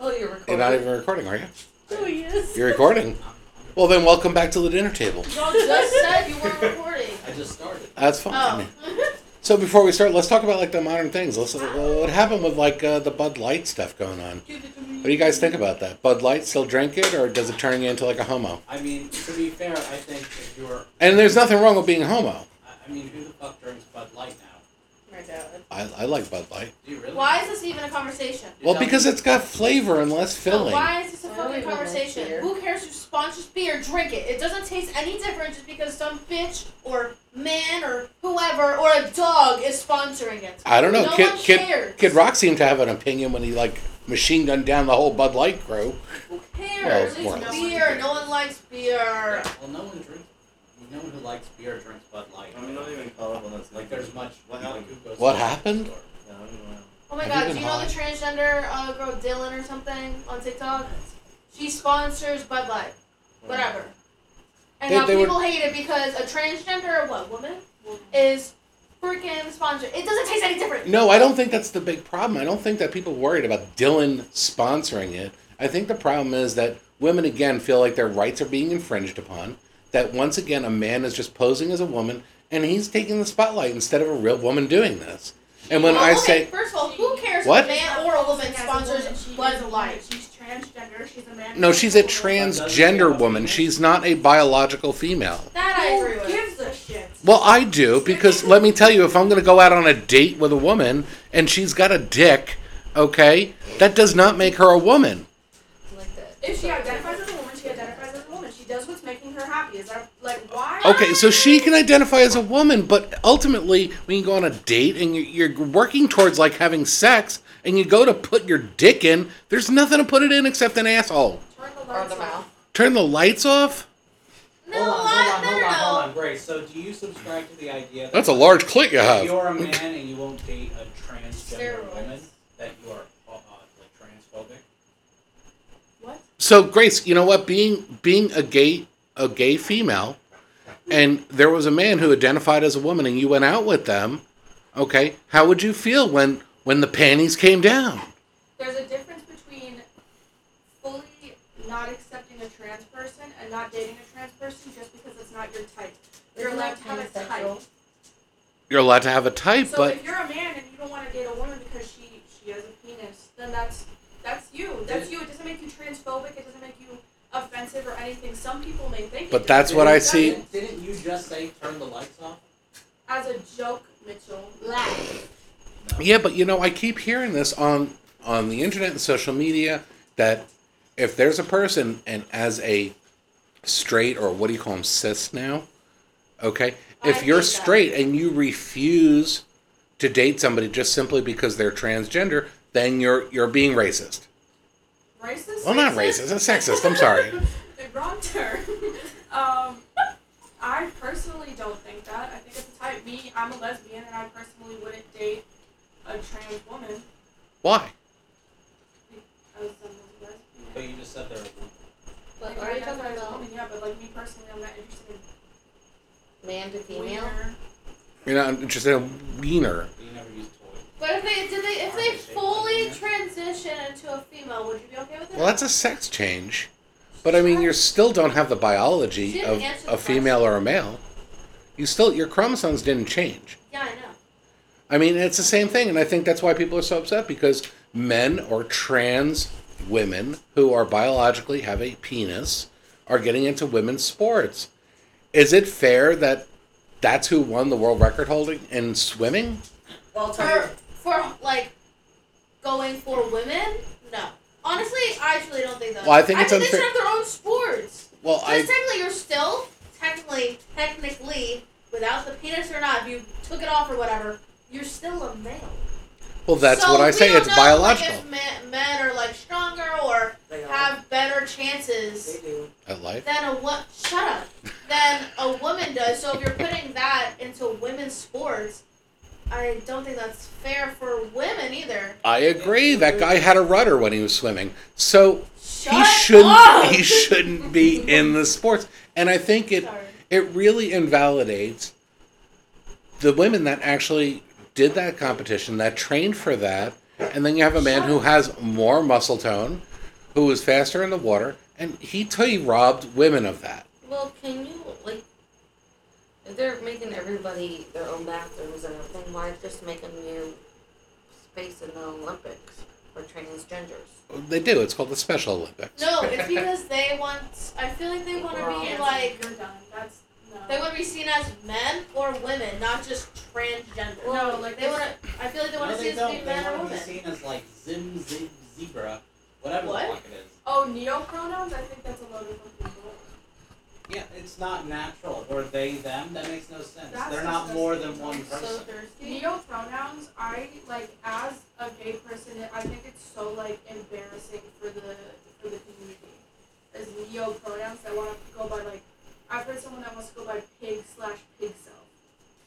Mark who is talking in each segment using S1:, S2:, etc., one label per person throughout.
S1: Oh,
S2: you're
S3: You're
S2: recording.
S3: not even recording, are you?
S2: Oh, yes.
S3: You're recording. Well, then welcome back to the dinner table.
S1: Y'all just said you weren't recording.
S4: I just started.
S3: That's fine.
S1: Oh.
S3: So before we start, let's talk about like the modern things. Let's uh, what happened with like uh, the Bud Light stuff going on. What do you guys think about that? Bud Light still drink it, or does it turn you into like a homo?
S4: I mean, to be fair, I think if you're,
S3: And there's nothing wrong with being homo.
S4: I- I mean, who the fuck drinks Bud Light now?
S2: I doubt it.
S3: I, I like Bud Light.
S4: Do you really?
S1: Why is this even a conversation?
S4: You're
S3: Well,
S4: telling
S3: because
S4: me-
S3: it's got flavor and less filling.
S1: Why is this a
S2: Why
S1: fucking
S2: would we like
S1: conversation?
S2: beer?
S1: Who cares who sponsors beer? Drink it. It doesn't taste any different just because some bitch or man or whoever or a dog is sponsoring it.
S3: I don't know.
S1: No
S3: Kid,
S1: one
S3: Kid,
S1: cares.
S3: Kid Rock seemed to have an opinion when he like machine gunned down the whole Bud Light crew.
S1: Who
S3: Well,
S1: cares?
S3: more or
S1: it's
S3: less.
S1: beer. No one likes beer.
S4: Yeah, well, no one drinks. No one who likes beer drinks Bud Light.
S5: I'm not even caught up on those.
S4: Like, there's much.
S5: What
S4: like,
S5: happened?
S4: who goes
S3: What
S4: to the
S3: happened?
S4: store?
S5: No, I don't know.
S1: Oh my
S3: Have you
S1: god,
S3: been
S1: do you know the transgender uh, girl Dylan or something on TikTok? She sponsors Bud Light. Whatever. And
S3: They-
S1: now
S3: they were-
S1: people hate it because a transgender what woman is freaking sponsored. It doesn't taste any different.
S3: No, I don't think that's the big problem. I don't think that people worried about Dylan sponsoring it. I think the problem is that women again feel like their rights are being infringed upon. That once again a man is just posing as a woman and he's taking the spotlight instead of a real woman doing this. And when
S1: Well,
S3: I
S1: okay,
S3: say
S1: first of all, who cares
S3: What?
S1: if a man or a woman
S6: As a
S1: sponsors
S6: woman, she is a
S1: Bud
S6: woman.
S1: Light?
S6: She's transgender. She's a man.
S3: no, she's a
S6: trans.
S3: transgender woman. She's not a biological female.
S1: That I agree
S6: Who
S1: with.
S6: gives a shit?
S3: Well, I do because let me tell you, if I'm going to go out on a date with a woman and she's got a dick, okay, that does not make her a woman.
S2: Like that.
S6: If she identifies as a woman, she identifies as a woman. She does what's making her happy. Is that like why?
S3: Okay, so she can identify as a woman, but ultimately, when you go on a date and you- you're working towards like having sex, and you go to put your dick in, there's nothing to put it in except an asshole.
S6: Turn the
S2: Or
S6: lights
S2: the
S6: off.
S2: mouth.
S3: Turn the lights off.
S1: no,
S4: hold on,
S1: I-
S4: hold on,
S1: no,
S4: hold
S1: no,
S4: on,
S1: no.
S4: hold on, Grace. So, do you subscribe to the idea that
S3: That's a large clit you
S4: if
S3: have.
S4: you're a man and you won't date a transgender
S1: Steroids.
S4: woman, that you are uh, uh, like transphobic?
S6: What?
S3: So, Grace, you know what? Being being a gay a gay female, and there was a man who identified as a woman, and you went out with them. Okay, how would you feel when when the panties came down?
S6: There's a difference between fully not accepting a trans person and not dating a trans person just because it's not your type. You're
S2: Isn't
S6: allowed
S2: that
S6: to have a type.
S2: pansexual?
S3: You're allowed to have a type,
S6: So
S3: but
S6: if you're a man and you don't want to date a woman because she she has a penis, then that's that's you. That's you. It doesn't make you transphobic. It doesn't make you offensive or anything. Some people may think. it
S3: But
S6: does,
S3: that's
S6: it
S3: what I
S6: doesn't.
S3: see.
S4: Didn't, didn't you just say turn the lights off?
S6: As a joke, Mitchell. Laugh.
S4: No.
S3: Yeah, but you know, I keep hearing this on on the internet and social media that if there's a person and as a straight or what do you call them cis now, okay,
S6: I
S3: if
S6: hate
S3: you're
S6: that.
S3: straight and you refuse to date somebody just simply because they're transgender, then you're you're being racist.
S6: Racist.
S3: Well, not racist, it's sexist. I'm sorry.
S6: the wrong term. um, I personally don't think that. I think it's a type. Me, I'm a lesbian, and I personally wouldn't date a trans woman.
S3: Why?
S6: As a lesbian.
S4: But you just said there.
S2: But
S6: Like,
S2: are
S6: I
S2: you
S6: guess
S2: talking
S6: I was a
S2: about
S6: woman, yeah, but like me personally, I'm not interested in
S2: man to female?
S6: Wiener.
S3: You're not interested in wiener.
S4: You never use toy.
S1: But if they did they if they fully transition into a female, would you be okay with it?
S3: Well, that's a sex change. But I mean, you still don't have the biology of a female or a male. You still your chromosomes didn't change.
S1: yeah, I know.
S3: I mean, it's the same thing, and I think that's why people are so upset because men or trans women who are biologically have a penis are getting into women's sports. Is it fair that that's who won the world record holding in swimming?
S2: Well,
S1: For for like going for women? No. Honestly, I actually don't think that.
S3: Well, I think it's
S1: they
S3: unfair-
S1: should have their own sports.
S3: Well,
S1: Because
S3: I
S1: technically, you're still technically, technically, without the penis or not, if you took it off or whatever, you're still a male.
S3: well, that's
S1: So
S3: what I
S1: we
S3: say.
S1: don't
S3: It's
S1: know,
S3: biological
S1: Like, if men, men are like stronger or
S4: They
S1: have better chances
S4: do.
S3: at life.
S1: than a wo- shut up than a woman does. So if you're putting that into women's sports, I don't think that's fair for women either.
S3: I agree. That guy had a rudder when he was swimming, so
S1: Shut
S3: he shouldn't
S1: up.
S3: he shouldn't be in the sports. And I think it
S1: Sorry.
S3: it really invalidates the women that actually did that competition that trained for that and then you have a man who has more muscle tone who was faster in the water, and he totally robbed women of that.
S2: Well, can you like? If they're making everybody their own bathrooms and everything, why just make a new space in the Olympics for transgenders?
S3: They do. It's called the Special Olympics.
S1: No, it's because they want. I feel like they want to
S2: Well,
S1: be
S2: it's-
S1: like.
S6: you're done. That's no.
S1: They want to be seen as men or women, not just transgender.
S6: No, like
S1: they
S6: this-
S1: want to. I feel like they want
S4: no,
S1: to
S4: they
S1: see us
S4: don't.
S1: be
S4: They
S1: men or
S4: want to be
S1: women.
S4: seen as like Zim Zig Zebra, whatever
S1: What?
S4: the fuck it is.
S6: oh, neopronouns. I think that's a load of people.
S4: Yeah, it's not natural. Or they them. That makes no sense.
S6: That's
S4: They're not more than
S6: disgusting.
S4: one person.
S2: So thirsty.
S6: Neopronouns. I like as a gay person. I think it's so like embarrassing for the for the community. As neopronouns that want to go by like, I've heard someone that wants to go by pig slash pig self.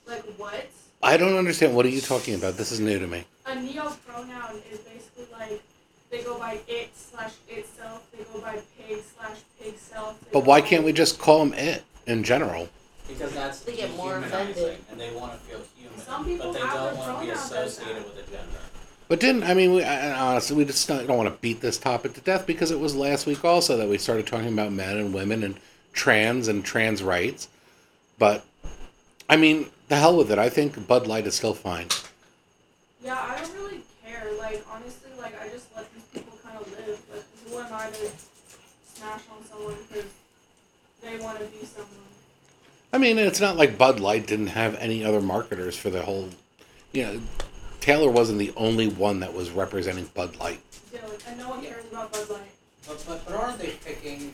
S6: Like what?
S3: I don't understand. What are you talking about? This is new to me.
S6: A neopronoun is basically like they go by it slash itself. They go by pig slash pig self. they
S3: But
S6: go
S3: why
S6: by-
S3: can't we just call him it in general?
S4: Because that's
S2: They get more
S4: dehumanizing,
S2: offended.
S4: and they want to feel human,
S6: Some people
S4: but they
S6: have their
S4: don't want to be
S6: pronouns as that.
S4: associated with a gender.
S3: But didn't I mean? We I- and honestly, we just don't, don't want to beat this topic to death because it was last week also that we started talking about men and women and trans and trans rights. But I mean, the hell with it. I think Bud Light is still fine.
S6: Yeah, I don't really care. Like honestly, like I just let these people kind of live. But who am I to smash on someone because they want to be someone?
S3: I mean, it's not like Bud Light didn't have any other marketers for the whole. You know, Taylor wasn't the only one that was representing Bud Light.
S6: Yeah, like, and no one cares about Bud Light.
S4: But, but but aren't they picking?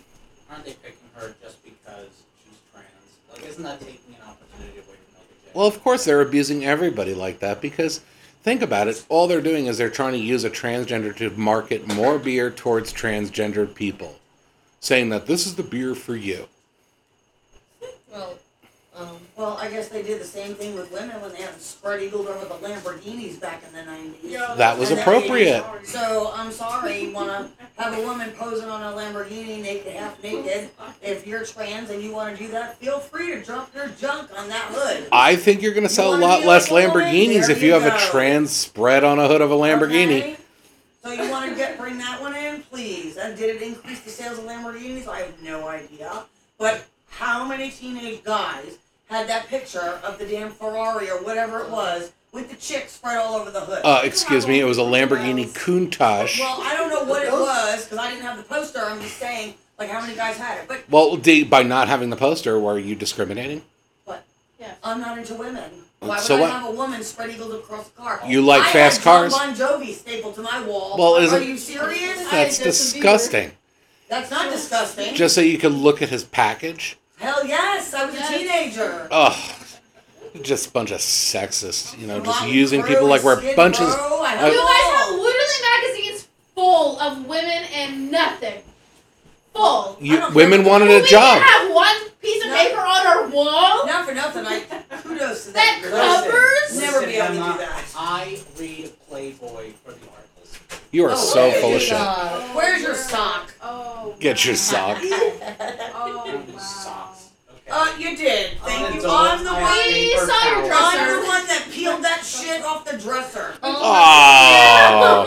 S4: Aren't they picking her just because she's trans? Like, isn't that taking an opportunity away from another gender?
S3: Well, of course they're abusing everybody like that because think about it. All they're doing is they're trying to use a transgender to market more beer towards transgendered people, saying that this is the beer for you.
S2: Well, um,
S7: Well, I guess they did the same thing with women when they had spread eagled over the Lamborghinis back in the nineties.
S6: Yeah,
S3: That was
S7: was
S3: appropriate.
S7: So I'm sorry, you wanna have a woman posing on a Lamborghini naked, half naked. If you're trans and you wanna do that, feel free to drop your junk on that hood.
S3: I think you're going to
S7: You
S3: sell a
S7: wanna
S3: lot
S7: be
S3: less
S7: like a woman?
S3: Lamborghinis
S7: There
S3: if you
S7: you
S3: have a
S7: go.
S3: trans spread on a hood of a Lamborghini.
S7: Okay? So you wanna get bring that one in, please? And did it increase the sales of Lamborghinis? I have no idea. But how many teenage guys had that picture of the damn Ferrari or whatever it was with the chick spread all over the hood?
S3: Uh, excuse me, it was a Lamborghini Countach.
S7: Well, I don't know what it was because I didn't have the poster. I'm just saying, like, how many guys had it? But
S3: Well, d by not having the poster, were you discriminating?
S4: Uh,
S7: I'm not into women. Why would
S3: So
S7: I
S3: what?
S7: have a woman spread eagled across the car?
S3: You like
S7: I
S3: fast
S7: had John
S3: cars?
S7: Bon Jovi stapled to my wall.
S3: Well,
S7: Are
S3: isn't-
S7: you serious? I-
S3: That's disgusting.
S7: that's not disgusting.
S3: Just so you could look at his package.
S7: Hell yes, I was
S1: Yes.
S7: a teenager.
S3: Ugh. Just a bunch of sexists, you know, just
S7: Motley
S3: using
S7: Crue
S3: people like
S7: and
S3: we're
S7: Skid
S3: bunches.
S7: Row, I
S3: I-
S7: had
S1: You
S7: it
S1: guys have
S7: all.
S1: literally magazines full of women and nothing. Full.
S7: I
S3: You,
S7: don't
S3: women
S7: care.
S3: wanted
S1: Do
S3: a
S1: we
S3: job.
S1: have one piece of
S7: No.
S1: paper on our wall
S7: Not for nothing. I kudos to
S1: that
S7: that.
S1: covers?
S7: Never be able to
S4: Listen,
S7: do
S4: Emma,
S7: that.
S4: I read Playboy for the articles.
S3: You are
S7: Oh,
S3: so
S7: wait,
S3: full of
S7: you
S3: shit.
S2: God.
S7: Uh, Where's your sock?
S6: Oh.
S3: Get your
S6: wow.
S3: sock.
S6: Oh
S4: Only
S6: wow.
S4: socks. Okay.
S7: Uh, you did.
S4: I'm
S7: Thank
S4: an
S7: you.
S4: adult.
S7: On the
S4: I
S7: way.
S4: have
S1: We
S4: paper
S1: saw your
S4: towels.
S1: drawers.
S7: I'm the one that peeled that shit off the dresser.
S3: Oh,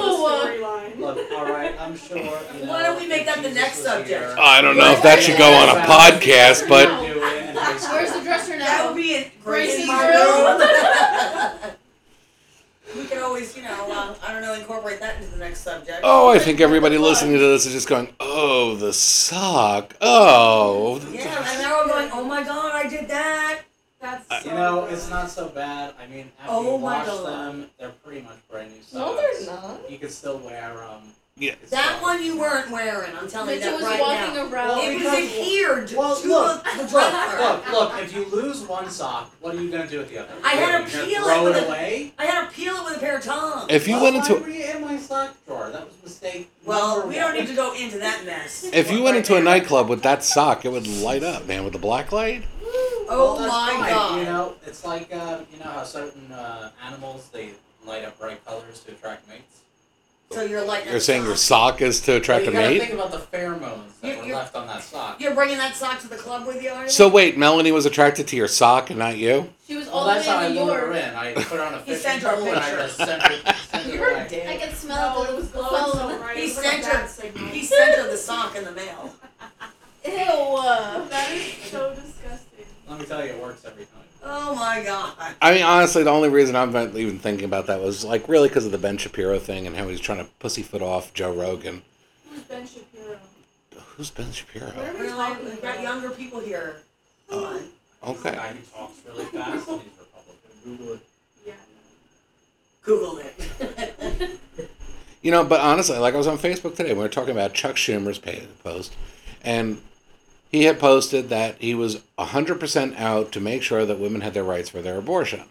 S6: Storyline.
S4: Look, all right, I'm sure. You know,
S7: Why don't we make that the
S4: Jesus
S7: next
S4: was
S7: subject?
S4: here.
S3: I don't know if that should go on a podcast, but
S4: Do it and fix it.
S1: Where's the dresser
S7: That would
S1: now?
S7: be a great
S1: Gracie's
S7: room. we could always, you know, uh, I don't know, incorporate that into the next subject.
S3: oh, I think everybody listening to this is just going, "Oh, the sock. Oh,
S7: Yeah, and they're all going, oh my god, I did that.
S6: That's. so
S4: Uh, You know,
S6: rude.
S4: it's not so bad. I mean, after
S7: Oh
S4: you
S7: my
S4: wash
S7: God.
S4: them, they're pretty much brand new socks.
S2: No, there's not.
S4: You can still wear them.
S3: Yeah.
S7: That one you weren't wearing, I'm telling you
S1: Mitchell was
S7: that right
S1: walking
S7: now.
S1: around.
S4: Well,
S7: It was
S4: because-
S7: adhered
S4: well,
S7: to
S4: look.
S7: the, the dresser.
S4: Look, look. If you lose one sock, what are you gonna do with the other?
S7: I
S4: What,
S7: had
S4: are
S7: to
S4: you gonna
S7: peel it
S4: Throw
S7: with
S4: it
S7: a-
S4: away.
S7: I had to peel it with a pair of tongs.
S3: if you
S4: Well,
S3: went
S4: I
S3: into
S4: re- in my sock drawer. That was mistake.
S7: well,
S4: number
S7: we
S4: one.
S7: don't need to go into that mess.
S3: if you went into a nightclub with that sock, it would light up, man, with the black light.
S7: Oh
S4: Well, that's
S7: my
S4: fine,
S7: god.
S4: You know, it's like uh, you know how certain uh, animals they light up bright colors to attract mates.
S7: So you're like
S3: You're saying your sock is to attract a
S4: you gotta
S3: mate.
S4: think about the pheromones that
S7: You-
S4: were
S7: you're-
S4: left on that sock.
S7: You're bringing that sock to the club with you, are you?
S3: So wait, Melanie was attracted to your sock and not you?
S1: She was all
S4: Well,
S1: the
S4: that's how
S1: way
S4: I
S1: in New
S4: lured her
S1: York.
S4: in. I put her on a
S7: He
S4: fishing
S7: sent her a
S4: pole and I
S7: picture.
S4: just sent her, sent her
S2: You're
S4: away.
S2: I can smell
S6: No,
S2: the
S6: it was glowing
S2: phone.
S6: so bright.
S7: He
S6: It was a
S7: sent
S6: bad
S7: you-
S6: signal.
S7: He sent her the sock in the mail.
S1: Ew. uh,
S6: That is so disgusting.
S4: Let me tell you, it works every time.
S7: Oh my god.
S3: I mean, honestly, the only reason I'm not even thinking about that was like really because of the Ben Shapiro thing and how he's trying to pussyfoot off Joe Rogan.
S6: Who's Ben Shapiro?
S3: Who's Ben Shapiro?
S6: Where-
S7: We're like, we've got younger people here. Come on.
S4: The
S3: Okay.
S4: guy who talks really fast and he's Republican. Google it.
S6: Yeah.
S7: Google it.
S3: You know, but honestly, like I was on Facebook today, we were talking about Chuck Schumer's pa- post, and he had posted that he was 100% out to make sure that women had their rights for their abortion.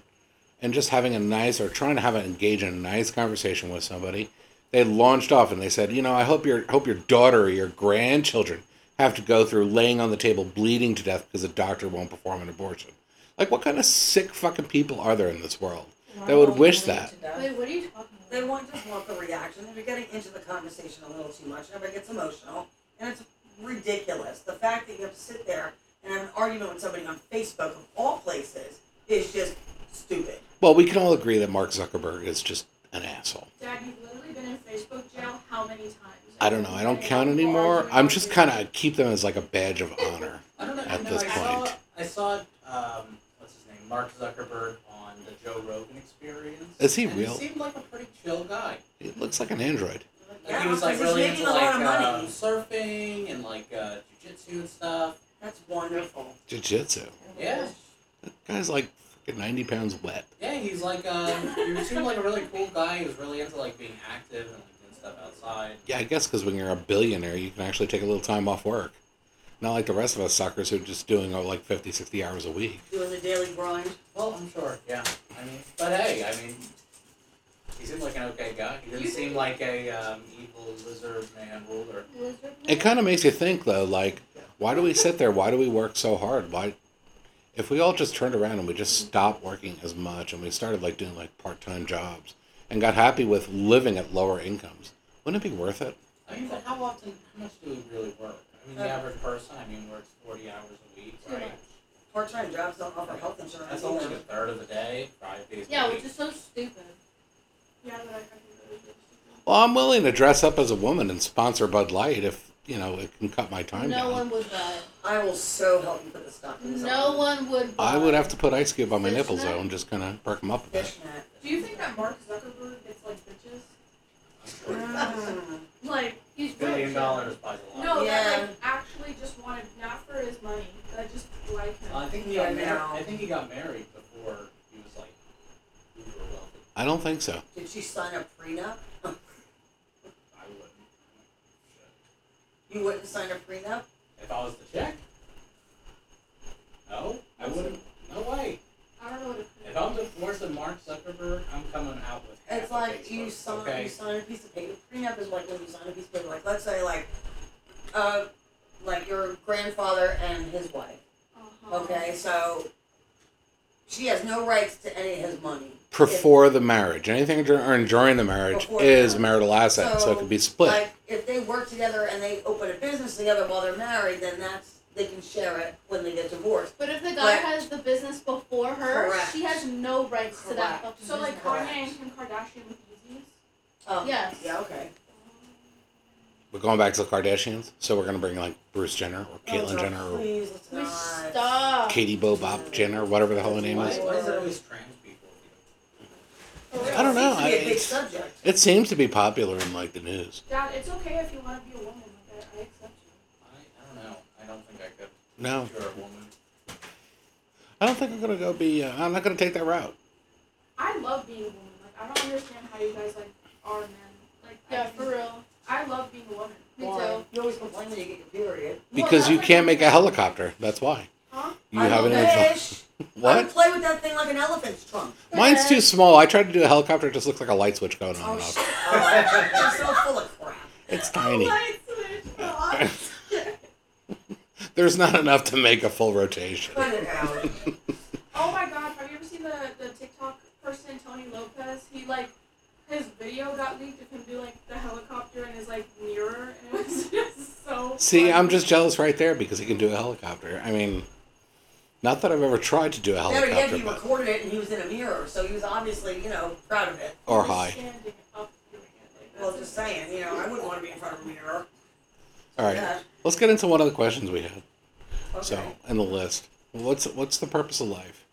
S3: And just having a nice, or trying to have an engage in a nice conversation with somebody, they launched off and they said, you know, I hope your hope your daughter or your grandchildren have to go through laying on the table bleeding to death because a doctor won't perform an abortion. Like, what kind of sick fucking people are there in this world? They would wish that.
S1: Wait, what are you talking
S7: they
S1: about?
S7: want just want the reaction. They're getting into the conversation a little too much. Everybody gets emotional, and it's ridiculous. The fact that you have to sit there and have an argument with somebody on Facebook, of all places, is just stupid.
S3: Well, we can all agree that Mark Zuckerberg is just an asshole.
S6: Dad, you've literally been in Facebook jail how many times?
S3: I don't know. I don't count anymore. I'm just kind of keep them as like a badge of honor.
S4: I don't know.
S3: At
S4: you know,
S3: this
S4: I
S3: point.
S4: saw, I saw um, what's his name, Mark Zuckerberg on the Joe Rogan Experience.
S3: Is he
S4: and
S3: real?
S4: He seemed like a pretty chill guy.
S3: It looks like an android.
S4: Like,
S7: Yeah,
S4: he was like
S7: because he's
S4: really
S7: making
S4: into
S7: a lot
S4: like
S7: of
S4: uh,
S7: money.
S4: surfing and like uh, jujitsu and stuff.
S7: That's wonderful.
S3: Jiu-jitsu.
S4: Yeah,
S3: That guy's like freaking 90 pounds wet.
S4: yeah. He's like um, he seemed like a really cool guy. He was really into like being active and like doing stuff outside.
S3: Yeah, I guess because when you're a billionaire, you can actually take a little time off work. Not like the rest of us suckers who are just doing oh, like 50, 60 hours a week.
S7: Doing the daily grind.
S4: Well, I'm sure. Yeah. I mean, but hey, I mean, he seemed like an okay guy. He didn't
S6: You
S4: seem
S6: think-
S4: like a um, evil lizard man ruler.
S6: Lizard
S3: It kind of makes you think though, like, why do we sit there? Why do we work so hard? Why, if we all just turned around and we just stopped working as much and we started like doing like part-time jobs and got happy with living at lower incomes, wouldn't it be worth it?
S4: I mean, but how often, how much do we really work? I mean, the average person, I mean, works 40 hours a week,
S1: Too
S4: right?
S1: much.
S7: Part-time jobs don't offer health insurance.
S4: That's
S7: either.
S4: only a third of the day, five days
S1: Yeah,
S4: a
S1: which
S4: week.
S1: is so stupid.
S6: Yeah, but I fucking really do.
S3: Well, I'm willing to dress up as a woman and sponsor Bud Light if you know it can cut my time
S1: no
S3: down.
S1: one would buy. it.
S7: I will so help you put the stuff in.
S1: No one would. Buy.
S3: I would have to put ice cube on my
S1: Fishnet?
S3: nipples though and just kind of perk them up a bit.
S7: Fishnet.
S6: Do you think that Mark Zuckerberg gets like bitches?
S2: Ah.
S7: Mm.
S6: Like,
S1: He's
S4: Billion
S1: rich.
S4: dollars buys a lot.
S6: no, that
S7: Yeah.
S6: like actually just wanted not for his money, that just like him.
S4: I think he
S7: Yeah,
S4: got married,
S7: no.
S4: I think he got married before he was like, we were wealthy.
S3: I don't think so.
S7: Did she sign a prenup?
S4: I wouldn't.
S7: You wouldn't sign a prenup?
S4: If I was the chick? No, I wouldn't. No way.
S6: I don't know what it
S4: If I'm divorcing Mark Zuckerberg, I'm coming out with half
S7: It's
S4: of
S7: like
S4: Facebook,
S7: you sign,
S4: okay?
S7: you sign a piece of paper. Prenup is like when you sign a piece of paper. Like let's say like, uh, like your grandfather and his wife.
S6: uh-huh.
S7: Okay, so she has no rights to any of his money.
S3: Before the marriage, anything dur- earned during the marriage
S7: Before the
S3: is
S7: marriage.
S3: marital asset, so,
S7: So,
S3: it can be split.
S7: Like if they work together and they open a business together while they're married, then that's they can share it when they get divorced.
S1: But if the guy
S7: Correct.
S1: has the business before her,
S7: Correct.
S1: she has no rights to that
S7: Correct.
S1: fucking
S6: So like
S1: business.
S6: Kanye
S7: Correct.
S6: and Kim Kardashian with Yeezys?
S7: Um,
S1: Yes.
S7: Yeah. Okay.
S3: We're going back to the Kardashians, so we're gonna bring like Bruce Jenner or Caitlyn
S7: Oh, girl,
S3: Jenner or
S7: Please, let's
S1: We
S7: not.
S1: stop.
S3: Katie Bo Bop Jenner, whatever the hell her name
S4: Why,
S3: is.
S4: why is it always trans people?
S3: I don't know.
S7: It seems to be a big
S3: It's-
S7: subject.
S3: It seems to be popular in like the news.
S6: Dad, it's okay if you want to be a woman. Like, I, I accept you.
S4: I, I don't know. I don't think I could.
S3: No,
S4: If you're a woman.
S3: I don't think I'm gonna go be. Uh, I'm not gonna take that route.
S6: I love being a woman. Like I don't understand how you guys like are men. Like I
S1: Yeah,
S6: just-
S1: for real.
S6: I love being a woman.
S1: Me
S7: Why?
S1: too.
S7: You always complain when you get your period.
S3: Because
S1: that's
S3: you
S1: like-
S3: can't make a helicopter. That's why.
S6: Huh?
S3: You
S7: I
S1: Oh,
S3: haven't
S7: don't
S3: even thought-
S7: wish. I would
S3: What?
S7: play with that thing like an elephant's trunk.
S3: Mine's too small. I tried to do a helicopter. It just looks like a light switch going on
S7: Oh,
S3: and
S7: shit.
S3: off.
S7: Oh, I'm so full of crap.
S3: It's
S1: Oh,
S3: tiny.
S6: Light switch off.
S3: There's not enough to make a full rotation.
S7: Cut it out.
S6: Oh my god, have you ever seen the, the TikTok person Tony Lopez? He like his video got leaked of him doing like the helicopter and his like mirror and it was just so
S3: See,
S6: funny.
S3: I'm just jealous right there because he can do a helicopter. I mean, not that I've ever tried to do a
S7: Better yet,
S3: helicopter,
S7: he
S3: but,
S7: recorded it and he was in a mirror, so he was obviously, you know, proud of it.
S3: or
S6: He was
S3: high.
S6: standing up doing it, like,
S7: Well,
S6: that's
S7: just saying, you know, I wouldn't want to be in front of a mirror.
S3: All right.
S7: Yeah.
S3: Let's get into one of the questions we had.
S7: Okay.
S3: So, in the list, what's what's the purpose of life?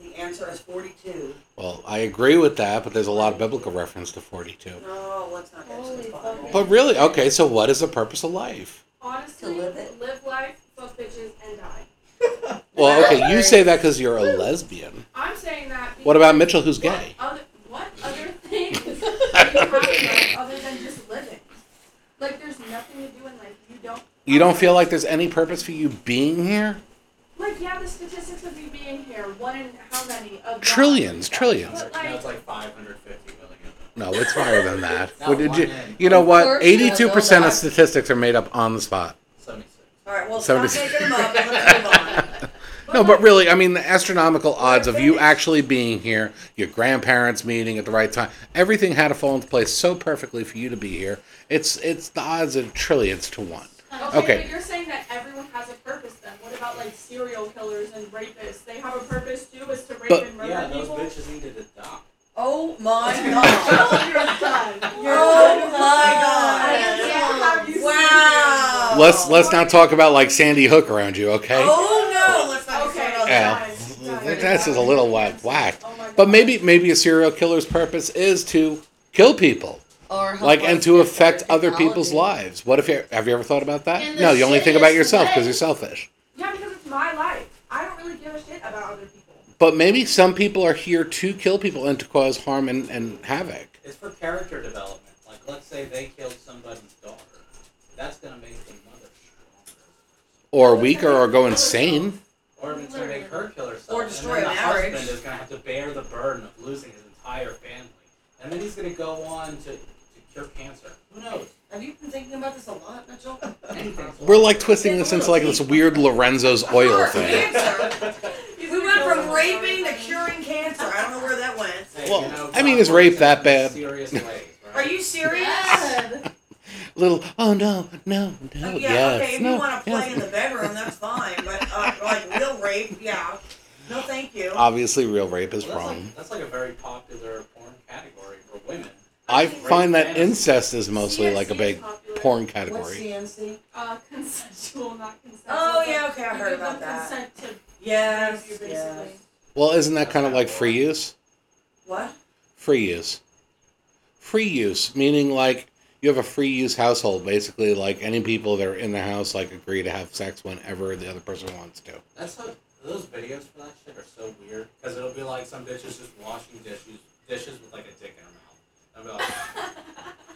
S7: The answer is 42.
S3: Well, I agree with that, but there's a lot of biblical reference to 42.
S7: No, let's not get to
S1: Holy
S7: the bottom.
S1: fucking-
S3: But really, okay, so what is the purpose of life?
S6: Honestly,
S7: To live it.
S6: life, fuck bitches, and die.
S3: Well, okay, you say that because you're a lesbian.
S6: I'm saying that.
S3: What about
S6: because
S3: Mitchell, who's
S6: what
S3: gay?
S6: Other, what other things do you have in life other than just living? Like, there's nothing to do in life. You don't.
S3: You don't feel like there's any purpose for you being here?
S6: Like, yeah, the statistics of you being here. One in how many? Of that.
S3: Trillions, trillions.
S6: But, like-
S4: Now it's like 550 million.
S3: No, it's higher than that.
S4: Not
S3: What did
S4: one
S3: you?
S4: in.
S3: You know what?
S2: Of course you
S3: Eighty-two
S2: don't know
S3: percent of
S2: that.
S3: statistics are made up on the spot.
S4: 76.
S7: All right, well, stop
S3: 76.
S7: making them up. and Let's move on.
S3: No,
S6: like,
S3: but really, I mean, the astronomical odds of you actually being here, your grandparents meeting at the right time, everything had to fall into place so perfectly for you to be here. It's it's the odds of trillions to one.
S6: Okay,
S3: Okay.
S6: but you're saying that everyone has a purpose then. What about like serial killers and rapists? They have a purpose too, is to rape
S3: But-
S6: and murder
S4: Yeah, those
S6: people.
S4: bitches needed a doc.
S7: Oh my god.
S6: Oh, you're done. You're
S7: Oh
S6: done. I
S7: my
S6: can't
S7: god.
S6: have you
S7: Wow.
S3: Let's let's not talk about like Sandy Hook around you, okay?
S7: Oh no, let's not
S6: Okay.
S7: get started on
S3: Yeah.
S7: that.
S6: guys, guys,
S3: That's just a little whack whack.
S6: Oh my God.
S3: But maybe maybe a serial killer's purpose is to kill people,
S2: Or help
S3: like and
S2: us
S3: to
S2: with
S3: affect
S2: our
S3: other people's
S2: technology.
S3: lives. What if you have you ever thought about that?
S1: And the
S3: No, you only think about
S1: shittiest
S3: yourself because
S1: way-
S3: you're selfish.
S6: Yeah, because it's my life. I don't really give a shit about other people.
S3: But maybe some people are here to kill people and to cause harm and, and havoc.
S4: It's for character development. Like, let's say they killed somebody's daughter. That's going to make the mother stronger.
S3: or weaker or go insane.
S4: Or if it's going to make her kill herself.
S7: Or destroy
S4: and then
S7: a
S4: the
S7: marriage.
S4: husband is going to have to bear the burden of losing his entire family. And then he's going to go on to, to cure cancer. Who knows?
S7: Have you been thinking about this a lot, Mitchell?
S3: We're like twisting this into like this weird Lorenzo's oil thing.
S7: Cancer. We went from raping to curing cancer. I don't know where that went.
S3: Well, I mean, is rape that bad?
S4: Serious ways, right?
S7: Are you serious?
S1: God.
S3: Little oh no no no
S7: Uh, yeah,
S3: Oh, yes
S7: okay, if
S3: no
S7: you want to play
S3: yes.
S7: in the bedroom, that's fine. But uh, like real rape, yeah. No, thank you.
S3: Obviously, real rape is
S4: Well, that's,
S3: wrong.
S4: like, that's like a very popular porn category for women.
S3: I
S4: Rape
S3: find that
S4: fantasy.
S3: incest is mostly
S6: CNC
S3: like a
S6: is
S3: big
S6: popular.
S3: porn
S7: What's
S3: category.
S7: CNC?
S6: Uh, consensual, not consensual.
S7: Oh
S6: but
S7: yeah, okay, I
S6: you
S7: heard
S6: give them
S7: about that.
S6: consent to
S7: Yes,
S6: rape you,
S7: yes.
S6: basically.
S3: Well, isn't that kind of like free use?
S7: What?
S3: Free use. Free use meaning like you have a free use household. Basically, like any people that are in the house like agree to have sex whenever the other person wants to.
S4: That's so, those videos for that shit are so weird because it'll be like some bitches just washing dishes dishes with like a dick in her mouth. I'll be like,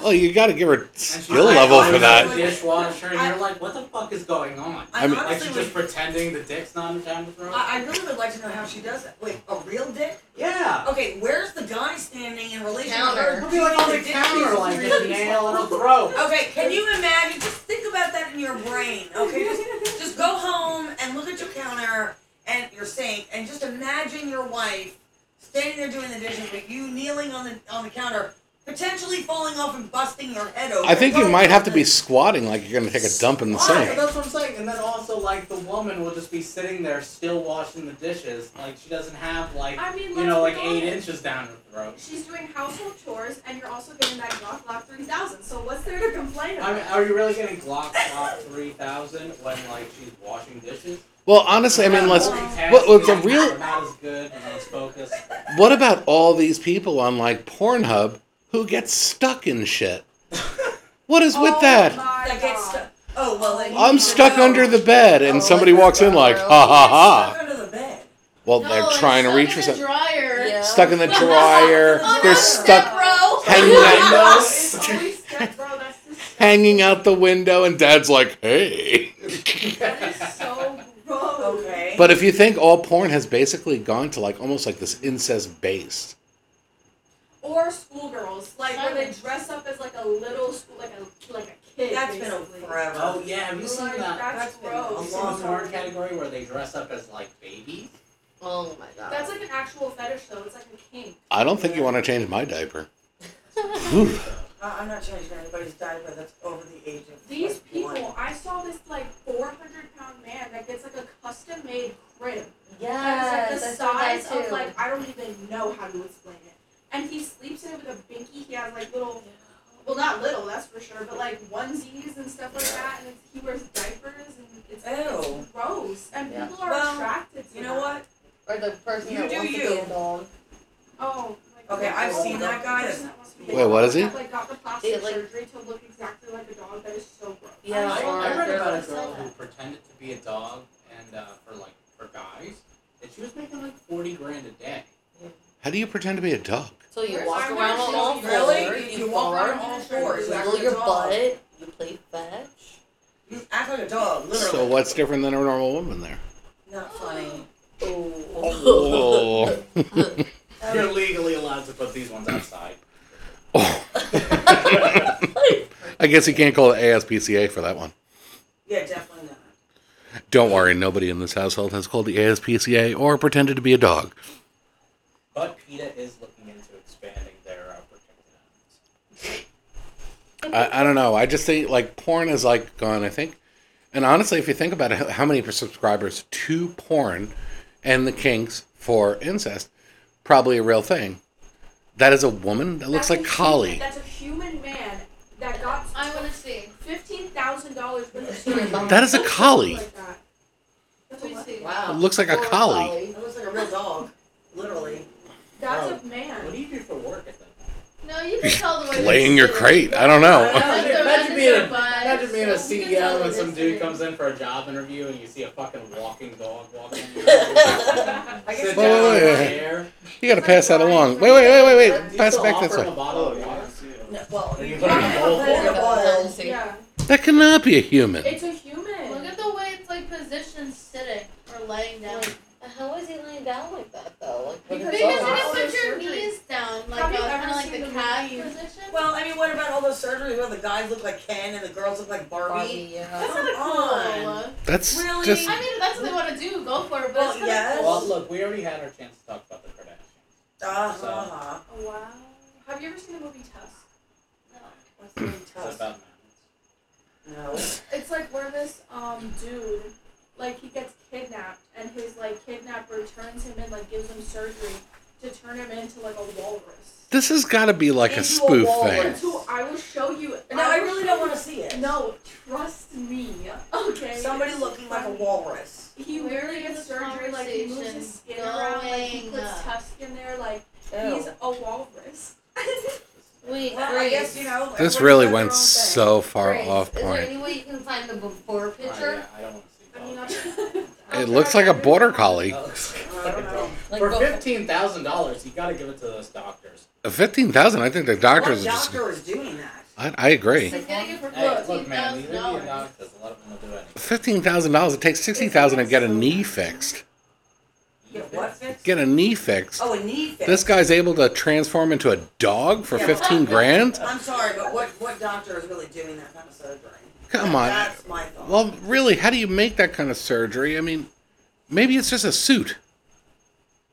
S3: Well, you got to give her
S4: and she's
S3: skill
S4: like, "Oh,
S3: level
S4: "I'm
S3: for
S4: the
S3: that.
S4: Dishwasher, and you're like, what the fuck is going on?
S7: I,
S3: I mean-
S4: Like
S7: honestly
S4: she's
S7: would.
S4: just pretending the dick's not in time to throw.
S7: I, I really would like to know how she does that. Wait, a real dick?
S4: yeah.
S7: Okay, where's the guy standing in relation to
S2: Counter.
S7: her?
S4: It'll be like on the counter, like with a nail in her throat.
S7: Okay, can you imagine? Just think about that in your brain. Okay, just, just go home and look at your counter and your sink, and just imagine your wife standing there doing the dishes, but you kneeling on the on the counter, potentially falling off and busting your head open.
S3: I think you might have to be squatting like you're going to take a dump in the
S4: Why?
S3: sink.
S4: That's what I'm saying. And then also, like, the woman will just be sitting there still washing the dishes. Like, she doesn't have, like,
S6: I mean,
S4: you know,
S6: let's
S4: like
S6: be
S4: eight
S6: honest.
S4: inches down her throat.
S6: She's doing household chores, and you're also getting that Glock Glock 3000. So what's there to complain
S4: I
S6: about?
S4: mean, are you really getting Glock Glock 3000 when, like, she's washing dishes?
S3: Well, honestly, I mean, let's. what- what's a real-
S4: Not as good and not as focused.
S3: What about all these people on like Pornhub who get stuck in shit? What is with
S6: Oh
S3: that?
S6: my
S7: That gets
S6: God.
S7: stuck. Oh well, then you
S3: I'm
S7: need to
S3: stuck
S7: know.
S3: under the bed, and
S2: Oh,
S3: somebody
S2: like
S3: walks in like,
S2: that.
S3: ha ha ha.
S7: Stuck under the bed.
S3: Well,
S1: No,
S3: they're
S1: it's
S3: trying to
S1: stuck
S3: reach
S1: in
S3: for
S1: the
S3: something.
S1: Dryer.
S2: Yeah.
S3: Stuck in the dryer. They're
S1: Oh,
S3: stuck
S1: Step bro.
S3: hanging
S6: No,
S3: out,
S6: it's always step bro. That's disgusting.
S3: hanging out the window, and Dad's like, hey.
S6: That is so gross.
S7: Okay.
S3: But if you think all porn has basically gone to like almost like this incest based.
S6: Or schoolgirls, like where they dress up as like a little school, like a like a kid.
S7: that's been
S6: basically.
S7: a forever.
S4: oh, yeah. Have you seen
S6: Like,
S4: that?
S6: That's
S7: That's been a
S4: Have you
S6: gross.
S4: seen the porn category where they dress up as, like, babies?
S2: Oh my god.
S6: That's like an actual fetish though. It's like a kink.
S3: I don't think you want to change my diaper.
S4: So,
S3: Ooh.
S7: Uh, I'm not changing anybody's diaper that's over the age of.
S6: These
S7: like, one.
S6: people, I saw this like 400 pound man that gets like a custom made crib.
S2: yeah,
S6: that is like the size of like I don't even know how to explain it. And he sleeps in it with a binky. He has like little Well, not little, that's for sure, but like onesies and stuff like that, and it's, he wears diapers and it's,
S7: Ew.
S6: it's gross. And
S2: Yeah.
S6: people are
S7: Well,
S6: attracted to
S7: You know
S6: that.
S7: what?
S2: Or the person
S7: You
S2: that
S7: do
S2: wants
S7: you.
S2: to be a dog.
S6: Oh. my
S7: Okay,
S6: God.
S7: I've
S6: Oh,
S7: seen
S6: the
S7: that guy.
S6: person that wants to be a
S3: Wait,
S6: dog
S3: what is he?
S6: that, Like got the plastic
S2: Yeah, like-
S6: surgery to look exactly like a dog. That is so gross.
S2: Yeah,
S7: I-
S2: or
S7: I
S4: I read
S2: they're
S4: about a
S2: like-
S4: girl who pretended to be a dog and uh, for like for guys, and she was making like forty grand a day.
S3: How do you pretend to be a dog?
S2: So you
S6: Where's
S2: walk
S6: my
S2: around on
S6: mercy?
S2: all fours.
S7: Really? You-
S2: You,
S7: you walk around
S2: fart,
S7: on all fours,
S2: You
S7: like
S2: wiggle
S7: a
S2: your
S7: dog.
S2: butt. You play fetch.
S7: You act like a dog, literally.
S3: So what's different than a normal woman there?
S7: Not funny.
S3: Oh.
S4: You're legally allowed to put these ones outside.
S3: I guess you can't call it ASPCA for that one.
S7: Yeah, definitely not.
S3: Don't worry, nobody in this household has called the ASPCA or pretended to be a dog.
S4: But PETA is looking into expanding their uh, protected animals.
S3: I, I don't know. I just think like porn is like gone. I think, and honestly, if you think about it, how many subscribers to porn and the kinks for incest, probably a real thing. That is a woman that looks
S6: That's
S3: like
S6: a
S3: Kali.
S6: human- That's a human man that got
S1: I want to see.
S6: fifteen thousand dollars worth of surgery.
S3: That is a collie.
S6: Like that. That's a
S1: Let me
S6: what?
S1: see.
S3: It
S2: Wow.
S3: looks like a
S2: Poor
S3: collie.
S7: It looks like a real dog, literally.
S6: That's a
S4: What
S6: man.
S4: do you do for work at that?
S1: No, you can tell the way.
S3: Laying
S1: they
S3: your
S1: sit.
S3: crate. I don't know.
S4: Imagine-
S1: Like the
S4: imagine
S1: rest of
S4: being
S1: their
S4: a- Imagine being a
S1: butts. You can tell
S4: CEO
S1: the
S4: and some
S1: difference.
S4: dude comes in for a job interview and you see a fucking walking dog walking. in.
S7: I guess
S3: Wait, wait,
S4: Sit down on
S3: wait,
S4: a
S3: wait.
S4: chair.
S3: You gotta pass that along. Wait, wait, wait, wait, wait.
S4: Do you
S3: Pass it
S4: still
S3: back
S4: offer
S3: this
S4: him
S3: way.
S4: a bottle of water?
S7: No, well,
S4: Are you
S7: you
S4: putting
S7: can't
S4: a bowl
S7: put it in a
S2: full?
S7: boil.
S6: Yeah,
S3: That cannot be a human.
S6: it's a
S1: Look
S6: human.
S1: at the way it's like positioned sitting or laying down.
S2: Like, How is he laying down like that though? Like what
S6: Because
S2: is
S1: Because
S6: all
S1: you
S2: that?
S1: can
S6: about
S1: put your
S6: surgery.
S1: knees down, like
S6: Have you
S1: kind
S6: ever
S1: of like
S6: seen
S1: the
S6: the
S1: cat
S6: movie?
S1: position.
S7: Well, I mean, what about all those surgeries where the guys look like Ken and the girls look like Barbie?
S2: Barbie, yeah.
S1: that's not a cool
S7: Come on.
S1: look.
S3: That's
S7: Really?
S3: just.
S1: I mean, if that's what they want to do, go for it. But
S7: Well,
S1: it's kind
S7: Oh, yes.
S1: of
S4: Well, look, we already had our chance to talk about the Kardashians.
S7: Uh huh.
S6: Oh, wow. Have you ever seen the movie Tusk?
S7: What's the name?
S4: It's
S7: Tusk?
S4: about
S7: No.
S6: It's like where this um dude, like he gets kidnapped, and his like kidnapper turns him in, like gives him surgery to turn him into like a walrus.
S3: This has got to be like a
S7: Into a
S3: spoof
S7: wall
S3: thing.
S7: Yes.
S6: Into, I will show you.
S7: No, I really don't want to see it.
S6: No, trust me. Okay.
S7: Somebody looking like a walrus.
S6: He
S1: Where
S6: literally
S1: did
S6: gets
S1: this
S6: surgery, like he moves
S1: conversation
S6: his skin around, like he
S1: going
S6: puts
S1: up?
S6: tusk in there, like he's
S7: Ew.
S6: a walrus.
S2: Wait,
S7: Oh. Well, I
S2: Grace.
S7: guess you know.
S3: This
S7: everyone's
S3: really
S7: got their
S3: went
S7: own thing.
S3: so far
S2: Grace,
S3: off
S2: Is there
S3: point.
S2: any way you can find the before
S7: Oh,
S4: Manhattan.
S2: picture?
S4: I, I don't want to see
S6: I mean,
S4: dogs.
S6: I'm-
S3: It looks like a border collie.
S4: That looks like a
S7: I don't
S4: fucking
S7: know.
S4: dog.
S2: Like
S4: For
S2: go-
S4: fifteen thousand dollars, you gotta give it to those doctors.
S3: Fifteen thousand. I think the doctors
S7: What
S3: are just.
S7: doctor is doing that?
S3: I, I agree.
S1: It's getting it for
S4: Hey, look,
S1: fifteen
S4: man,
S1: thousand
S4: you leave me a
S1: dollars.
S4: doctor. A lot of them will do anything.
S3: Fifteen thousand dollars. It takes sixty thousand to get a knee fixed.
S7: Get what fixed?
S3: Get a knee fixed.
S7: Oh, a knee fixed.
S3: This guy's able to transform into a dog for
S7: Yeah.
S3: fifteen grand.
S7: I'm sorry, but what what doctor is really doing that kind of surgery?
S3: Come on.
S7: That's my thought.
S3: Well, really, how do you make that kind of surgery? I mean, maybe it's just a suit.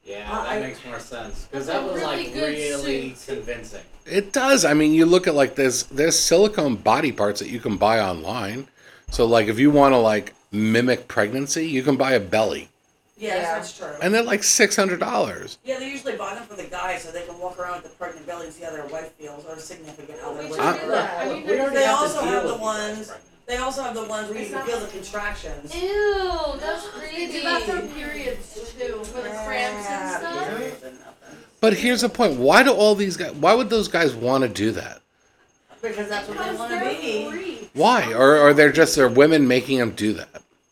S4: Yeah,
S7: Uh,
S4: that
S7: I-
S4: makes more sense because
S1: That's
S4: that
S1: a
S4: was
S1: really
S4: like
S1: good
S4: really
S1: suit.
S4: convincing.
S3: It does. I mean, you look at like there's there's silicone body parts that you can buy online. So like if you want to like mimic pregnancy, you can buy a belly,
S7: yes,
S2: Yeah.
S7: that's true.
S3: and they're like six hundred dollars.
S7: yeah, they usually buy them for the guys so they can walk around with the pregnant belly and see how their wife feels or significant other.
S6: We
S7: Like,
S6: should
S3: I-
S6: do that. I
S2: Look,
S6: mean,
S4: we
S6: there's-
S4: already
S7: they
S4: have to
S7: also
S4: deal
S7: have the
S4: with these guys
S7: ones-
S4: right
S7: They also have the ones where you
S6: It's
S7: can
S6: not-
S7: feel the contractions.
S1: Ew, that's crazy.
S6: They do that for periods too, for
S1: With
S6: the
S1: cramps and
S7: Yeah,
S1: stuff.
S7: periods and nothing.
S3: But here's the point: why do all these guys? Why would those guys want to do that?
S7: Because that's what they
S6: Because
S7: want to be.
S6: they're free.
S3: Why? Or are they just their women making them do that?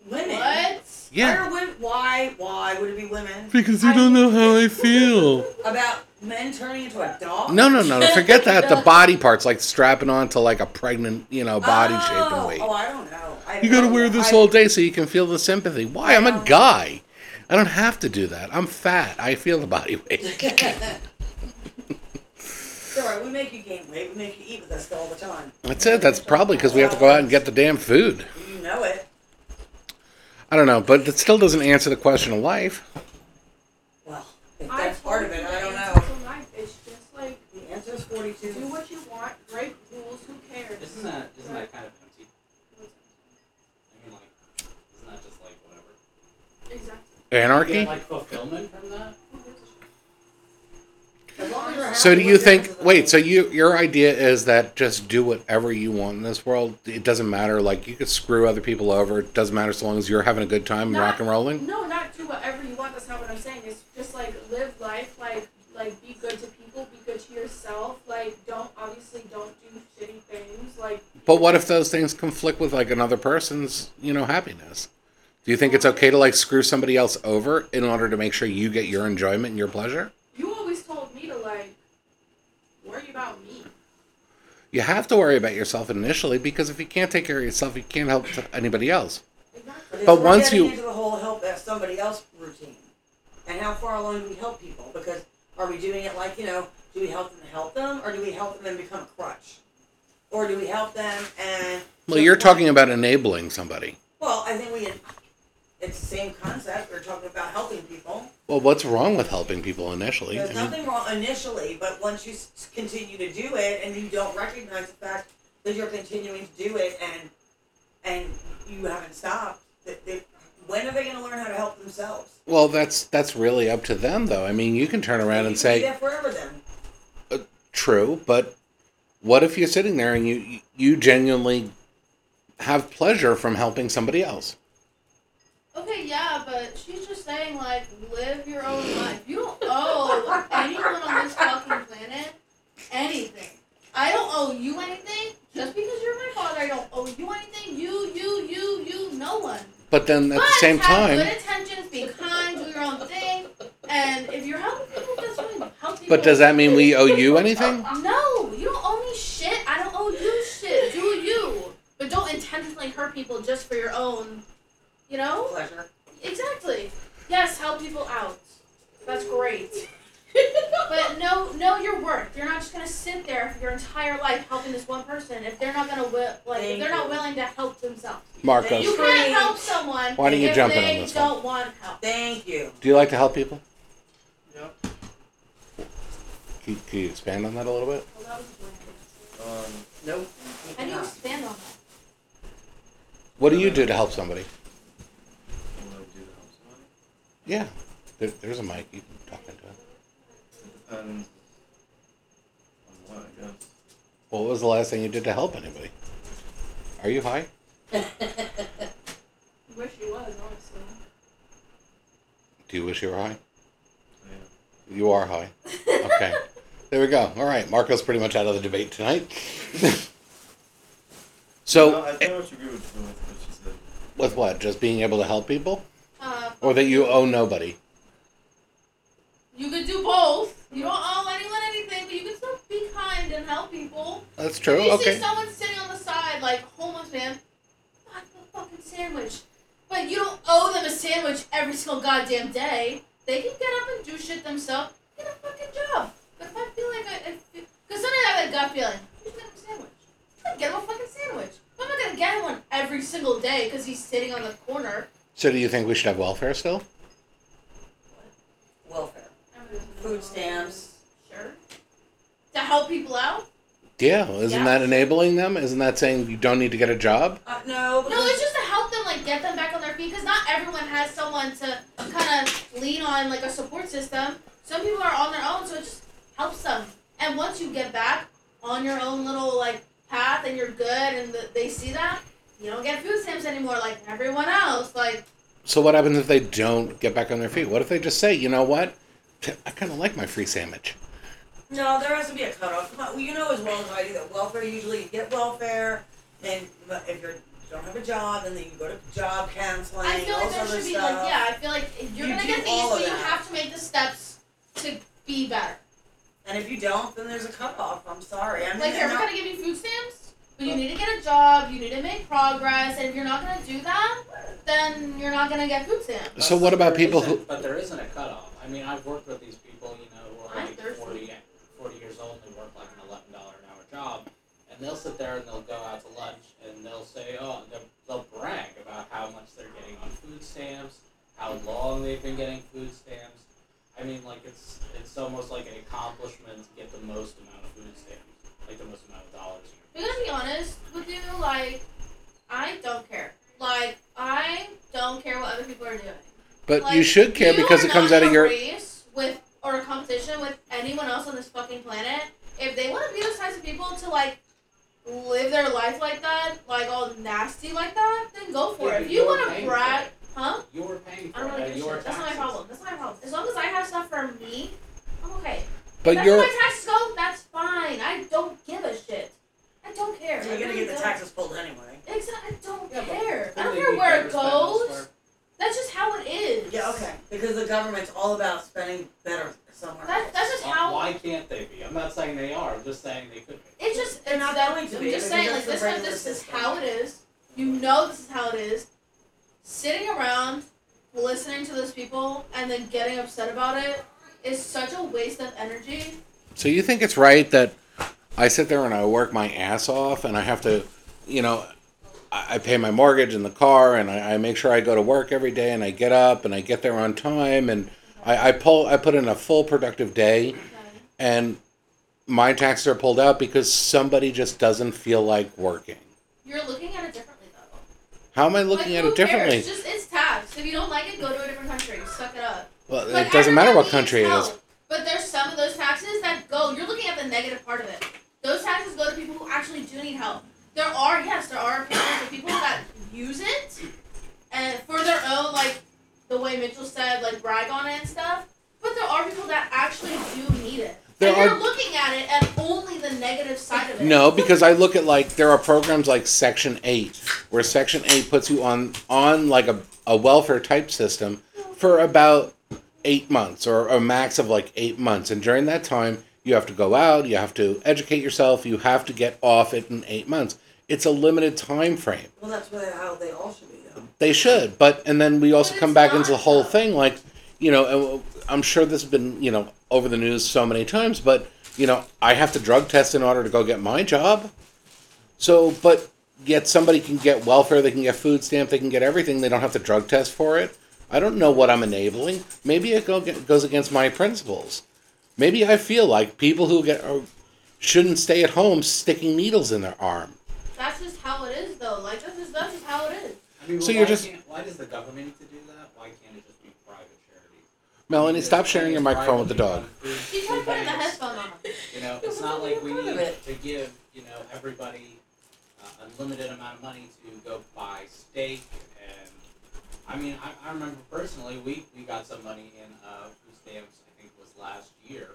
S7: Women.
S1: What?
S7: Why
S3: Yeah,
S7: are women? Why? Why would it be women
S3: because you don't know how I feel.
S7: about men turning into a dog?
S3: No, no, no, no. Forget that. The body parts, like strapping on to like a pregnant, you know, body shape and
S7: Oh,
S3: weight.
S7: Oh, I don't know. I
S3: You gotta
S7: don't
S3: wear
S7: know.
S3: this
S7: I-
S3: all day so you can feel the sympathy. Why? I'm a guy. I don't have to do that. I'm fat. I feel the body weight.
S7: Sorry, we make you gain weight. We make you eat with us all the time.
S3: That's it. That's probably because we have to go out and get the damn food.
S7: You know it.
S3: I don't know, but it still doesn't answer the question of life.
S7: Well, if
S6: I
S7: that's part of
S6: told
S7: it.
S6: you
S7: I don't
S6: that
S7: know.
S6: It's a life. It's just like
S7: The answer is
S6: do
S7: 42.
S6: what you want, break rules, who
S4: now.
S6: cares?
S4: Isn't that isn't that kind of empty? I mean, like, isn't that just like whatever?
S6: Exactly.
S4: You
S3: Anarchy?
S4: get, like fulfillment from that?
S7: As long as you're
S3: So do
S7: what
S3: you
S7: difference
S3: think?
S7: does it
S3: Wait.
S7: make?
S3: So you your idea is that just do whatever you want in this world. It doesn't matter. Like you could screw other people over. It doesn't matter so long as you're having a good time, and
S6: Not-
S3: rock and rolling.
S6: No, not do whatever you want. That's not what I'm saying. It's just like live life, like like be good to people, be good to yourself. Like don't obviously don't do shitty things. Like
S3: But what if those things conflict with like another person's you know happiness? Do you think it's okay to like screw somebody else over in order to make sure you get your enjoyment and your pleasure?
S6: you always told me to like worry about me.
S3: You have to worry about yourself initially because if you can't take care of yourself, you can't help anybody else.
S7: But, it's-
S3: But
S7: we're
S3: once
S7: getting
S3: you-
S7: into the whole help as somebody else routine, and how far along do we help people? Because are we doing it like you know, do we help them to help them, or do we help them and become a crutch, or do we help them and?
S3: Well, you're talking about enabling somebody.
S7: Well, I think we. It's the same concept. We're talking about helping people.
S3: Well, what's wrong with helping people initially? I
S7: There's
S3: mean,
S7: nothing wrong initially, but once you s- continue to do it and you don't recognize the fact that you're continuing to do it and and you haven't stopped, that they, when are they going to learn how to help themselves?
S3: Well, that's that's really up to them, though. I mean, you can turn around
S7: You
S3: and
S7: can
S3: say
S7: do that forever then.
S3: true, but what if you're sitting there and you you genuinely have pleasure from helping somebody else?
S1: Okay, yeah, but she's just saying like live your own life. You don't owe anyone on this fucking planet anything. I don't owe you anything. Just because you're my father, I don't owe you anything. You, you, you, you, no one.
S3: But then at
S1: but
S3: the same
S1: have
S3: time,
S1: good intentions, be kind, do your own thing, and if you're helping people, that's fine. Help people.
S3: but does that mean we owe you anything?
S1: Oh, No, you don't owe me shit. I don't owe you shit. Do you? But don't intentionally hurt people just for your own, you know?
S7: Pleasure.
S1: Exactly. Yes, help people out. That's great. but know know your worth. You're not just gonna sit there for your entire life helping this one person if they're not gonna wi- like if
S7: Thank
S1: they're not
S7: you.
S1: willing to help themselves.
S3: Marcos,
S1: You
S7: Preach.
S1: can't help someone
S3: Why don't you
S1: if
S3: jump in on
S1: they
S3: this one?
S1: don't want help.
S7: Thank you.
S3: do you like to help people?
S5: Yep.
S3: Can, can you expand on that a little bit?
S6: Well, that was weird.
S5: Um, nope.
S1: How do you expand on that?
S3: What do you do to help somebody?
S5: What do I do to help somebody?
S3: Yeah, there, there's a mic. You can talk into it.
S5: It Depends on what, I guess.
S3: What was the last thing you did to help anybody? Are you high?
S6: Wish he was honestly.
S3: Do you wish you were high?
S5: Yeah.
S3: You are high. Okay. there we go. All right. Marco's pretty much out of the debate tonight. so,
S5: No, I pretty much agree with with what she said.
S3: with what? Just being able to help people?
S1: Uh,
S3: Or Oh, that you owe nobody?
S1: you could do both. You don't owe anyone anything, but you can still be kind and help people.
S3: That's true.
S1: If you
S3: Oh, Okay.
S1: see someone sitting on the side, like homeless man, fuck the fucking sandwich. But you don't owe them a sandwich every single goddamn day. They can get up and do shit themselves. Get a fucking job. But if I feel like I, because sometimes I have a gut feeling, you should get him a sandwich. I'm gonna get him a fucking sandwich. I'm not gonna get him one every single day because he's sitting on the corner.
S3: So, do you think we should have welfare still?
S7: Welfare.
S6: I would've been
S7: Food
S6: like,
S7: stamps.
S1: Sure. To help people out.
S3: Yeah. Isn't
S1: Yeah.
S3: that enabling them? Isn't that saying you don't need to get a job?
S7: Uh,
S1: No,
S7: no. because-
S1: it's just to help them like get them back on their feet because not everyone has someone to kind of lean on like a support system. Some people are on their own, so it just helps them. And once you get back on your own little like path and you're good, and the, they see that you don't get food stamps anymore like everyone else. Like
S3: So, what happens if they don't get back on their feet? What if they just say, you know what? I kind of like my free sandwich.
S7: No, there has to be a cutoff. Come on, well, you know as well as I do that welfare usually you get welfare, then if you don't have a job, and then you go to job counseling.
S1: I feel
S7: all
S1: like there
S7: sorts of
S1: should be
S7: stuff.
S1: like yeah, I feel like if you're
S7: You
S1: gonna
S7: do
S1: get these,
S7: all of
S1: but you
S7: that.
S1: have to make the steps to be better.
S7: And if you don't, then there's a cutoff. I'm sorry. I mean,
S1: Like, they're
S7: and
S1: not
S7: not-
S1: gonna give you food stamps, but you need to get a job, you need to make progress, and if you're not gonna do that, then you're not gonna get food stamps.
S3: So what about
S4: There
S3: people
S4: isn't-
S3: who-
S4: But there isn't a cutoff. I mean, I've worked with these people, you know, who are
S1: I'm
S4: like
S1: thirsty.
S4: 40, 40 years old and they work like an eleven dollar an hour job, and they'll sit there and they'll go out to lunch and they'll say, oh, they'll, they'll brag about how much they're getting on food stamps, how long they've been getting food stamps. I mean, like it's it's almost like an accomplishment to get the most amount of food stamps, like the most amount of dollars. in your
S1: I'm gonna be honest with you, like, I don't care. Like, I don't care what other people are doing.
S3: But you
S1: Like,
S3: should care
S1: You
S3: because
S1: are
S3: it comes
S1: not
S3: out
S1: in
S3: of
S1: a
S3: your
S1: race with or a competition with anyone else on this fucking planet. If they want to be those types of people to like live their life like that, like all nasty like that, then go for
S4: Yeah,
S1: it.
S4: but
S1: If you
S4: you're
S1: want
S4: paying
S1: to
S4: for
S1: brag,
S4: it.
S1: huh?
S4: You're paying
S1: I
S4: for
S1: don't
S4: it.
S1: really give a
S4: your
S1: shit. That's not my
S4: taxes.
S1: problem. That's not my problem. As long as I have stuff for me, I'm okay.
S3: But
S1: that's
S3: you're
S1: where my taxes go. That's fine. I don't give a shit. I don't care.
S7: You're
S1: I
S7: gonna
S1: really
S7: get the
S1: don't.
S7: taxes pulled anyway.
S1: Exactly. I don't
S4: Yeah, but
S1: care. I don't
S4: clearly
S1: care
S4: we
S1: where
S4: better
S1: it
S4: spend elsewhere.
S1: goes. That's just how it is.
S7: Yeah, okay. Because the government's all about spending better somewhere.
S1: That, that's just
S4: Why-
S1: how.
S4: Um, Why can't they be? I'm not saying they are. I'm just saying they could be.
S1: It's just
S7: They're not
S1: that-
S7: going to
S1: I'm
S7: be,
S1: just
S7: because
S1: saying, like
S7: that's
S1: this,
S7: the
S1: is-
S7: regular
S1: this is
S7: system.
S1: how it is. You know, this is how it is. Sitting around, listening to those people, and then getting upset about it is such a waste of energy.
S3: so you think it's right that I sit there and I work my ass off and I have to, you know, I, I pay my mortgage and the car and I, I make sure I go to work every day and I get up and I get there on time and I, I pull I put in a full productive day and my taxes are pulled out because somebody just doesn't feel like working.
S1: You're looking at it differently, though.
S3: How am I looking
S1: Like,
S3: at
S1: who
S3: it differently?
S1: Cares? Just it's tax. If you don't like it, go to a different country. Suck it up.
S3: Well,
S1: Like,
S3: it doesn't matter what
S1: everyone
S3: country it
S1: needs
S3: is.
S1: help, But there's some of those taxes that go. You're looking at the negative part of it. Those taxes go to people who actually do need help. There are yes, there are opinions of people that use it, and for their own like the way Mitchell said, like brag on it and stuff. But there are people that actually do need it.
S3: There
S1: and
S3: are-
S1: they're looking at it at only the negative side of it.
S3: No, because I look at like there are programs like Section Eight, where Section Eight puts you on on like a, a welfare type system for about eight months or a max of like eight months, and during that time you have to go out, you have to educate yourself, you have to get off it in eight months. It's a limited time frame.
S7: Well, that's really how they all should be, though.
S3: They should, but and then we also
S1: But
S3: come
S1: it's
S3: back
S1: not,
S3: into the whole
S1: though.
S3: thing, like you know, and I'm sure this has been you know over the news so many times, but you know, I have to drug test in order to go get my job. So, but yet somebody can get welfare, they can get food stamp, they can get everything. They don't have to drug test for it. I don't know what I'm enabling. Maybe it go, goes against my principles. Maybe I feel like people who get uh, shouldn't stay at home sticking needles in their arm.
S1: That's just how it is, though. Like that's just that's just how it is.
S4: I mean,
S3: So
S4: well,
S3: you're
S4: why
S3: just-
S4: can't- Why does the government need to do that? Why can't it just be private charity?
S3: Melanie,
S4: It's-
S3: stop sharing your
S4: it's
S3: microphone with the
S4: private,
S3: dog.
S4: you know,
S1: She's trying to put in the
S4: it's-
S1: headphone on.
S4: You know, it's not like we
S2: Part of
S4: need
S2: it.
S4: to give, you know, everybody uh, unlimited amount of money to go buy steak. And I mean, I, I remember personally, we, we got some money in uh, food stamps, I think it was last year,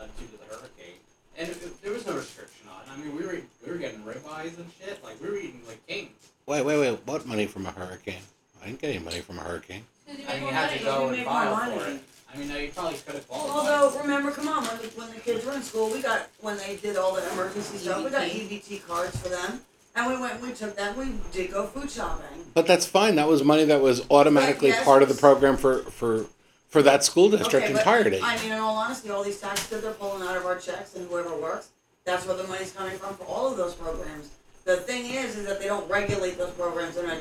S4: uh, due to the hurricane. And it, it- there was no restriction on it. I mean, we were, we were getting ribeyes and shit. Like, we were eating like kings.
S3: Wait, wait, wait. What money from a hurricane? I didn't get any money from a hurricane.
S1: Because you
S4: I
S1: make
S4: mean,
S1: more
S4: you had
S1: money.
S4: to go
S7: You
S4: and
S7: make
S4: file
S7: more
S4: for
S7: money.
S4: it. I mean, now you probably could have qualified.
S7: Although, remember, come on, when the, when the kids were in school, we got, when they did all the emergency stuff, we
S1: E
S7: got EBT cards for them. And we went, we took them, we did go food shopping.
S3: But that's fine. That was money that was automatically
S7: Right, yes.
S3: part of the program for for for that school district
S7: Okay, but,
S3: entirety.
S7: I mean, in all honesty, all these taxes that they're pulling out of our checks and whoever works, that's where the money's coming from for all of those programs. The thing is, is that they don't regulate those programs in a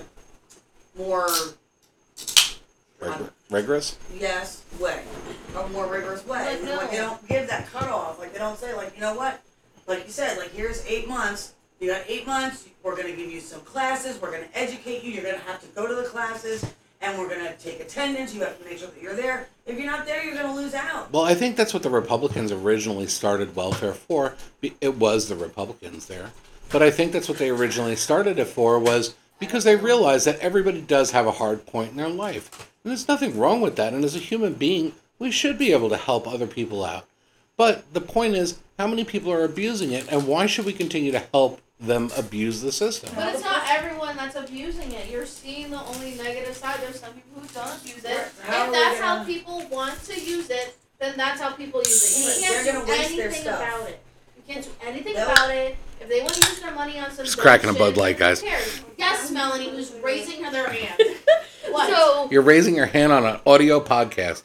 S7: more,
S3: Rigor- rigorous.
S7: yes, way, a more rigorous way.
S1: But
S7: You know, Like, they
S1: no.
S7: don't give that cutoff, like, they don't say, like, you know what? Like you said, like, here's eight months, you got eight months, we're gonna give you some classes, we're gonna educate you, you're gonna have to go to the classes, and we're gonna take attendance, you have to make sure that you're there. If you're not there, you're gonna lose out.
S3: Well, I think that's what the Republicans originally started welfare for. Be- It was the Republicans there, but I think that's what they originally started it for was because they realized that everybody does have a hard point in their life, and there's nothing wrong with that. And as a human being, we should be able to help other people out. But the point is, how many people are abusing it, and why should we continue to help them abuse the system?
S1: But it's not everyone that's abusing it. You're seeing the only negative side. There's some people who don't use it.
S7: How
S1: if
S7: are
S1: that's
S7: we
S1: how
S7: gonna-
S1: people want to use it, then that's how people use it. You
S7: They're
S1: can't
S7: gonna
S1: do
S7: waste their
S1: anything
S7: stuff.
S1: about it. You can't do anything
S7: They'll-
S1: about it. If they want to use their money on some
S3: Just
S1: dumb
S3: cracking a
S1: shit,
S3: Bud Light,
S1: who
S3: guys.
S1: cares? Yes, Melanie, who's raising her their hand. What?
S2: So
S3: You're raising your hand on an audio podcast.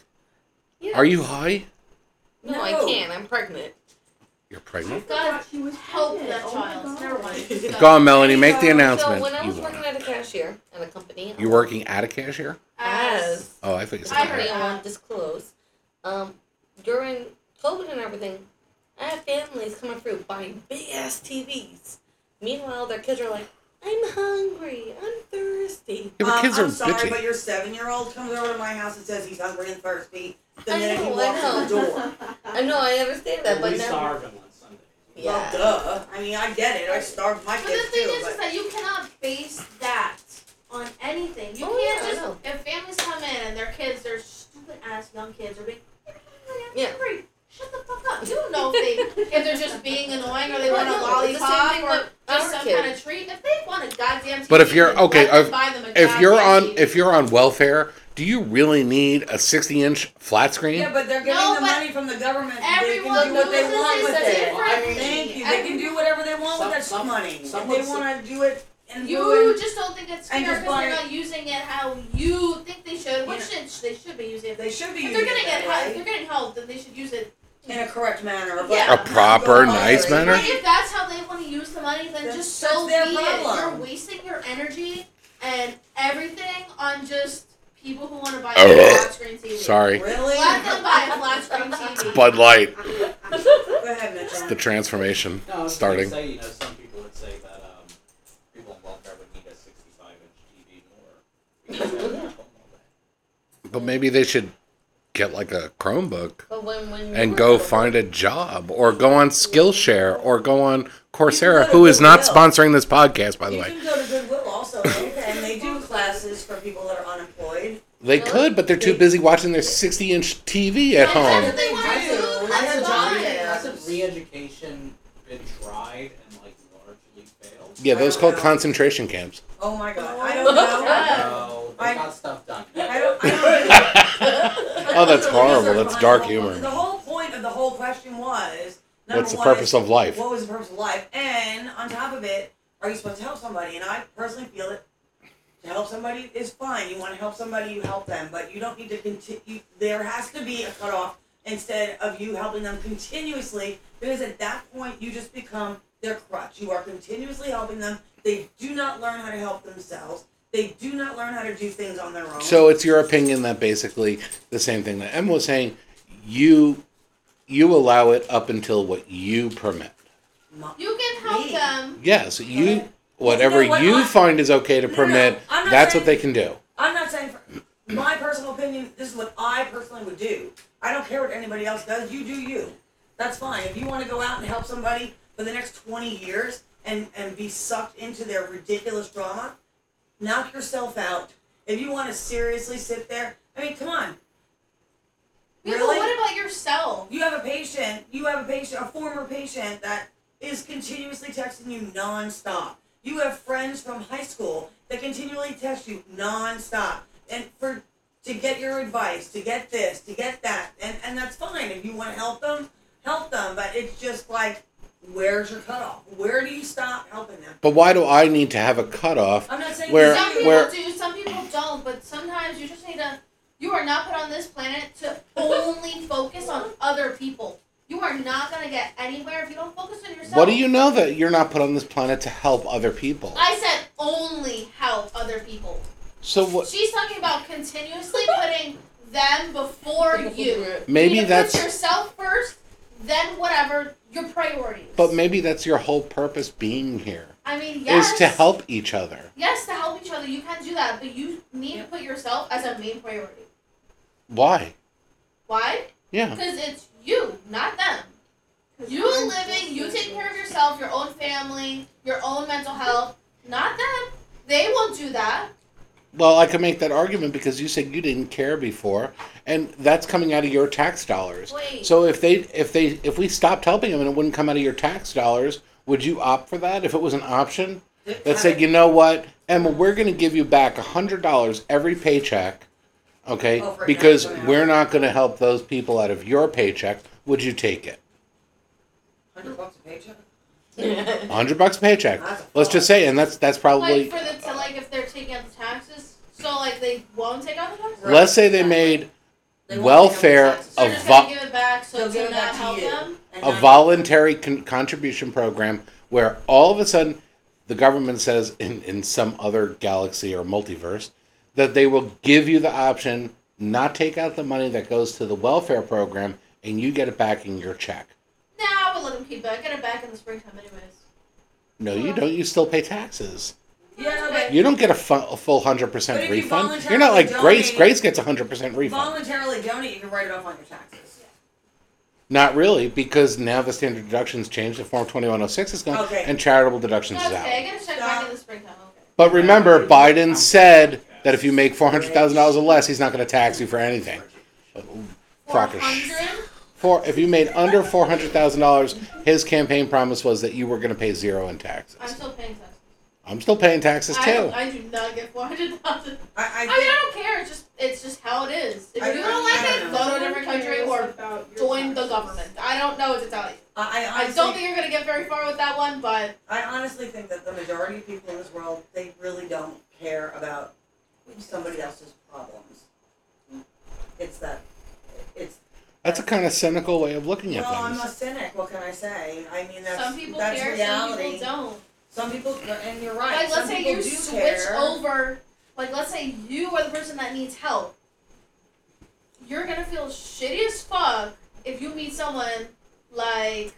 S3: Are you high?
S2: no, I
S7: No.
S2: can't. I'm pregnant.
S3: You're pregnant.
S1: God
S6: she was
S1: help
S6: pregnant.
S1: that
S6: Oh my
S1: child.
S6: God.
S1: Never mind.
S3: Go on, Melanie. Make the
S7: So,
S2: So
S3: announcement.
S2: when I was
S3: you
S2: working at a cashier at a company,
S3: are working at a cashier?
S1: As
S2: as
S3: Oh, I thought you said
S2: I
S1: heard
S2: really
S1: that.
S2: won't disclose. Um, during COVID and everything, I have families coming through buying big ass TVs. Meanwhile, their kids are like, "I'm hungry. I'm thirsty."
S7: thirsty.
S3: Yeah, but
S7: um,
S3: kids
S7: I'm
S3: are
S7: sorry,
S3: bitchy.
S7: but your seven-year-old comes over to my house and says he's hungry and thirsty the
S2: I
S7: minute he
S2: know, I
S7: walks in the
S2: know.
S7: door.
S2: I know, I understand that, but
S4: we
S2: now.
S4: starve him on Sunday.
S2: Yeah.
S7: Well, duh. I mean, I get it. I starved my
S1: But the
S7: kids
S1: thing
S7: too.
S1: is, is
S7: but
S1: that you cannot base that on anything. You
S2: Oh,
S1: can't
S2: yeah, I
S1: just
S2: know.
S1: if families come in and their kids, their stupid ass young kids, are being
S2: Yeah.
S1: hungry. Shut the fuck up. You don't know if they if they're just being annoying or they want a
S2: No, it's the
S1: lollipop
S2: same thing
S1: or
S2: with
S1: just
S2: our
S1: some
S2: kids.
S1: kind of treat. If they want a goddamn TV,
S3: But if you're-
S1: then let
S3: okay,
S1: them
S3: if-
S1: buy them a
S3: If you're
S1: goddamn
S3: on
S1: TV.
S3: if you're on welfare, do you really need a 60-inch flat screen?
S7: yeah, but they're getting
S1: No,
S7: the
S1: but
S7: money from the government. They
S1: everyone
S7: can do what they
S1: loses
S7: want
S1: is
S7: with
S1: a
S7: it.
S1: different
S4: I mean,
S7: Thank you. They can
S1: Everyone-
S7: do whatever they want with that
S4: Some- some-
S7: money. If
S4: some
S7: they
S4: would
S7: want to do it and
S1: You
S7: ruin-
S1: just don't think it's fair
S7: and
S1: because
S7: just buy
S1: they're
S7: it.
S1: not using it how you think they should, which
S7: Yeah.
S1: it sh- they should be using. If,
S7: they should be
S1: if
S7: using
S1: they're getting
S7: that
S1: it,
S7: way,
S1: if they're getting help, then they should use it.
S7: in a correct manner. But
S1: Yeah.
S3: A proper, nice
S7: Right.
S3: manner?
S1: But if that's how they want to use the money, then
S7: That's-
S1: just
S7: that's
S1: so be
S7: their
S1: it. You're
S7: problem.
S1: wasting your energy and everything on just people who want to buy
S3: Oh.
S1: a flat screen TV.
S3: Sorry.
S7: Really?
S1: Let them buy a flat screen TV.
S3: Bud Light,
S7: Go ahead,
S3: the
S7: Mitchell.
S3: transformation.
S4: No, I was
S3: Starting.
S4: Gonna say, you know, some people would say that um, people on welfare would need a 65 inch TV more. because they have control all day.
S3: But maybe they should get like a Chromebook
S2: But when, when you
S3: and
S2: were
S3: go
S2: little-
S3: find a job or go on Skillshare or go on
S7: You
S3: Coursera,
S7: can go to
S3: who is not
S7: Goodwill.
S3: sponsoring this podcast, by the
S7: You
S3: way.
S7: can go to Goodwill also, and they do classes for people that are unemployed.
S3: They
S2: Well,
S3: could, but they're too
S7: they-
S3: busy watching their 60 inch TV at
S1: That's
S3: home.
S1: what they want to do.
S7: They do.
S1: That's
S7: They have jobs
S1: fine.
S7: there.
S4: Hasn't re-education been tried and like largely failed?
S3: Yeah, those called concentration camps.
S7: Oh my God! I don't
S1: Oh.
S7: know.
S4: No, they
S7: I-
S4: got stuff done.
S7: I don't. I don't
S3: Oh, that's
S7: The
S3: horrible.
S7: reason
S3: That's
S7: behind
S3: dark
S7: the whole-
S3: humor.
S7: The whole point of the whole question was number
S3: What's the
S7: one is,
S3: purpose of life?
S7: What was the purpose of life? And on top of it, are you supposed to help somebody? And I personally feel that to help somebody is fine. You want to help somebody, you help them, but you don't need to continue. There has to be a cutoff instead of you helping them continuously, because at that point you just become their crutch. You are continuously helping them. They do not learn how to help themselves. They do not learn how to do things on their own.
S3: So it's your opinion that basically the same thing that Emma was saying, you you allow it up until what you permit.
S7: Mo-
S1: You can help
S7: Me.
S1: them.
S3: Yes,
S7: Okay.
S3: you whatever
S7: You know what?
S3: you
S7: I-
S3: find is okay to
S7: No, no,
S3: permit,
S7: I'm not
S3: that's what they
S7: saying-
S3: can do.
S7: I'm not saying for my personal opinion, this is what I personally would do. I don't care what anybody else does, you do you. That's fine. If you want to go out and help somebody for the next 20 years and, and be sucked into their ridiculous drama, knock yourself out. If you want to seriously sit there, I mean, come on.
S1: Yeah, but
S7: Really?
S1: what about yourself?
S7: You have a patient, you have a patient, a former patient that is continuously texting you nonstop. You have friends from high school that continually text you nonstop and for to get your advice, to get this, to get that, and and that's fine. If you want to help them, help them. But it's just like, where's your cutoff? Where do you stop helping them?
S3: But why do I need to have a cutoff?
S7: I'm not saying
S3: Where-
S1: some
S7: you-
S1: people
S3: where-
S1: do, some people don't, but sometimes you just need to. You are not put on this planet to only focus on other people. You are not gonna get anywhere if you don't focus on yourself.
S3: What do you know that you're not put on this planet to help other people?
S1: I said only help other people.
S3: So what
S1: She's talking about continuously putting them before you.
S3: maybe
S1: you need to put
S3: that's
S1: yourself first, then whatever your priorities.
S3: but maybe that's your whole purpose being here
S1: I mean,
S3: is
S1: yes,
S3: to help each other.
S1: Yes, to help each other. You can do that, but you need to put yourself as a main priority.
S3: Why?
S1: Why?
S3: Yeah.
S1: Because it's you, not them. You living, you taking care of yourself, your own family, your own mental health, not them. They won't do that.
S3: Well, I can make that argument because you said you didn't care before, and that's coming out of your tax dollars.
S2: Wait.
S3: So if they if they if we stopped helping them and it wouldn't come out of your tax dollars, would you opt for that if it was an option? That said, you know what, Emma, we're going to give you back a hundred dollars every paycheck, okay?
S7: Oh, for an
S3: Because
S7: extra hour.
S3: we're not going to help those people out of your paycheck. Would you take it?
S7: Hundred bucks a paycheck.
S3: A hundred bucks a paycheck.
S7: That's a
S3: Let's just say, and that's that's probably
S1: Like for the to like if they're taking out the taxes, so like they won't take out the taxes.
S7: Right.
S3: let's say they made
S7: They won't
S3: Welfare
S7: pick up the taxes.
S1: They're
S3: A
S1: just
S3: vo-
S1: gonna give it back, so
S7: They'll
S1: do
S7: give it
S1: not
S7: back to
S1: help
S7: you.
S1: them.
S7: And
S3: a
S7: not-
S3: voluntary con- contribution program where all of a sudden the government says in, in some other galaxy or multiverse that they will give you the option not take out the money that goes to the welfare program and you get it back in your check.
S1: Nah, I would let them keep it. I get it back in the springtime anyways.
S3: No, you don't. You still pay taxes.
S7: Yeah, but
S3: You don't get a, fu- a full hundred
S7: But
S3: percent
S7: if you
S3: refund.
S7: voluntarily
S3: You're not like Grace.
S7: donate-
S3: Grace gets a hundred percent refund.
S7: voluntarily donate, you can write it off on your taxes.
S3: Not really, because now the standard deductions changed. The form twenty one oh six is gone,
S7: Okay.
S3: and charitable deductions is out.
S1: Okay, I gotta check back in the springtime. Okay.
S3: But remember, Biden said that if you make four hundred thousand dollars or less, he's not going to tax you for anything. Fucker.
S1: 400?
S3: For if you made under four hundred thousand dollars, his campaign promise was that you were going to pay zero in
S1: I'm
S3: taxes.
S1: still paying taxes.
S3: I'm still paying taxes
S1: I,
S3: too.
S1: don't- I do not get 400,000.
S7: I,
S1: I
S7: I
S1: mean, I don't care. It's just, it's just how it is. If
S7: I-
S1: you don't like
S7: I
S1: it,
S7: don't
S1: go
S7: know.
S1: to a different country or join the government. I don't know what to tell you.
S7: I, I,
S1: I
S7: honestly,
S1: don't think you're gonna get very far with that one, but
S7: I honestly think that the majority of people in this world they really don't care about somebody else's problems. It's that. It's
S3: That's a kind of cynical way of looking at
S7: well, I'm
S3: things.
S7: a cynic. What can I say? I mean, that's
S1: some people
S7: that's
S1: care,
S7: reality.
S1: some people don't.
S7: Some people, and you're right.
S1: Like,
S7: some
S1: let's say
S7: people
S1: you
S7: do
S1: switch
S7: care.
S1: over. Like, let's say you are the person that needs help. You're gonna feel shitty as fuck if you meet someone like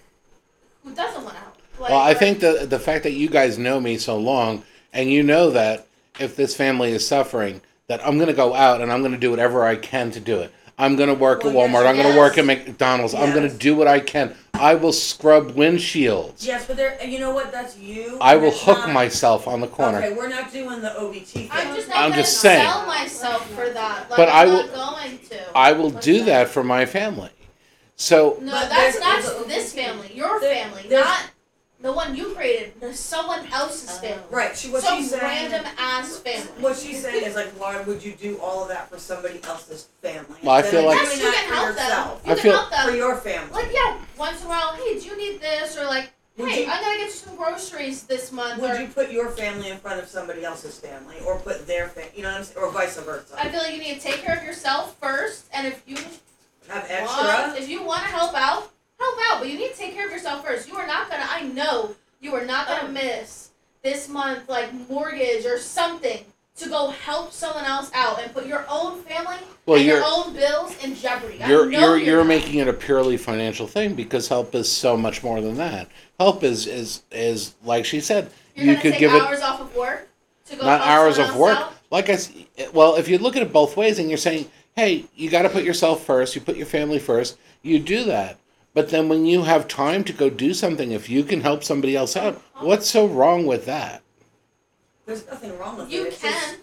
S1: who doesn't want to help. Like,
S3: Well, I
S1: or-
S3: think the the fact that you guys know me so long and you know that if this family is suffering, that I'm gonna go out and I'm gonna do whatever I can to do it. I'm gonna work at
S7: Well, yes,
S3: Walmart. I'm gonna work at
S1: yes.
S3: McDonald's. I'm gonna
S7: Yes.
S3: do what I can. I will scrub windshields.
S7: Yes, but there. and You know what? That's you.
S3: I
S7: and
S3: will
S7: it's
S3: hook
S7: not-
S3: myself on the corner.
S7: Okay, we're not doing the OBT thing.
S1: I'm just not
S3: I'm
S1: gonna
S3: just saying.
S1: sell myself for that. Like,
S3: But I
S1: I'm
S3: will-
S1: not going to.
S3: I will
S1: What's
S3: do
S1: that?
S3: that for my family. So
S1: No,
S7: But
S1: that's
S7: there's-
S1: not
S7: there's a-
S1: this family. Your
S7: There-
S1: family,
S7: there's-
S1: not the one you created. No, someone else's family.
S7: Right. She, what
S1: Some
S7: she's saying.
S1: random ass family.
S7: What she's saying is like, why would you do all of that for somebody else's family?
S3: Well, I
S7: instead
S3: feel
S7: of
S3: like-
S7: doing
S1: yes, you
S7: that
S1: can
S7: for
S1: help them.
S7: yourself,
S3: I
S1: You can
S3: feel-
S1: help
S7: for
S1: them.
S7: your family.
S1: Like yeah, once in a while, hey, do you need this? Or like,
S7: Would
S1: hey,
S7: you-
S1: I'm gonna get you some groceries this month.
S7: Would
S1: Or
S7: you put your family in front of somebody else's family, or put their family, you know, what I'm saying, or vice versa?
S1: I feel like you need to take care of yourself first, and if you
S7: Have
S1: want,
S7: extra.
S1: if you want to help out, help out. But you need to take care of yourself first. You are not gonna. I know you are not
S7: Oh.
S1: gonna miss this month, like mortgage or something, to go help someone else out and put your own family
S3: well
S1: and your
S3: you're
S1: own bills in jeopardy. I
S3: you're
S1: know
S3: you're you're
S1: not.
S3: making it a purely financial thing because help is so much more than that. Help is is is like she said,
S1: You're
S3: you
S1: gonna
S3: could
S1: take
S3: give it
S1: hours off of work to go
S3: not
S1: help
S3: hours
S1: someone
S3: of
S1: else
S3: work.
S1: out?
S3: Like I, s- well, if you look at it both ways, and you're saying, hey, you got to put yourself first, you put your family first, you do that. But then when you have time to go do something, if you can help somebody else out, what's so wrong with that?
S7: There's nothing wrong with
S1: You
S7: it. It's just-
S1: can.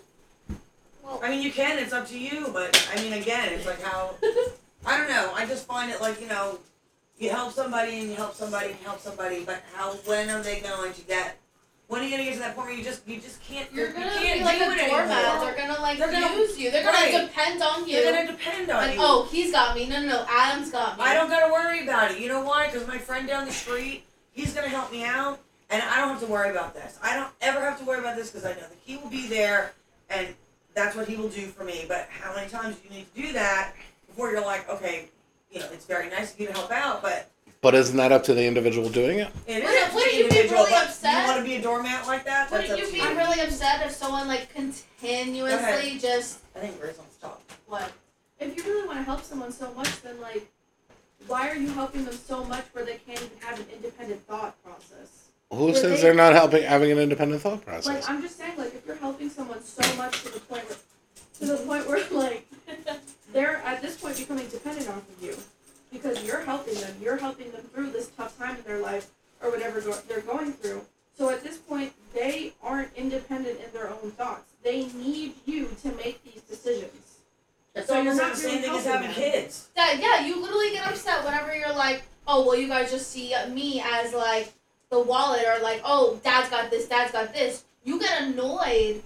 S1: Well,
S7: I mean, you can. It's up to you. But I mean, again, it's like how I don't know. I just find it like you know, you help somebody and you help somebody and help somebody, but how? When are they going to get? When are you gonna get to that point where you just you just can't?
S1: You're
S7: you
S1: gonna
S7: can't
S1: be like
S7: do
S1: a
S7: it anymore.
S1: doormat. They're gonna like
S7: They're gonna-
S1: use you. They're gonna
S7: Right.
S1: depend on you.
S7: They're gonna depend on
S1: like,
S7: you.
S1: oh, he's got me. No, no, no. Adam's got me.
S7: I don't gotta worry about it. You know why? Because my friend down the street, he's gonna help me out, and I don't have to worry about this. I don't ever have to worry about this because I know that he will be there, and that's what he will do for me. But how many times do you need to do that before you're like, okay, you know, it's very nice of you to help out, but
S3: But isn't that up to the individual doing it?
S7: it
S1: Wouldn't-
S7: is up to
S1: wouldn't
S7: the
S1: you be
S7: individual.
S1: really
S7: but
S1: upset?
S7: You want to be a doormat like that? That's
S1: Wouldn't
S7: up
S1: you
S7: to
S1: be
S7: you.
S1: really upset if someone like continuously
S7: Okay.
S1: just
S7: I think Grace wants to talk.
S1: what?
S6: If you really want to help someone so much, then like, why are you helping them so much where they can't even have an independent thought process?
S3: Who
S6: Well,
S3: says
S6: they-
S3: they, are not helping having an independent thought process?
S6: Like, I'm just saying, like, if you're helping someone so much to the point where, to the point where like, they're at this point becoming dependent off of you because you're helping them. You're helping them through this tough time in their life or whatever go- they're going through. So at this point, they aren't independent in their own thoughts. They need you to make these decisions.
S7: That's
S6: So
S7: so
S6: you're
S7: almost
S6: not
S7: the
S6: really
S7: same thing as
S6: helping
S7: having
S6: them.
S7: kids.
S1: That yeah, you literally get upset whenever you're like, oh well, you guys just see me as like the wallet or like oh dad's got this, dad's got this. You get annoyed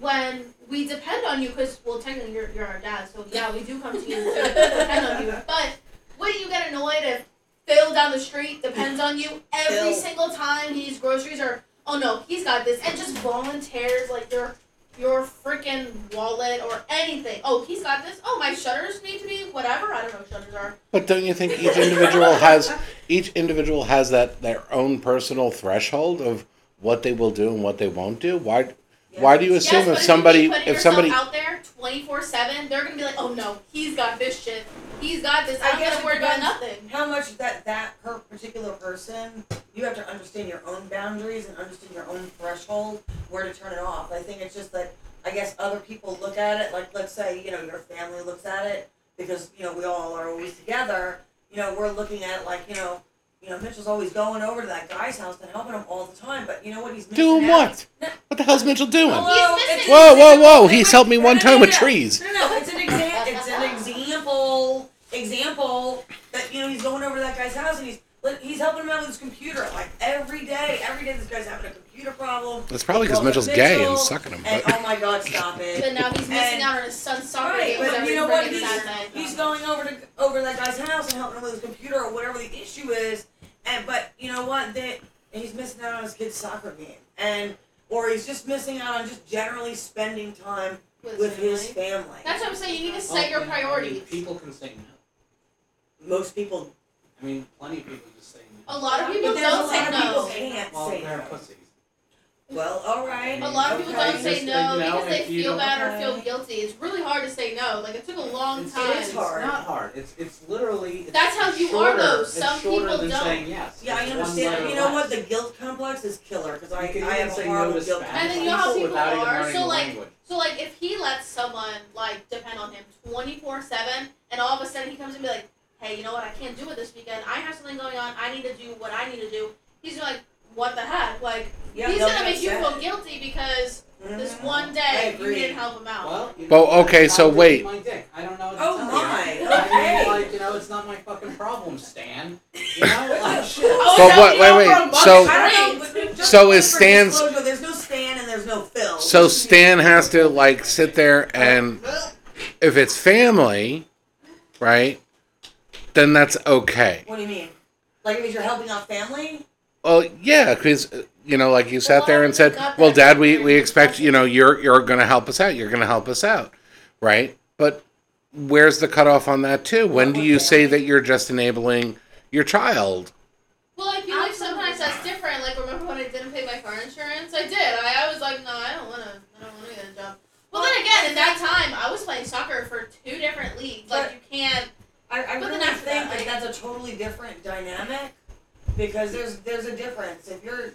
S1: when we depend on you because well technically you're, you're our dad, so yeah we do come to you to depend on you. But wouldn't you get annoyed if Phil down the street depends on you every
S7: Phil.
S1: single time he needs groceries or oh no he's got this and just volunteers like your your freaking wallet or anything. Oh, he's got this. Oh, my shutters need to be whatever. I don't know what shutters are.
S3: But don't you think each individual has each individual has that their own personal threshold of what they will do and what they won't do? Why
S7: Yeah.
S3: why do you
S1: Yes,
S3: assume
S1: but
S3: if
S1: if
S3: somebody
S1: you keep putting
S3: if
S1: yourself
S3: somebody
S1: out there 24 7, they're going to be like, oh no, he's got this shit. He's got this.
S7: I
S1: I don't
S7: guess
S1: got to
S7: it
S1: worry about
S7: depends.
S1: nothing.
S7: How much that that per particular person, you have to understand your own boundaries and understand your own threshold where to turn it off. I think it's just that I guess other people look at it like let's say you know your family looks at it because you know we all are always together. You know we're looking at it like you know you know Mitchell's always going over to that guy's house and helping him all the time, but you know what he's missing
S3: Doing
S7: out?
S3: what? What the hell's Mitchell doing?
S7: Hello?
S3: Whoa,
S7: Well,
S1: he's
S7: it's-
S1: missing.
S3: whoa, whoa! He's helped me one time with trees.
S7: No, no, no, it's an example. It's an example. Example that you know he's going over to that guy's house and he's like, he's helping him out with his computer like every day. Every day this guy's having a computer problem.
S3: It's probably because Mitchell's gay and sucking him.
S7: And
S3: But
S7: oh my god, stop it.
S1: But now he's missing
S7: And-
S1: out on his son's soccer
S7: Right,
S1: game with
S7: but
S1: every
S7: you know what?
S1: friggin'
S7: He's,
S1: Saturday.
S7: he's going over to over to that guy's house and helping him with his computer or whatever the issue is. And but you know what? That he's missing out on his kid's soccer game, and or he's just missing out on just generally spending time
S1: With
S7: with his
S1: family.
S7: family.
S1: That's what I'm saying. You need to
S4: Well,
S3: Oh,
S1: set your
S4: Oh, I mean,
S1: priorities.
S4: People can say no.
S7: Most people
S4: I mean, plenty of people just say
S1: A
S4: no.
S1: lot of
S6: But
S1: people
S7: But there's
S1: don't
S7: a
S1: say
S7: lot
S1: no.
S7: of people can't
S4: Well,
S7: say
S4: they're
S7: no.
S4: pussies.
S7: Well, all right.
S1: A lot of people
S7: okay.
S1: don't say
S4: Just,
S1: no
S4: you know,
S1: because they
S4: if you
S1: feel
S4: don't-
S1: bad or feel
S7: Okay.
S1: guilty. It's really hard to say no. Like it took a long
S4: It's-
S1: time.
S7: It is hard.
S4: It's not hard. It's it's literally. It's
S1: That's how you are,
S4: shorter-
S1: though.
S4: It's
S1: Some
S4: shorter
S1: people
S4: than
S1: don't.
S4: Saying yes.
S7: Yeah, I
S4: It's one
S7: understand.
S4: letter
S7: You know
S4: less.
S7: what? The guilt complex is killer because I,
S4: You can
S7: I
S4: even
S7: have a
S4: say
S7: horrible
S4: no to
S7: guilt
S1: And
S4: Spanish
S7: complex.
S1: then you know how people
S4: without even
S1: are,
S4: learning
S1: so,
S4: the
S1: like,
S4: language.
S1: So like if he lets someone like depend on him twenty four seven, and all of a sudden he comes and be like, hey, you know what? I can't do it this weekend. I have something going on. I need to do what I need to do. He's like, what the heck? Like
S7: Yeah,
S1: he's
S7: no,
S1: gonna make
S7: that's
S1: you
S7: it.
S1: feel guilty because this
S7: Mhm.
S1: one
S7: I
S1: day you
S7: agree.
S1: didn't help him out.
S4: Well, you know,
S3: Well, okay,
S4: stop
S3: so
S4: digging
S3: wait.
S4: My dick. I don't know. What to
S7: Oh
S4: tell you.
S7: my.
S4: I mean,
S7: Okay.
S4: like you know, it's not my fucking problem, Stan. You know, like shit.
S1: Oh,
S3: But
S1: no,
S3: what-
S1: you
S3: wait,
S1: know,
S3: wait,
S1: from Buck's
S3: so-
S1: Right.
S7: I don't know. but just
S3: So is
S7: for
S3: Stan's-
S7: disclosure, There's no Stan and there's no Phil.
S3: so Stan has to like sit there and if it's family, right? Then that's okay.
S7: What do you mean? Like if you're helping out family?
S3: Well, yeah, because you know, like you sat
S1: Well,
S3: there and said,
S1: I got
S3: "Well,
S1: that
S3: Dad, we
S1: from
S3: we
S1: your
S3: expect you know you're you're going to help us out. You're going to help us out, right?" But where's the cutoff on that too? When do you say that you're just enabling your child?
S1: Well, I feel like sometimes
S6: Absolutely.
S1: that's different. Like, remember when I didn't pay my car insurance? I did. I, I was like, no, I don't want to. I don't want to get a job. Well, then again, at that time, I was playing soccer for two different leagues. Like, you can't.
S7: I, I
S1: But
S7: really
S1: then after
S7: think
S1: that,
S7: that
S1: like-
S7: that's a totally different dynamic because there's there's a difference. If you're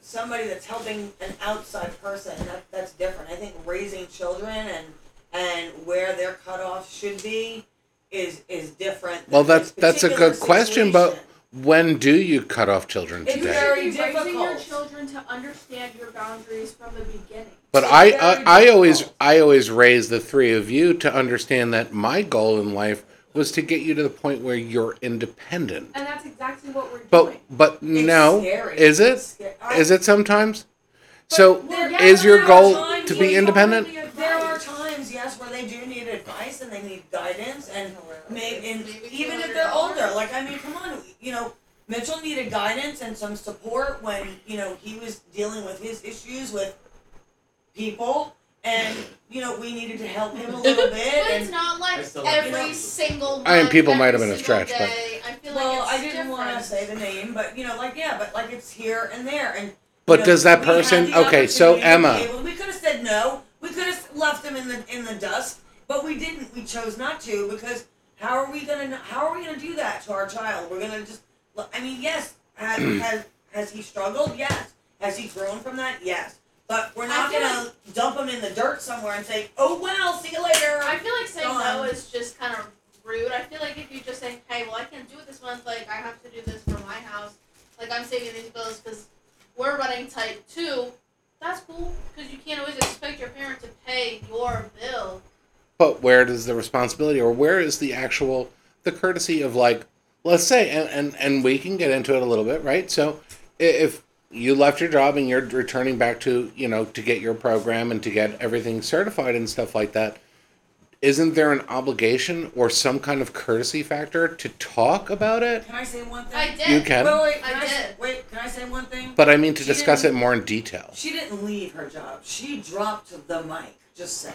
S7: somebody that's helping an outside person, that, that's different. I think raising children and and where their cutoff should be is is different. than
S3: Well, that's-
S7: this
S3: that's a
S7: particular
S3: good question, but-
S7: situation.
S3: When do you cut off children
S7: It's
S3: today?
S7: very
S6: you should be raising your
S7: difficult.
S6: children to understand your boundaries from the beginning.
S3: But
S7: It's
S3: I,
S7: very
S3: I, I always,
S7: difficult.
S3: I always raise the three of you to understand that my goal in life was to get you to the point where you're independent.
S6: And that's exactly what we're
S3: But,
S6: doing.
S3: but
S7: It's
S3: no,
S7: scary.
S3: is it?
S7: It's sca- I-
S3: Is it sometimes? So,
S7: There-
S6: Well,
S3: is
S6: yeah,
S3: your
S6: there are
S3: goal
S6: times
S3: to
S6: where
S3: be
S6: you
S3: independent?
S6: don't really
S7: There are
S6: advise.
S7: times, yes, where they do need advice and they need guidance, and maybe and
S1: Maybe
S7: even if
S1: $200.
S7: they're older, like I mean, come on, you know, Mitchell needed guidance and some support when you know he was dealing with his issues with people, and you know we needed to help him a little bit.
S1: But
S7: and
S1: it's not like
S4: I still like
S1: every
S7: it.
S1: single. Month,
S3: I mean, people
S1: every
S3: might have been a
S1: single
S3: stretch, but-
S1: day. I feel
S7: well,
S1: like
S7: I
S1: it's
S7: didn't want to say the name, but you know, like yeah, but like it's here and there, and
S3: but
S7: you know,
S3: does that
S7: we had
S3: person?
S7: the
S3: Okay, so
S7: opportunity to be
S3: Emma,
S7: able- we could have said no. We could have left them in the in the dust, but we didn't. We chose not to because how are we gonna how are we gonna do that to our child? We're gonna just. I mean, yes, has has, has he struggled? Yes. Has he grown from that? Yes. But we're not
S1: feel
S7: gonna dump him in the dirt somewhere and say, "Oh well, see you later."
S1: I feel like saying
S7: Gone.
S1: no is just kind of rude. I feel like if you just say, hey, well, I can't do it this month, like, I have to do this for my house, like, I'm saving these bills because we're running tight too, that's cool because you can't always expect your parent to pay your bill.
S3: but where does the responsibility, or where is the actual, the courtesy of like, let's say, and and and we can get into it a little bit, right? So, i- if you left your job and you're returning back to you know to get your program and to get everything certified and stuff like that isn't there an obligation or some kind of courtesy factor to talk about it
S7: Can I say one thing?
S1: I did.
S3: you can
S7: Wait, wait,
S1: I
S7: can I say-
S1: did.
S7: wait, can I say one thing?
S3: but i mean to
S7: She
S3: discuss it
S7: didn't-
S3: more in detail
S7: She didn't leave her job. She dropped the mic. Just saying.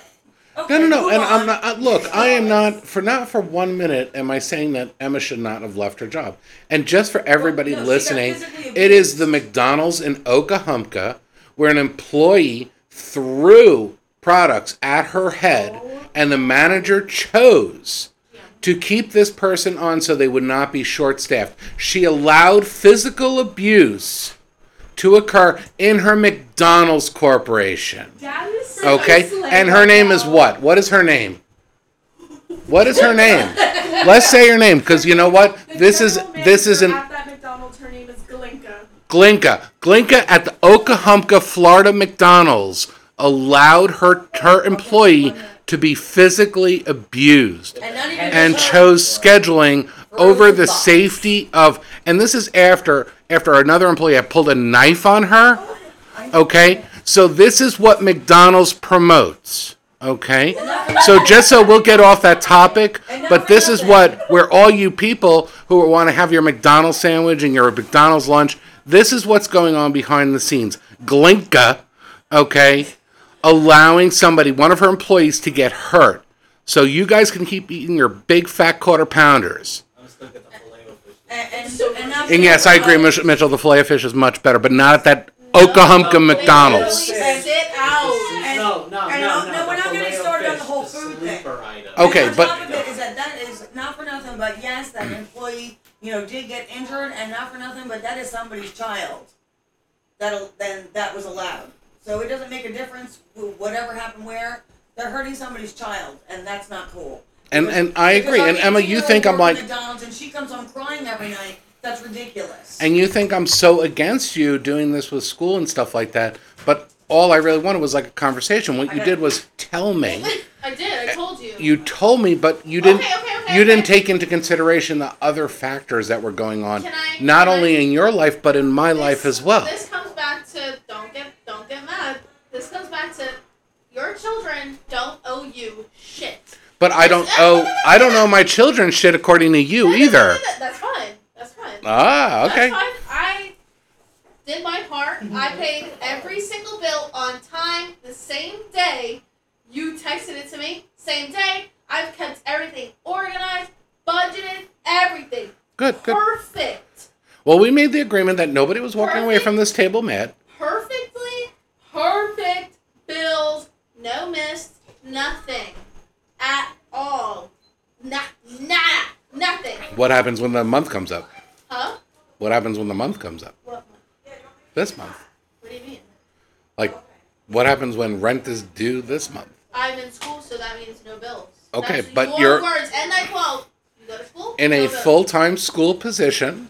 S7: Okay,
S3: no no no
S7: move
S3: and
S7: on.
S3: i'm not I, look i am
S7: Always.
S3: not for not for one minute am i saying that emma should not have left her job and just for everybody
S7: No, she got
S3: listening
S7: physically
S3: It is the
S7: abused.
S3: McDonald's in Okahumpka where an employee threw products at her head,
S6: Oh,
S3: and the manager chose
S6: yeah.
S3: to keep this person on so they would not be short staffed. She allowed physical abuse to occur in her McDonald's corporation.
S6: That is so
S3: Okay?
S6: slang
S3: And her
S6: right
S3: name is
S6: now.
S3: what? What is her name? What is her name? Let's say her name cuz you know what?
S6: The
S3: This is
S6: general
S3: this is
S6: manager
S3: an
S6: At that McDonald's, her name is Galinka.
S3: Glinka. Glinka at the Okahumpka, Florida McDonald's allowed her her employee to be physically abused
S7: And not even
S3: and
S7: just her.
S3: chose scheduling over the
S7: Rosenbach.
S3: safety of and this is after after another employee had pulled a knife on her okay so this is what mcdonald's promotes okay so just so we'll get off that topic but this is what where all you people who want to have your mcdonald's sandwich and your mcdonald's lunch this is what's going on behind the scenes glinka okay allowing somebody one of her employees to get hurt so you guys can keep eating your big fat quarter pounders.
S4: I'm still get the filet of fish.
S7: And, and, so, and, not
S3: And yes, I agree, Mich- Mitchell. The filet of fish is much better, but not at that Okahumpka McDonald's.
S7: Sit out. Oh, And,
S4: no, no,
S7: and
S4: no,
S7: I'll-
S4: no.
S7: no, we're
S4: the
S7: not getting
S4: filet of
S7: started on
S4: fish,
S7: the whole food thing.
S4: sleeper Item.
S3: Okay.
S7: and on
S3: but-
S7: top of it is that that is not for nothing, but yes, that employee, you know, did get injured, and not for nothing, but that is somebody's child. That'll then that was allowed. So it doesn't make a difference wh- whatever happened where they're hurting somebody's child, and that's not cool.
S3: And and I
S7: Because
S3: agree.
S7: our
S3: And Emma, you
S7: 18-year-old
S3: think I'm
S7: worked at
S3: like,
S7: McDonald's, and she comes home crying every night. That's ridiculous.
S3: and you think I'm so against you doing this with school and stuff like that. But all I really wanted was like a conversation. What you did was tell me.
S1: I did. I told you.
S3: You told me, but you didn't.
S1: Okay, okay, okay,
S3: You didn't
S1: okay.
S3: take into consideration the other factors that were going on,
S1: Can I-
S3: not
S1: can I-
S3: only in your life but in my
S1: This-
S3: life as well.
S1: This comes back to don't get don't get mad. This comes back to your children don't owe you shit.
S3: But I don't owe I don't owe my children shit according to you
S1: No, no, no,
S3: either.
S1: no, no, That's fine. That's fine.
S3: Ah, okay.
S1: That's fine. I did my part. I paid every single bill on time the same day. You texted it to me same day. I've kept everything organized, budgeted, everything
S3: Good, good.
S1: perfect,
S3: Well, we made the agreement that nobody was walking away from this table mad.
S1: perfectly perfect bills, no missed, nothing at all, not nada, nothing.
S3: What happens when the month comes up?
S1: Huh?
S3: What happens when the month comes up?
S1: What?
S3: This month.
S1: What do you mean?
S3: Like what happens when rent is due this month?
S1: I'm in school, so that means no bills.
S3: Okay,
S1: That's
S3: but
S1: your
S3: you're-
S1: words, and I quote: "You go to school
S3: In
S1: no
S3: a
S1: bills."
S3: full-time school position,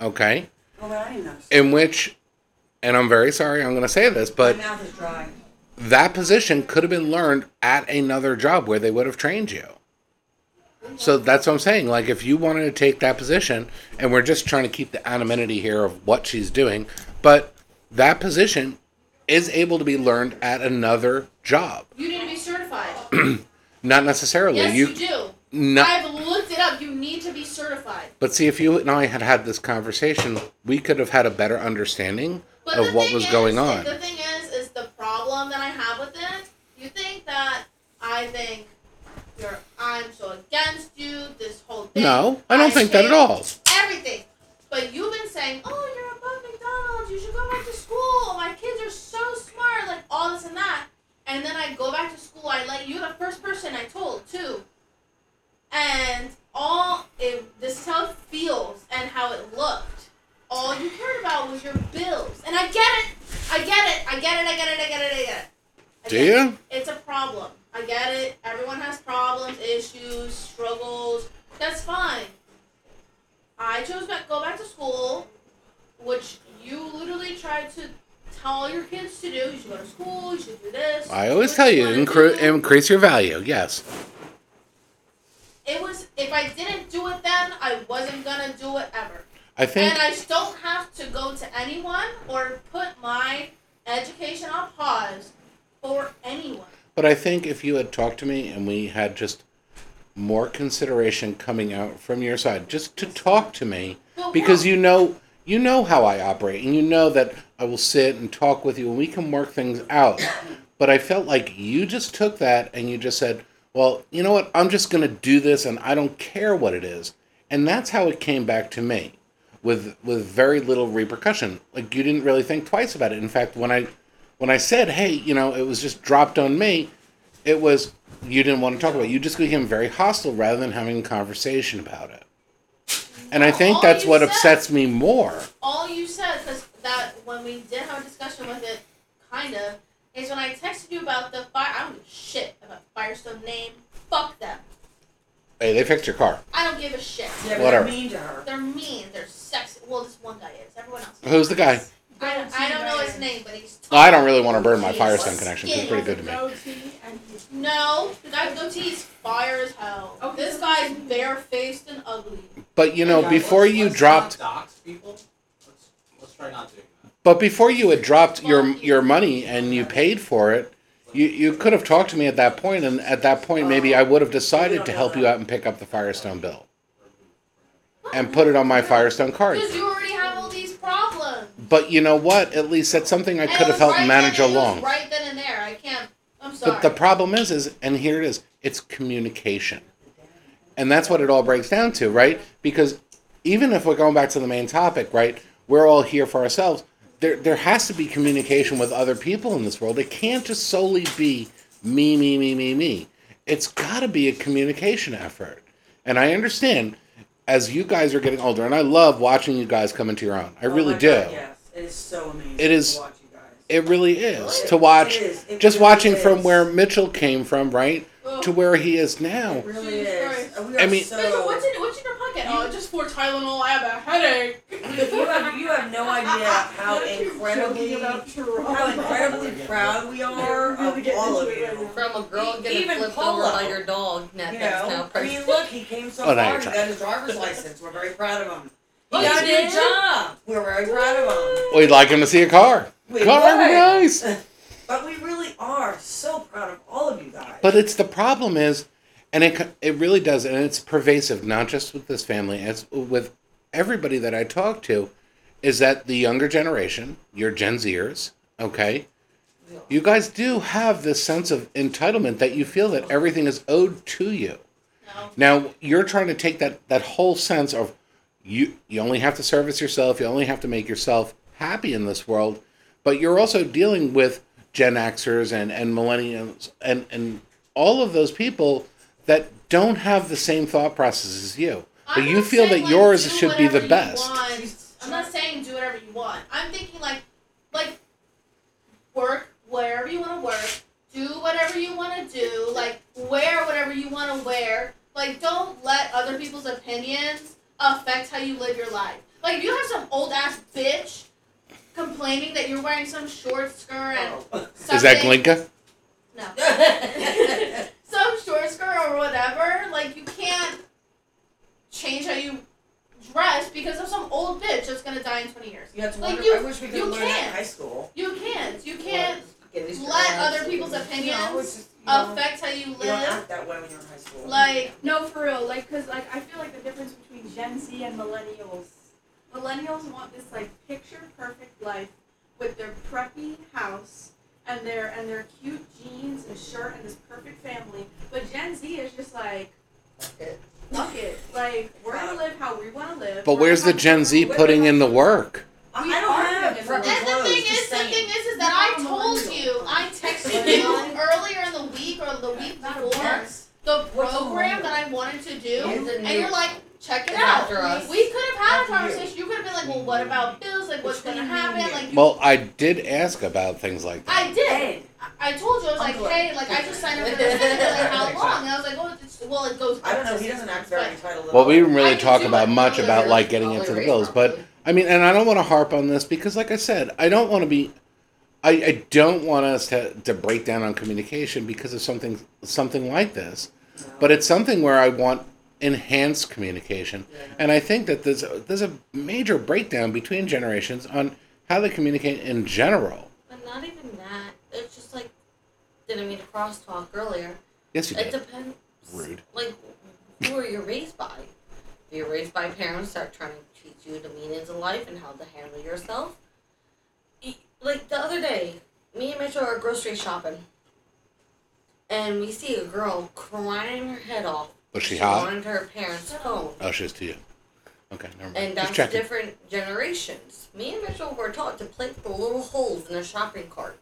S3: okay?
S7: Oh, man, I didn't notice.
S3: In which and I'm very sorry I'm going to say this, but
S7: My mouth is dry.
S3: that position could have been learned at another job where they would have trained you. So that's what I'm saying. Like, if you wanted to take that position, and we're just trying to keep the anonymity here of what she's doing, but that position is able to be learned at another job.
S1: You need to be certified.
S3: Not necessarily.
S1: yes, you,
S3: you,
S1: do.
S3: not,
S1: I've looked it up. You need to be certified.
S3: but see, if you and I had had this conversation, we could have had a better understanding
S1: But
S3: of
S1: the
S3: what
S1: thing
S3: was
S1: is-
S3: going on.
S1: The thing is, is the problem that I have with it. You think that I think you're I'm so against you. This whole thing.
S3: No, I don't think that at
S1: hate
S3: all.
S1: everything. But you've been saying, oh, you're above McDonald's. You should go back to school. My kids are so smart. Like, all this and that. And then I go back to school. I let you the first person I told, too. And all it, this is how it feels and how it looked. All you cared about was your bills. And I get it. I get it. I get it. I get it. I get it. I get it. I
S3: Do
S1: get
S3: you?
S1: It. It's a problem. I get it. Everyone has problems, issues, struggles. That's fine. I chose to go back to school, which you literally tried to tell your kids to do. You should go to school. You should do this.
S3: I
S1: do
S3: always
S1: what
S3: tell you,
S1: wanna
S3: incre-
S1: do.
S3: increase your value. Yes.
S1: It was if I didn't do it then, I wasn't gonna do it ever.
S3: I think.
S1: and I s- don't have to go to anyone or put my education on pause for anyone.
S3: But I think if you had talked to me and we had just more consideration coming out from your side, just to talk to me,
S1: But
S3: because
S1: what-
S3: you know you know how I operate, and you know that I will sit and talk with you, and we can work things out. But I felt like you just took that and you just said, "Well, you know what? I'm just going to do this, and I don't care what it is." And that's how it came back to me, with with very little repercussion. Like you didn't really think twice about it. In fact, when I when I said, hey, you know, it was just dropped on me, it was you didn't want to talk about it. You just became very hostile rather than having a conversation about it. And I
S1: No,
S3: think
S1: all
S3: that's
S1: Oh, you
S3: what
S1: said-
S3: upsets me more.
S1: all you said because that when we did have a discussion with it, kind of, is when I texted you about the fire. I don't give a shit about the Firestone name. Fuck them.
S3: Hey, they fixed your car.
S1: I don't give a shit.
S7: Yeah, but
S3: Whatever.
S7: they're mean to her.
S1: They're mean. They're sexy. Well, this one guy is. Everyone else. is.
S3: Who's the guy?
S1: I, I don't know his name, but he's.
S3: Well, I don't really want to burn my
S1: He's
S3: Firestone connection. 'cause It's pretty
S1: skinny.
S3: good to me.
S6: Goatee and he's
S1: No, the guy's goatee is fire as hell.
S6: Okay.
S1: This guy's barefaced and ugly.
S3: But you know,
S7: Yeah,
S3: before
S4: let's-
S3: you
S4: let's not
S3: dropped,
S4: dox people. Let's, let's try not doing that.
S3: but before you had dropped your
S1: Fuck you.
S3: your money and you paid for it, you you could have talked to me at that point, and at that point maybe I would have decided to help you out and pick up the Firestone bill and put it on my Firestone card.
S1: Because you already have all these problems.
S3: But you know what? At least that's something I
S1: And it
S3: could have
S1: was
S3: helped
S1: right
S3: manage
S1: then, it was
S3: along.
S1: Right then and there, I can't. I'm sorry.
S3: But the problem is, is and here it is, it's communication. And that's what it all breaks down to, right? Because even if we're going back to the main topic, right, we're all here for ourselves. There there has to be communication with other people in this world. It can't just solely be me, me, me, me, me. It's gotta be a communication effort. And I understand as you guys are getting older, and I love watching you guys come into your own. I
S7: Oh
S3: really
S7: my
S3: do.
S7: God, yes, it is so amazing.
S3: It is-
S7: to watch you guys.
S3: It really is.
S7: It-
S3: To watch
S7: it is. It
S3: just
S7: really
S3: watching
S7: is.
S3: from where Mitchell came from, right?
S1: Oh.
S3: to where he is
S7: It
S3: now.
S7: really
S1: Jesus
S7: is.
S1: Christ.
S7: We are
S3: I mean-
S1: Rachel,
S7: so.
S1: what's in what's in your pocket? Oh, just four Tylenol. I have a headache.
S7: You have, you have no idea how incredibly,
S6: about
S7: how incredibly proud we are of all of you.
S2: From a girl getting
S7: Even
S2: flipped
S7: Polo.
S2: over by your dog, Nat,
S7: You
S2: that's now
S7: know, I
S2: pregnant.
S7: mean, look, he came so
S3: Oh, now
S7: far.
S3: you're
S7: He
S3: trying.
S7: got his driver's license. We're very proud of him.
S2: Oh,
S7: He got a
S2: you
S7: new
S2: did?
S7: job. We're very proud of him.
S3: We'd like him to see a car.
S7: We
S3: car would be
S7: would.
S3: nice.
S7: But we really are so proud of all of you guys.
S3: But it's the problem is, and it co- it really does, and it's pervasive, not just with this family, as with everybody that I talk to, is that the younger generation, your Gen Zers, okay, you guys do have this sense of entitlement that you feel that everything is owed to you.
S1: No.
S3: Now you're trying to take that that whole sense of you you only have to service yourself, you only have to make yourself happy in this world, but you're also dealing with Gen Xers and and millennials and and all of those people that don't have the same thought process as you. But
S1: I'm
S3: you
S1: not
S3: feel
S1: saying,
S3: that
S1: like,
S3: yours
S1: do
S3: should be the
S1: whatever you
S3: best.
S1: want. I'm not saying do whatever you want. I'm thinking like, like, work wherever you want to work. Do whatever you want to do. Like, wear whatever you want to wear. Like, don't let other people's opinions affect how you live your life. Like, if you have some old ass bitch complaining that you're wearing some short skirt and something.
S3: Is that Glinka?
S1: No.
S7: Oh.
S1: some short skirt or whatever, like you can't change how you dress because of some old bitch that's gonna die in twenty years.
S7: You have to
S1: Like,
S7: wonder.
S1: you-
S7: I wish we could
S1: you
S7: learn that in
S1: can't.
S7: high school.
S1: You can't. You can't
S7: Get these
S1: let
S7: girls-
S1: other people's
S7: No, it's
S1: opinions
S7: just, you know,
S1: affect how you
S7: you don't
S1: live.
S7: act that way when you're in high school.
S1: Like
S6: No, for real. Like, cause like I feel like the difference between Gen Z and millennials. Millennials want this like picture perfect life with their preppy house and their and their cute jeans and shirt and this perfect family. But Gen Z is just like,
S7: it.
S6: fuck it. Like we're gonna live how we want to live.
S3: But
S6: We're
S3: where's the
S6: gonna-
S3: Gen Z
S6: we're
S3: putting
S6: gonna-
S3: in the work?
S7: I
S6: We
S7: I don't
S6: are
S7: have
S6: gonna
S7: proper
S6: live.
S1: and the
S7: clothes,
S1: thing
S7: just
S1: is, the
S7: saying.
S1: thing is, is that I
S6: You're not
S1: told
S6: millennial.
S1: you, I texted you earlier in the week or the week
S6: Not a
S1: before
S6: mess.
S1: the
S7: What's a
S1: program that I wanted to do,
S2: It's a
S1: and
S2: new-
S1: you're like, check it
S2: It's
S1: out.
S2: after us.
S1: We could have had a
S7: After you.
S1: conversation. You could have been like, well, what about bills? Like, what's gonna
S7: Between you and
S1: happen?
S7: you.
S1: Like, you-
S3: Well, I did ask about things like that.
S1: I did.
S7: Ed,
S1: I told you, I was like,
S7: Uncle Ed.
S1: hey, like, I just signed up for this, thing, they're like, how long? And I was like, well, it's, well, it goes.
S7: I don't know. He doesn't act very entitled. at
S3: Well,
S7: all.
S3: we didn't
S1: I
S3: really
S1: do
S3: talk
S1: too,
S3: about
S1: I
S3: much
S1: feel
S3: about
S2: They're
S3: like getting
S2: probably
S3: into the
S2: raised
S3: bills, but
S2: properly.
S3: I mean, and I don't want to harp on this because, like I said, I don't want to be, I, I don't want us to, to break down on communication because of something something like this.
S7: No.
S3: But it's something where I want enhanced communication,
S7: Yeah.
S3: and I think that there's a, there's a major breakdown between generations on how they communicate in general.
S2: But not even that. It's just like didn't mean to crosstalk earlier.
S3: Yes, you
S2: It
S3: did.
S2: depends.
S3: Rude.
S2: Like who are you raised by? If you're raised by parents that are trying to teach you the meanings of life and how to handle yourself. E- Like the other day, me and Mitchell are grocery shopping, and we see a girl crying her head off.
S3: Was she hot?
S2: wanted her parents' phone.
S3: Oh, she was to you. Okay, never mind. Just
S2: And that's
S3: checking.
S2: different generations. Me and Mitchell were taught to plate the little holes in a shopping cart.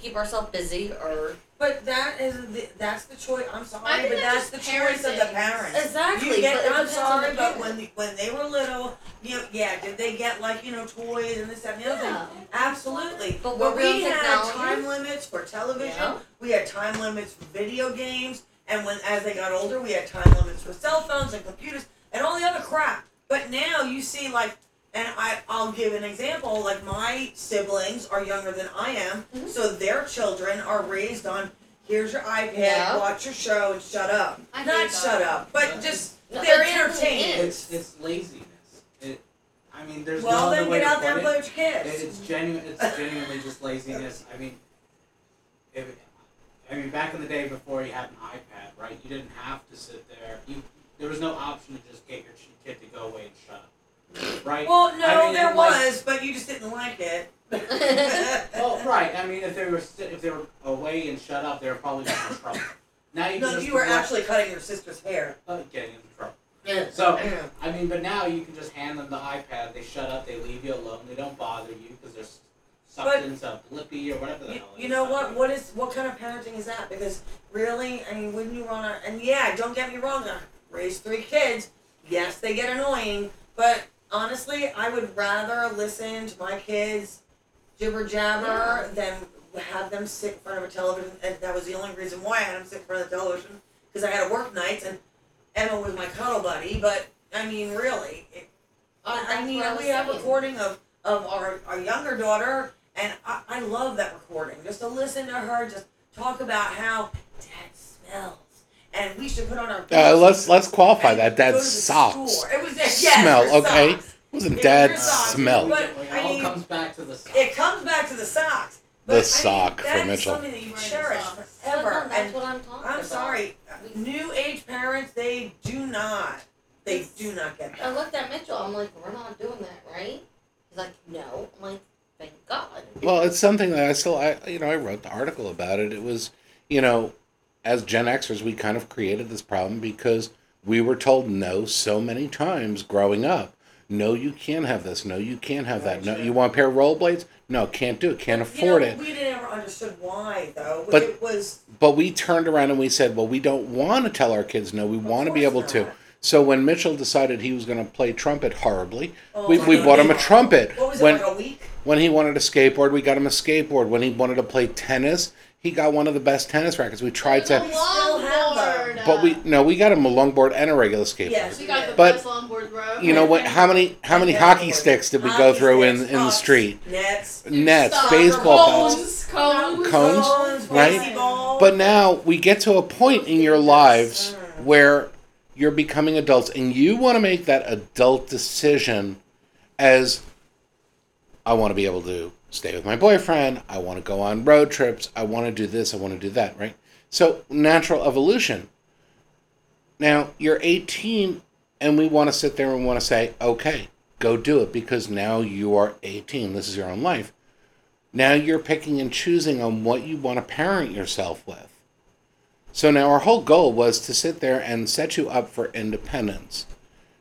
S2: keep ourselves busy or
S7: But that is the, that's the choice. I'm
S1: I
S7: sorry,
S1: think
S7: but
S1: that's
S7: that's the
S1: just
S7: choice of the
S1: parenting.
S7: parents.
S2: exactly.
S7: You get,
S2: but it
S7: I'm
S2: depends on
S7: sorry,
S2: the
S7: but
S2: parent.
S7: when when they were little, you yeah, did they get like you know toys and this that, and the other thing?
S2: yeah.
S7: Absolutely.
S2: But we're
S7: we
S2: real
S7: had
S2: technology.
S7: time limits for television.
S2: Yeah.
S7: We had time limits for video games, and when as they got older, we had time limits for cell phones and computers and all the other crap. But now you see, like, and I I'll give an example. Like my siblings are younger than I am,
S2: Mhm.
S7: so their children are raised on. Here's your iPad,
S2: Yeah.
S7: watch your show, and shut up.
S1: I hate
S7: Not
S1: that.
S7: shut up, but
S4: Yeah.
S7: just
S2: No,
S7: they're
S2: it definitely
S7: entertained.
S2: is.
S4: It's it's laziness. It, I mean, there's
S7: well,
S4: no other
S7: then
S4: way
S7: get
S4: to
S7: out there and
S4: put
S7: play
S4: it.
S7: with your kids.
S4: It- It's genuine. It's genuinely just laziness. I mean, if I mean back in the day before you had an iPad, right? You didn't have to sit there. You there was no option to just get your ch- kid to go away and shut up, right?
S7: Well, no,
S4: I mean,
S7: there
S4: it was-
S7: was, but you just didn't like it.
S4: Well, right. I mean, if they were st- if they were away and shut up, they were probably getting in trouble. Now you can
S7: no,
S4: just
S7: you were
S4: watch-
S7: actually cutting your sister's hair.
S4: uh, getting in trouble.
S2: Yeah.
S4: So I mean, but now you can just hand them the iPad. They shut up. They leave you alone. They don't bother you because they're s- sucked
S7: But-
S4: into Blippi or whatever the
S7: You,
S4: hell. it
S7: you
S4: is.
S7: know what? What is what kind of parenting is that? Because really, I mean, wouldn't you want to? And yeah, don't get me wrong. I raised three kids. Yes, they get annoying, but honestly, I would rather listen to my kids jibber jabber than have them sit in front of a television. And that was the only reason why I had them sit in front of the television because I had to work nights and Emma was my cuddle buddy. But I mean, really, it, I, I
S2: That's
S7: mean,
S2: what I was
S7: we have
S2: saying.
S7: recording of of our, our younger daughter, and I, I love that recording. Just to listen to her just talk about how dad smells, and we should put on our
S3: Uh, let's let's qualify
S7: and
S3: that.
S7: go
S3: Dad
S7: to the
S3: socks.
S7: store. It was yes,
S3: Smell,
S7: your
S3: okay?
S7: socks.
S3: Wasn't
S7: It
S3: dad
S7: was your socks.
S3: smell?
S7: But,
S4: it
S7: I
S4: all
S7: mean-
S4: comes back to the socks.
S7: It comes back to the socks.
S3: The
S7: But, I mean,
S3: sock for
S7: that is
S3: Mitchell.
S7: something that you
S1: Right, the
S7: cherish
S1: socks.
S2: But
S7: forever.
S2: no, that's
S7: and
S2: what I'm talking
S7: I'm
S2: about.
S7: sorry, new age parents they do not, they do not get
S2: I
S7: that.
S2: looked at Mitchell. I'm like, we're not doing that, right? He's like, no. I'm like, thank God.
S3: Well, it's something that I still, I you know, I wrote the article about it. It was, you know, as Gen Xers, we kind of created this problem because we were told no so many times growing up. No, you can't have this. No, you can't have that. No, you want a pair of rollerblades? No, can't do it. Can't afford
S7: you know,
S3: it.
S7: We didn't ever understood why though.
S3: But-
S7: it was
S3: But we turned around and we said, well, we don't want to tell our kids no. We
S7: Of
S3: want to be
S7: course
S3: able to.
S7: not.
S3: So when Mitchell decided he was going to play trumpet horribly,
S7: Oh
S3: we,
S7: my
S3: we
S7: God.
S3: bought him a trumpet.
S7: What was it
S3: when,
S7: like a week?
S3: When he wanted a skateboard, we got him a skateboard. When he wanted to play tennis, he got one of the best tennis rackets. We tried
S1: There's
S3: to,
S1: a longboard.
S3: but we no, we got him a longboard and a regular skateboard.
S7: Yes,
S1: We got the
S3: But-
S1: best longboard bro.
S3: You know what? How many how many
S7: Yeah.
S3: hockey sticks did we go
S7: Hockey
S3: through in
S7: sticks,
S3: in the
S7: pucks,
S3: street?
S7: Nets,
S3: Nets,
S1: Soccer
S3: baseball bats.
S1: balls,
S7: Oh,
S1: cones.
S3: Cones,
S7: balls,
S3: right?
S7: baseball.
S3: But now we get to a point in your lives
S7: Mm.
S3: where you're becoming adults and you want to make that adult decision as I want to be able to stay with my boyfriend, I want to go on road trips, I want to do this, I want to do that, right? So, natural evolution. Now, you're 18 and we want to sit there and want to say, "Okay, go do it because now you are 18. This is your own life." Now you're picking and choosing on what you want to parent yourself with. So now our whole goal was to sit there and set you up for independence.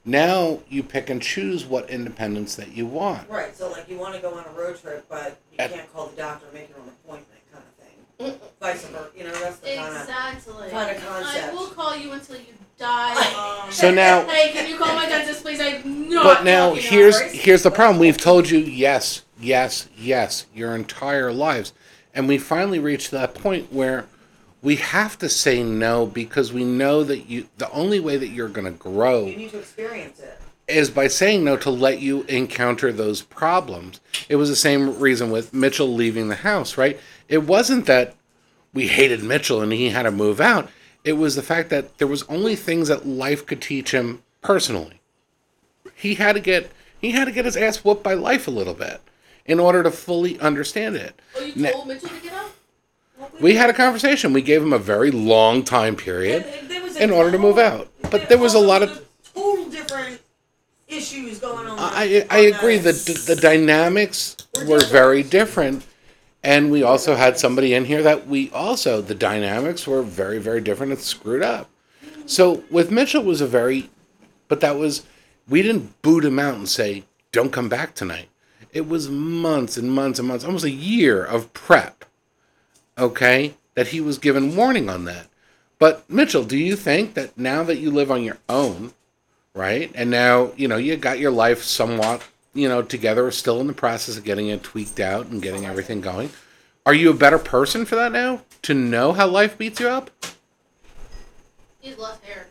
S3: Now you pick and choose what independence that you want.
S7: Right, so like you want to go on a road trip, but you
S3: At-
S7: can't call the doctor and make your own appointment, kind of thing. Vice versa, you know, that's the kind of.
S1: Exactly.
S7: Kinda concept.
S1: I will call you until you die, mom.
S3: So now,
S1: hey, can you call my dentist, please? I'm not.
S3: but now
S1: fucking
S3: here's
S1: hours.
S3: here's the problem. We've told you yes, yes, yes your entire lives, and we finally reached that point where we have to say no because we know that you the only way that you're going to grow
S7: You need to experience it.
S3: is by saying no to let you encounter those problems. It was the same reason with Mitchell leaving the house, right? It wasn't that we hated Mitchell and he had to move out. It was the fact that there was only things that life could teach him personally. He had to get he had to get his ass whooped by life a little bit in order to fully understand it.
S1: Oh, you
S3: Ne-
S1: told Mitchell to get up?
S3: We had a conversation. We gave him a very long time period
S7: And there was a
S3: in order to move
S7: total-
S3: out. But there was a
S7: also
S3: lot
S7: was
S3: of
S7: a total different issues going on.
S3: I, I I
S7: Oh,
S3: agree that the dynamics were very different, and we also had somebody in here that we also the dynamics were very very different and screwed up. So with Mitchell was a very, but that was we didn't boot him out and say don't come back tonight. It was months and months and months, almost a year of prep okay, that he was given warning on that. But Mitchell, do you think that now that you live on your own, right, and now you know you got your life somewhat, you know, together, still in the process of getting it tweaked out and getting everything going, are you a better person for that now? To know how life beats you up?
S1: He's less hair.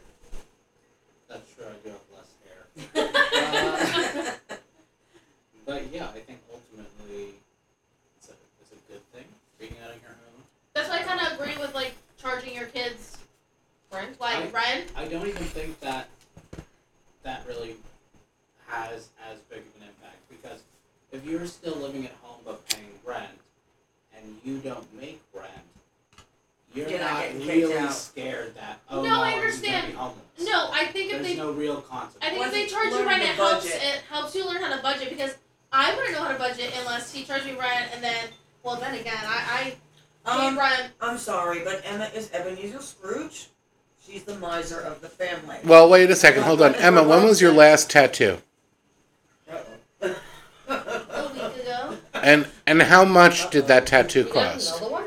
S4: That's true. I do have less hair. Uh, but yeah, I think ultimately it's a, it's a good thing being out on your own.
S1: That's why I kind of agree with like charging your kids
S2: Brent?
S4: I-
S1: like rent.
S4: I don't even think that that really has as big of an impact because if you're still living at home but paying rent and you don't make rent, you're,
S7: You're not
S4: not,
S7: getting kicked
S4: really
S7: out.
S4: scared that
S1: No,
S4: oh no,
S1: I
S4: I'm gonna
S1: understand.
S4: be homeless.
S1: No, I think if
S4: There's
S1: they,
S4: no real
S1: I
S4: consequence.
S1: think if they
S7: Wasn't
S1: charge you
S7: learning
S1: rent,
S7: the
S1: it helps.
S7: budget.
S1: It helps you learn how to budget because I wouldn't know how to budget unless he charged me rent and then. Well, then again, I I paid
S7: Um,
S1: rent.
S7: I'm sorry, but Emma is Ebenezer Scrooge. She's the miser of the family.
S3: Well, wait a second. Hold on. Emma, when was your last tattoo?
S1: A week ago.
S3: And and how much did that tattoo
S2: We got
S3: cost?
S2: Another one?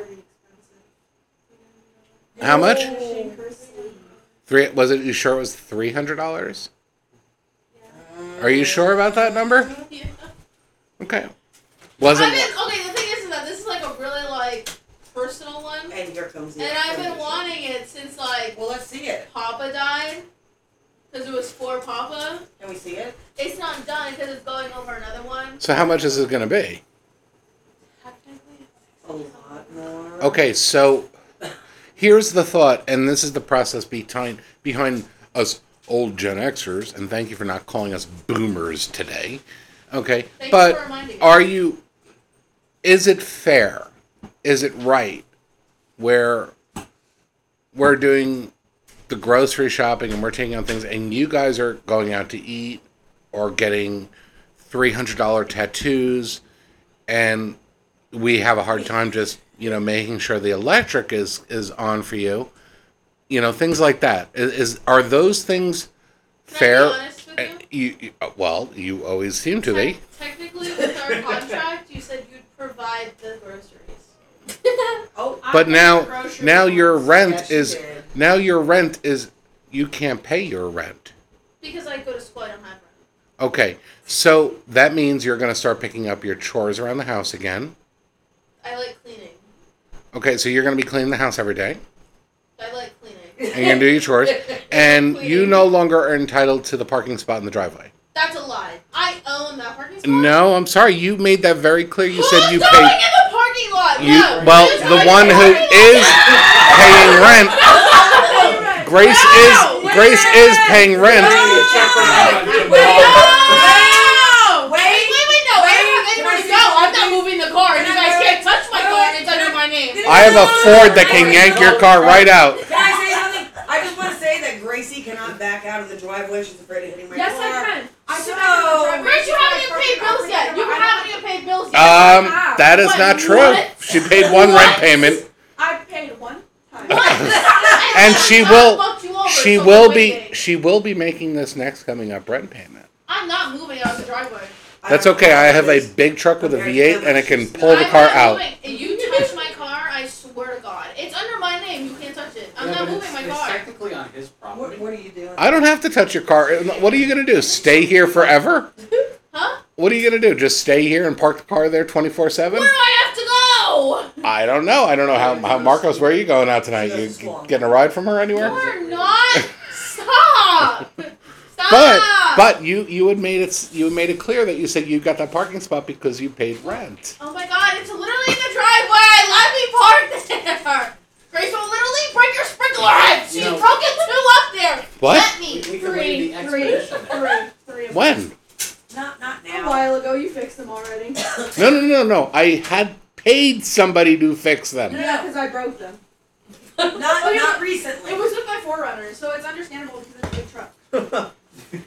S3: How much?
S6: Shane
S3: Three was it you sure it was three hundred dollars? Are you sure about that number?
S1: Yeah.
S3: Okay. Wasn't
S1: I've been okay. The thing is, is that this is like a really like personal one,
S7: And here comes the.
S1: and I've been
S7: explanation.
S1: wanting it since like
S7: Well, let's see it.
S1: Papa died, because it was for Papa.
S7: Can we see it?
S1: It's not done because it's going over another one.
S3: so how much is it gonna be?
S1: Technically,
S7: A lot more.
S3: Okay, so here's the thought, and this is the process behind behind us old Gen Xers, and thank you for not calling us boomers today. Okay.
S1: thank
S3: but
S1: you for reminding me.
S3: are you is it fair is it right where we're doing the grocery shopping and we're taking out things and you guys are going out to eat or getting $300 tattoos and we have a hard time just you know making sure the electric is is on for you you know things like that is, is are those things
S1: Can
S3: fair
S1: I be honest with you?
S3: Uh, you, you- uh, well you always seem to be
S1: Te- technically, with our contract, you said you'd provide the groceries.
S7: Oh,
S6: I
S3: But
S6: paid
S3: now-
S6: for groceries.
S3: now your rent
S7: yeah, she
S3: is
S7: did.
S3: now your rent is you can't pay your rent
S1: because I go to school, I don't have rent.
S3: okay so that means you're going to start picking up your chores around the house again
S1: I like cleaning.
S3: okay so you're going to be cleaning the house every day
S1: I like cleaning.
S3: and you're going to do your chores and you
S1: Cleaning.
S3: no longer are entitled to the parking spot in the driveway
S1: That's a lie. I own that parking spot.
S3: no i'm sorry you made that very clear you
S1: Who's
S3: said you
S1: going
S3: paid
S1: in the parking lot?
S3: you
S1: no.
S3: well
S1: who's going
S3: the
S1: in
S3: one who
S1: parking lot?
S3: is paying rent grace
S1: No!
S3: is grace is paying rent
S6: Ah!
S1: No!
S7: Wait.
S1: Wait, wait, no. I don't have anywhere to go. I'm not moving the car. You guys can't touch my car and it's under my name.
S3: i have a ford that can yank your car right out
S7: Can I say something? I just want to say that Gracie cannot back out of the driveway. She's afraid of hitting my
S6: Yes,
S7: car.
S6: I can. I
S7: So-
S6: can actually drive my
S1: Rich, you haven't even
S6: car
S1: paid
S6: and
S1: bills yet.
S6: operate
S1: You
S6: it. I
S1: haven't even paid bills yet.
S3: Um,
S6: Wow.
S3: that is
S1: What?
S3: not true.
S1: What?
S3: She paid one
S1: What?
S3: rent payment.
S6: I paid one time.
S1: What?
S3: And she
S1: I
S3: will-
S1: fucked you over,
S3: She
S1: so
S3: will
S1: quit
S3: be.
S1: waiting.
S3: She will be making this next coming up rent payment.
S1: I'm not moving out of the driveway.
S7: I
S3: That's
S7: don't
S3: okay.
S7: know
S3: I
S7: what
S3: have
S7: it
S3: a
S7: is.
S3: big truck with a
S7: Okay,
S3: V8, and I can pull the
S1: I'm
S3: car
S1: not
S3: out.
S1: Moving. If you touch my car, I swear to God, it's under my name. You can't touch it. I'm
S4: Yeah,
S1: not
S4: but
S1: moving
S4: it's-
S1: my
S4: it's
S1: car.
S4: technically on his property.
S7: What, what are you doing?
S3: I don't have to touch your car. Uh, What are you gonna do? Stay here forever?
S1: Huh?
S3: What are you gonna do? Just stay here and park the car there twenty four seven?
S1: Where do I have to
S3: I don't know. I don't know how, how Marcos. Where are you going out tonight? You getting a ride from her
S1: go?
S3: anywhere?
S1: You're not. Stop. Stop.
S3: But
S1: Ah!
S3: but you you had made it you made it clear that you said you got that parking spot because you paid rent.
S1: Oh my god, it's literally in the driveway! Let me park there! Grace will literally break your sprinkler head! She's
S4: You know-
S1: broken two up there!
S3: What?
S1: Let
S4: We,
S1: me!
S4: we could
S6: Three,
S4: leave the expedition. there.
S6: three, three. of them.
S3: When?
S7: Not not
S6: A
S7: now.
S6: while ago, you fixed them already.
S3: No, no, no, no. I had paid somebody to fix them.
S6: Yeah, because I broke them.
S7: Not not recently.
S6: Oh, It was with my forerunner, so it's understandable because it's a big truck.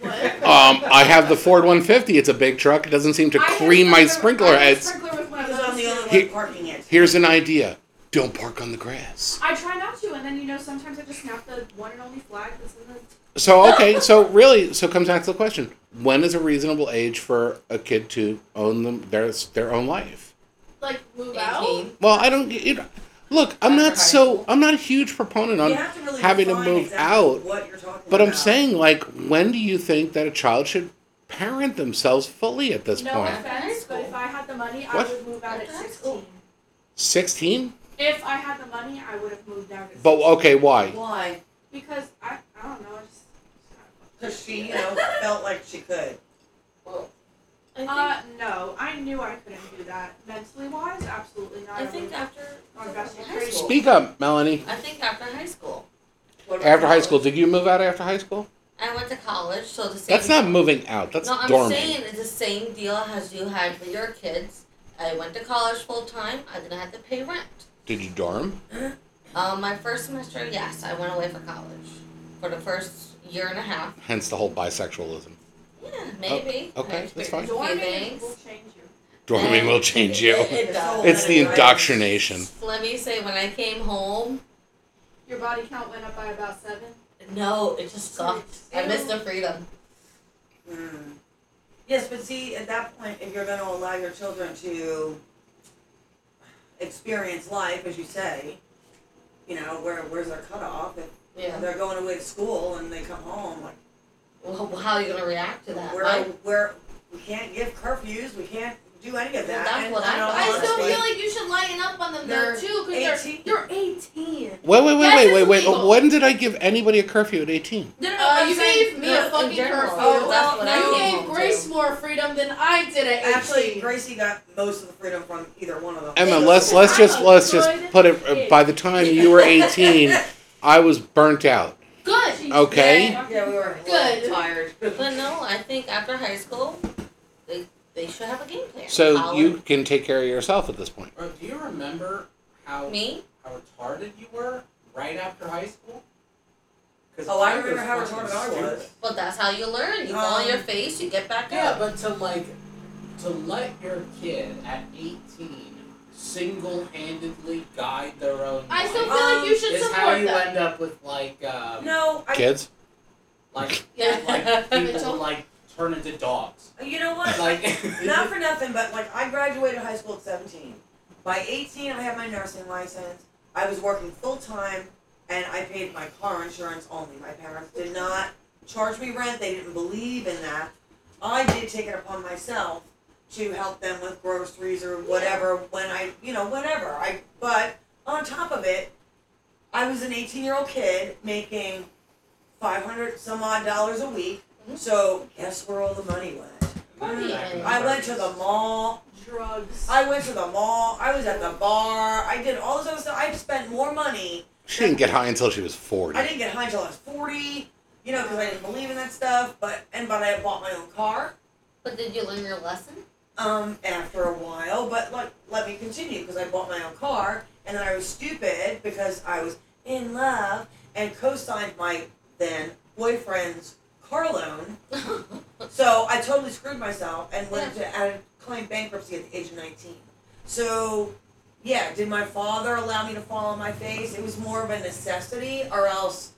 S1: What?
S3: Um, I have the Ford 150. It's a big truck. It doesn't seem to
S6: I had a
S3: cream my
S6: sprinkler- I
S3: sprinkler
S6: had a Sprinkler
S3: heads.
S6: with one of
S7: because I'm the
S6: those.
S7: only one
S3: He-
S7: parking it.
S3: Here's an idea. Don't park on the grass.
S6: I try not to, and then you know sometimes I just snap the one and only flag that's in the.
S3: So okay, so really, so it comes back to the question: When is a reasonable age for a kid to own them, their their own life?
S1: Like, move out?
S2: 18.
S3: Well, I don't. You know, Look, I'm
S2: After high
S3: not so
S2: school.
S3: I'm not a huge proponent
S7: You
S3: on
S7: have to really
S3: having to
S7: define
S3: move
S7: exactly
S3: out,
S7: What you're talking
S3: but
S7: about.
S3: I'm saying like when do you think that a child should parent themselves fully at this
S6: no
S3: point?
S6: offense, but if I had the money,
S3: What?
S6: I would move out at
S2: That's
S6: 16.
S2: cool.
S3: 16?
S6: If I had the money, I would have moved out at
S3: But
S6: 16.
S3: okay, why?
S7: why?
S6: Because I, I don't know. Just,
S7: Because she, you know, felt like she could.
S2: I think,
S6: uh, no, I knew I couldn't do that. Mentally wise, absolutely not.
S2: I think
S6: would've-
S2: after
S6: Oh,
S2: after
S6: gosh,
S2: high school.
S3: Speak up, Melanie.
S2: I think after high school.
S7: What about
S3: After high
S7: college?
S3: school, did you move out after high school?
S2: I went to college, so the same
S3: That's not moving out. That's
S2: no, I'm
S3: dorming.
S2: saying it's the same deal as you had with your kids. I went to college full time. I didn't have to pay rent.
S3: Did you dorm?
S2: Um, my first semester, yes, I went away for college for the first year and a half.
S3: Hence the whole bisexualism.
S2: Yeah, maybe.
S3: Oh, okay,
S2: I
S3: that's
S2: experienced a few
S6: Dorming
S2: things.
S6: will change you.
S3: Dorming will change you.
S2: It- it does.
S3: It's the
S7: Right.
S3: indoctrination.
S2: Let me say, when I came home,
S6: Your body count went up by about seven.
S2: no, it just sucked. I missed the freedom.
S7: Mm. Yes, but see, at that point, if you're going to allow your children to experience life, as you say, you know, where where's their cutoff? If
S2: Yeah.
S7: they're going away to school and they come home, like
S2: Well, how are you gonna react to that?
S7: where
S2: My-
S7: where we can't give curfews, we can't do any
S2: Well,
S7: of that.
S2: that's
S7: and
S2: what I
S7: in all
S2: thought.
S1: I still
S7: honesty-
S1: feel like you should lighten up on them
S7: They're
S1: though too, because
S7: 18.
S1: they're you're eighteen.
S3: Wait, wait, wait,
S1: Yes,
S3: wait,
S1: it's
S3: wait, wait.
S1: illegal.
S3: When did I give anybody a curfew at 18?
S2: No, no, no,
S1: Uh,
S2: I'm
S1: you
S2: saying-
S1: gave me
S2: no,
S1: a
S2: in
S1: fucking
S2: general.
S1: curfew.
S2: Oh, that's what I
S1: you
S2: came
S1: gave
S2: home
S1: Grace
S2: to.
S1: more freedom than I did at eighteen.
S7: Actually, Gracie got most of the freedom from either one of them.
S3: Emma,
S7: So-
S3: let's let's just let's just put it. uh, By the time you were 18, I was burnt out.
S1: good.
S3: Okay.
S7: Yeah, we were
S1: Good.
S7: tired.
S2: But no, I think after high school, they they should have a game plan.
S3: So
S2: College-
S3: you can take care of yourself at this point.
S4: Or do you remember how
S2: me?
S4: how retarded you were right after high school? 'Cause
S7: Oh, I
S4: was
S7: remember how
S4: fucking
S7: retarded I was.
S4: stupid.
S2: But that's how you learn. You fall on
S7: Um,
S2: your face, you get back
S4: Yeah,
S2: up.
S4: but to like to let your kid at eighteen single-handedly guide their own
S1: I still
S4: life
S1: feel like you should
S4: Um, is how
S1: support
S4: you
S1: them.
S4: end up with like um,
S7: No, I
S3: Kids,
S4: like
S2: Yeah.
S4: like people
S1: Mitchell.
S4: like turn into dogs.
S7: You know what?
S4: Like
S7: Not for nothing, but like I graduated high school at 17. By 18, I had my nursing license. I was working full time, and I paid my car insurance only. My parents did not charge me rent. They didn't believe in that. I did take it upon myself to help them with groceries or whatever when I, you know, whatever. I but on top of it, I was an 18-year-old kid making 500 some odd dollars a week.
S2: Mhm.
S7: So guess where all the money went. I went to the mall.
S6: Drugs.
S7: I went to the mall. I was at the bar. I did all this other stuff. I spent more money.
S3: she didn't get high until she was 40.
S7: I didn't get high until I was 40, you know, because I didn't believe in that stuff. But, and but I bought my own car
S2: But did you learn your lesson?
S7: um, after a while. But like, let me continue because I bought my own car. And then I was stupid because I was in love and co signed my then boyfriend's car loan. So I totally screwed myself and went to I claimed bankruptcy at the age of nineteen. So yeah, did my father allow me to fall on my face? It was more of a necessity, or else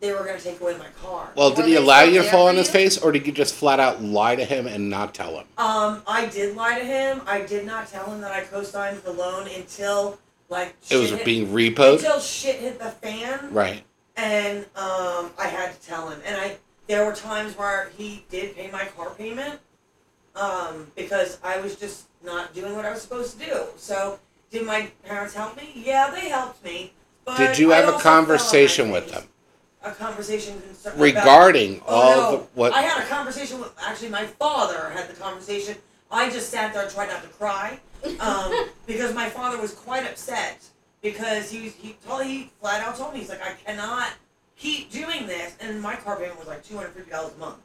S7: they were going to take away my car.
S3: Well,
S2: Were
S3: did he
S2: they
S3: allow
S2: still
S3: you to
S2: there
S3: fall
S2: for
S3: on his
S2: you?
S3: face, or did you just flat out lie to him and not tell him?
S7: Um, I did lie to him. I did not tell him that I co-signed the loan until like
S3: It
S7: shit
S3: was
S7: hit,
S3: being repoed,
S7: until shit hit the fan.
S3: right?
S7: and um, I had to tell him. And I there were times where he did pay my car payment um, because I was just not doing what I was supposed to do. So did my parents help me? Yeah, they helped me. But
S3: Did you
S7: I
S3: have
S7: also
S3: a
S7: fell on my
S3: conversation with
S7: face.
S3: them
S7: A conversation concer- about-
S3: regarding
S7: Oh,
S3: all
S7: no.
S3: the what?
S7: I had a conversation with actually my father had the conversation. I just sat there and tried not to cry um, because my father was quite upset because he was, he told he flat out told me he's like I cannot keep doing this and my car payment was like two hundred fifty dollars a month.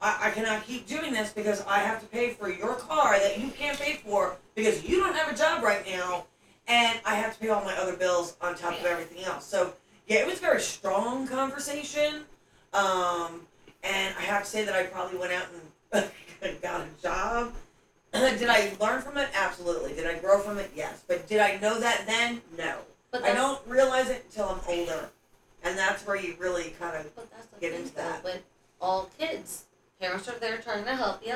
S7: I, I cannot keep doing this because I have to pay for your car that you can't pay for because you don't have a job right now and I have to pay all my other bills on top of everything else. So yeah, it was a very strong conversation. Um, and I have to say that I probably went out and got a job. did I learn from it? Absolutely. Did I grow from it? Yes. But did I know that then? No.
S2: But
S7: I
S2: that's,
S7: don't realize it until I'm older. And that's where you really kind of
S2: But that's the
S7: get
S2: thing
S7: into that.
S2: though, with all kids. Parents are there trying to help you.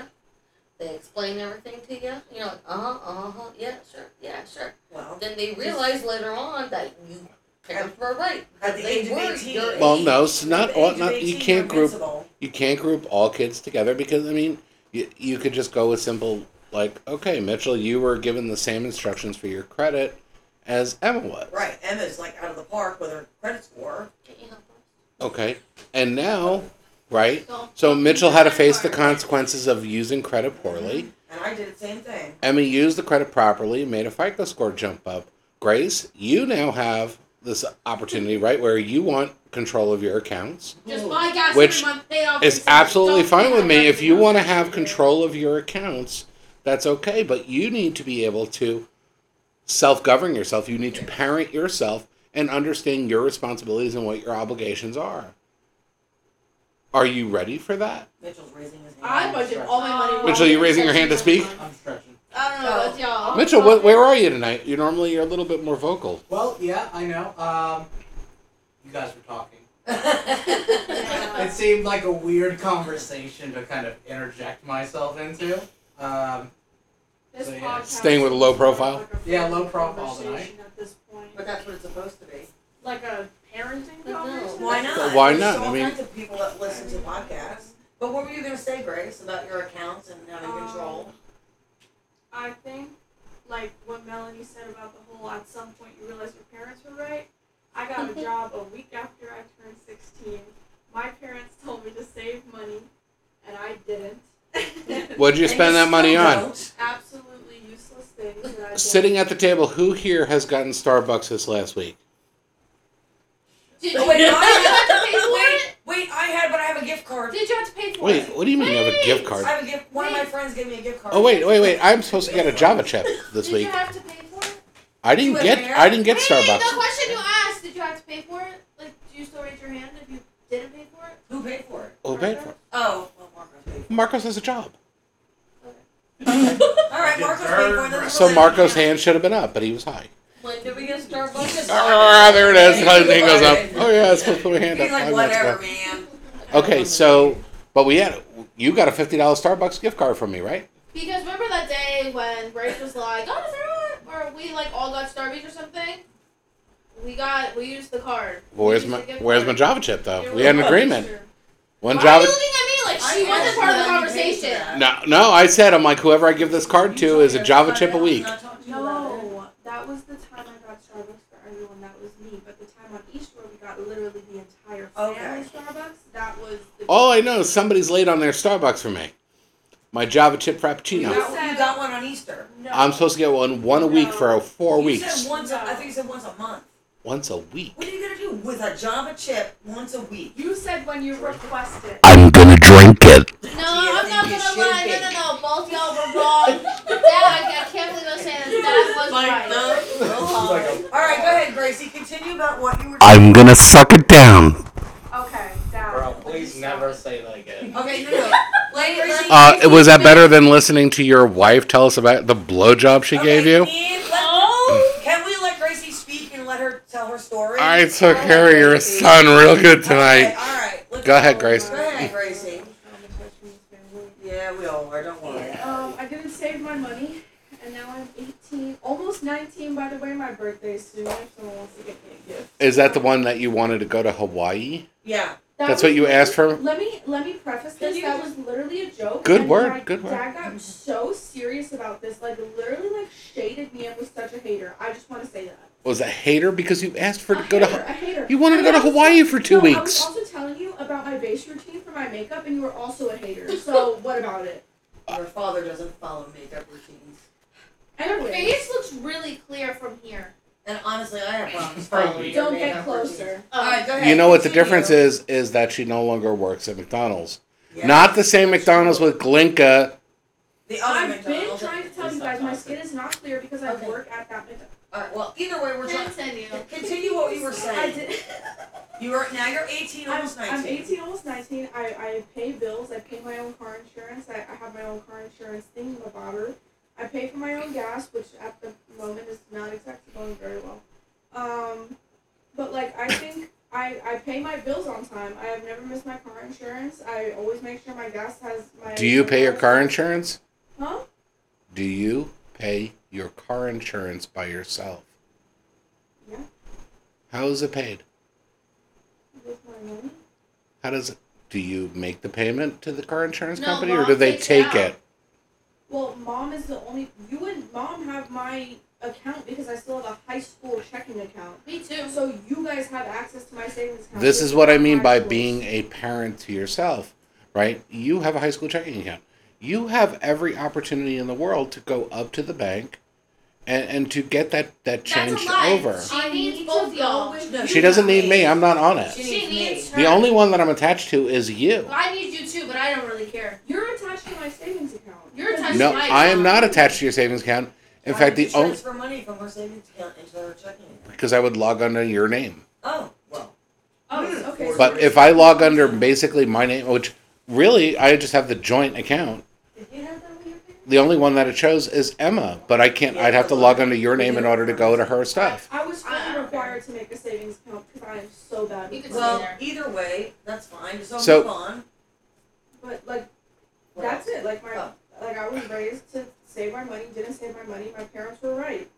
S2: They explain everything to you. You're like, uh huh, uh huh, yeah, sure, yeah, sure.
S7: Well,
S2: Then they realize later on that you parents were right.
S7: at the
S2: They
S7: age of
S2: were
S7: 18.
S2: your
S3: Well,
S2: age.
S3: no, it's
S7: at
S3: not
S7: the
S3: all.
S7: age of
S3: Not you
S7: 18,
S3: can't
S7: you're
S3: group
S7: invincible.
S3: you can't group all kids together because I mean, you, you could just go with simple like, okay, Mitchell, you were given the same instructions for your credit as Emma was.
S7: Right, Emma's like out of the park with her credit score.
S2: Can't you help us?
S3: Okay, and now, right?
S1: Don't
S3: So Mitchell had to face the
S1: Right.
S3: consequences of using credit poorly.
S7: And I did the same thing.
S3: Emma used the credit properly and made a FICO score jump up. Grace, you now have this opportunity, right, where you want control of your accounts.
S1: Just buy gas
S3: Which
S1: every month, pay off.
S3: It's
S1: your stuff,
S3: absolutely
S1: don't
S3: fine
S1: pay
S3: with
S1: off
S3: me. If
S1: every
S3: you
S1: month.
S3: want to have control of your accounts, that's okay, but you need to be able to self govern yourself. You need to parent yourself and understand your responsibilities and what your obligations are. Are you ready for that?
S7: Mitchell's raising his hand.
S1: I budget all my
S4: Uh,
S1: money.
S3: Mitchell, you raising your hand to speak?
S4: I'm stretching.
S1: I don't know about y'all.
S3: Mitchell, what, where are you tonight? You normally you're a little bit more vocal.
S4: Well, yeah, I know. Um, you guys were talking. It seemed like a weird conversation to kind of interject myself into. Um,
S6: This
S4: So, yeah.
S6: podcast
S3: Staying with a low profile?
S6: is like a
S4: Yeah, low profile
S6: conversation
S4: tonight.
S6: At this point,
S7: But that's what it's supposed to be.
S6: like a parenting
S2: no.
S6: conversation.
S7: Why not?
S3: Why
S7: There's
S3: not?
S7: so
S3: I
S7: all
S3: mean-
S7: kinds of people that listen to podcasts. But what were you going to say, Grace, about your accounts and having
S6: Um,
S7: control?
S6: I think, like what Melanie said about the whole at some point you realize your parents were right. I got a job a week after I turned 16. My parents told me to save money, and I didn't.
S3: What did you spend that money on?
S6: Absolutely useless things that I did.
S3: Sitting at the table, who here has gotten Starbucks this last week?
S1: Did you,
S7: Oh, wait,
S1: did you
S7: no,
S1: have to pay for
S7: I
S1: it?
S7: have, wait, wait, I had, but I have a gift card.
S1: Did you have to pay for
S3: Wait,
S1: it?
S3: what do you mean you have a gift
S7: I
S3: card?
S7: have a gift. One of my
S1: Wait.
S7: friends gave me a gift card.
S3: Oh wait, wait, wait! I'm supposed to get a Java chip this
S1: did
S3: week.
S1: you have to pay for it?
S3: I didn't
S7: You
S3: get.
S7: there?
S3: I didn't get
S1: Wait, The
S3: Starbucks.
S1: question you asked, did you have to pay for it? Like, do you still raise your hand if you didn't pay for it?
S7: Who paid for it?
S3: Oh, paid for it.
S7: Oh, well, Marcos paid for
S3: Marcos has a job,
S7: it. All right, Marcos paid for it. That's
S3: so
S7: what-
S3: Marcos' hand should have been up, but he was high.
S2: When did we get Starbucks?
S3: Ah, there it is. His hand goes up. Oh yeah, I was supposed to put my hand up.
S7: He's like,
S3: Five minutes ago.
S7: whatever, man.
S3: Okay, so but we had you got a fifty dollars Starbucks gift card from me, right?
S1: Because remember that day when Grace was like, "Oh, is there a-" or we like all got Starbucks or something? We got we used the card.
S3: Well, where's
S1: We
S3: my
S1: used the gift
S3: Where's my
S1: card.
S3: Java chip though?
S1: It
S3: We had an
S1: was-
S3: agreement. One
S1: Why are
S3: Java.
S1: you looking at me like she
S7: I
S1: wasn't
S7: asked
S1: part of the
S7: Melanie to pay for
S1: conversation?
S7: that.
S3: No, no. I said I'm like whoever I give this card
S7: You
S3: to
S7: told
S3: is a
S7: her
S3: Java
S7: about
S3: chip a
S7: that,
S3: week.
S7: and I talked to you about it.
S6: No, that was the time I got Starbucks for everyone. That was me. But the time on Easter we got literally the entire family
S7: Okay.
S6: Starbucks. That was the.
S3: All I know is somebody's late on their Starbucks for me. My Java chip
S7: You
S3: frappuccino.
S7: got, you got one on Easter.
S6: No.
S3: I'm supposed to get one one a week for four
S7: you
S3: weeks.
S7: Said once a, I think you said once a month.
S3: Once a week.
S7: What are you gonna do with a Java chip once a week?
S6: You said when you requested.
S8: I'm gonna drink it.
S1: No, I'm not
S7: You
S1: gonna
S7: should
S1: lie.
S7: be.
S1: No, no, no. Both y'all were wrong. Dad, I, I can't believe I'm saying this. Dad was right.
S7: All right, go ahead, Gracie. Continue about what you were.
S8: I'm gonna suck it down.
S6: Okay, down.
S4: bro, please never say that again.
S7: Okay, no, no. Let Gracie.
S3: Uh, was that better than listening to your wife tell us about the blowjob she
S7: Okay,
S3: gave you?
S7: and let- Can we let Gracie speak and let her tell her story?
S3: I took care of your son real good
S7: Okay,
S3: tonight.
S7: all right. Let's
S3: Go ahead, Grace.
S7: Go ahead, Gracie.
S6: Gracie.
S7: Yeah, we all are. Don't worry.
S6: Um, I didn't save my money, and now I'm 18, almost 19. By the way, my birthday is soon. If someone wants to get me a gift,
S3: Is that the one that you wanted to go to Hawaii?
S7: Yeah.
S6: That
S3: That's
S6: was-
S3: what you asked for?
S6: Let me let me preface
S2: Can
S6: this.
S2: you-
S6: That was literally a joke.
S3: Good
S6: and
S3: word,
S6: My
S3: good word.
S6: Dad got so serious about this, like literally, like shaded me and was such a hater. I just want to say that.
S3: Was that hater because you asked for
S6: a
S3: to go to
S6: hater,
S3: Ha-
S6: a hater.
S3: You wanted to
S6: And
S3: go to
S6: I was-
S3: Hawaii for 2
S6: no, I was
S3: weeks.
S6: also telling you about my base routine for my makeup, and you were also a hater. So what about it?
S7: Your father doesn't follow makeup routines.
S1: Your
S6: Anyway,
S1: face looks really clear from here.
S7: And honestly, I have problems following your
S6: don't get
S7: makeup routines.
S6: closer.
S7: All
S1: Um,
S7: right, go ahead.
S3: You know what the
S7: continue.
S3: difference is is that she no longer works at McDonald's.
S7: Yeah.
S3: Not the same McDonald's with Glinka.
S7: The other
S6: I've been
S7: McDonald's.
S6: trying to tell you guys my skin is not clear because I work at that McDonald's.
S7: All right. Well, either way, we're trying.
S1: Can't send you.
S7: Continue what you were
S6: I
S7: saying.
S6: did.
S7: You are now you're 18,
S6: I'm,
S7: almost 19.
S6: I'm 18, almost 19. I, I pay bills. I pay my own car insurance. I, I have my own car insurance thing in the bobber. I pay for my own gas, which at the moment is not exactly going very well. Um, but like I think I, I pay my bills on time. I have never missed my car insurance. I always make sure my gas has my.
S3: Do you pay your car insurance? Do you pay your car insurance by yourself?
S6: Yeah.
S3: How is it paid?
S6: With my money?
S3: How does it? Do you make the payment to the car insurance
S1: No,
S3: company, or
S1: Mom
S3: do they
S1: takes
S3: take
S1: it out.
S3: it?
S6: Well, mom is the only. You and mom have my account because I still have a high school checking account.
S1: Me too.
S6: So you guys have access to my savings account.
S3: This
S6: which
S3: is what I mean
S6: my
S3: by
S6: choice.
S3: being a parent to yourself, right? You have a high school checking account. You have every opportunity in the world to go up to the bank and, and to get that, that
S1: That's a
S3: changed
S1: lie.
S3: over.
S1: She
S6: I
S1: needs
S6: need
S1: both
S6: to
S1: y'all.
S6: go with
S7: No,
S6: you.
S3: She doesn't need me. I'm not on
S7: She
S3: it.
S7: needs
S1: She
S7: me.
S1: needs her.
S3: The only one that I'm attached to is you.
S1: Well, I need you too, but I don't really care.
S6: You're attached to my savings account.
S1: You're attached
S3: No,
S1: to my
S3: I am
S1: account.
S3: not attached to your savings account. In
S7: Why
S3: fact,
S7: would you
S3: the only
S7: transfer money from her savings account into her checking account.
S3: because I would log under your name.
S7: Oh, well.
S6: Oh,
S1: Mm.
S6: okay. so
S3: But if I log under basically my name, which really I just have the joint account,
S7: Did you have that when you were
S3: the only one that it shows is Emma. But I can't. I'd have to log under your name in order to go to her stuff.
S6: I was
S1: I- I
S6: fully
S1: don't
S6: required to make a savings account because I am so bad.
S1: You
S6: with
S1: could
S6: money.
S7: Well,
S1: there.
S7: either way, that's fine. So,
S3: So-
S7: move on.
S6: but like
S7: What
S6: that's
S7: else?
S6: it. Like my
S7: Oh.
S6: like I was raised to save my money. Didn't save my money. My parents were right,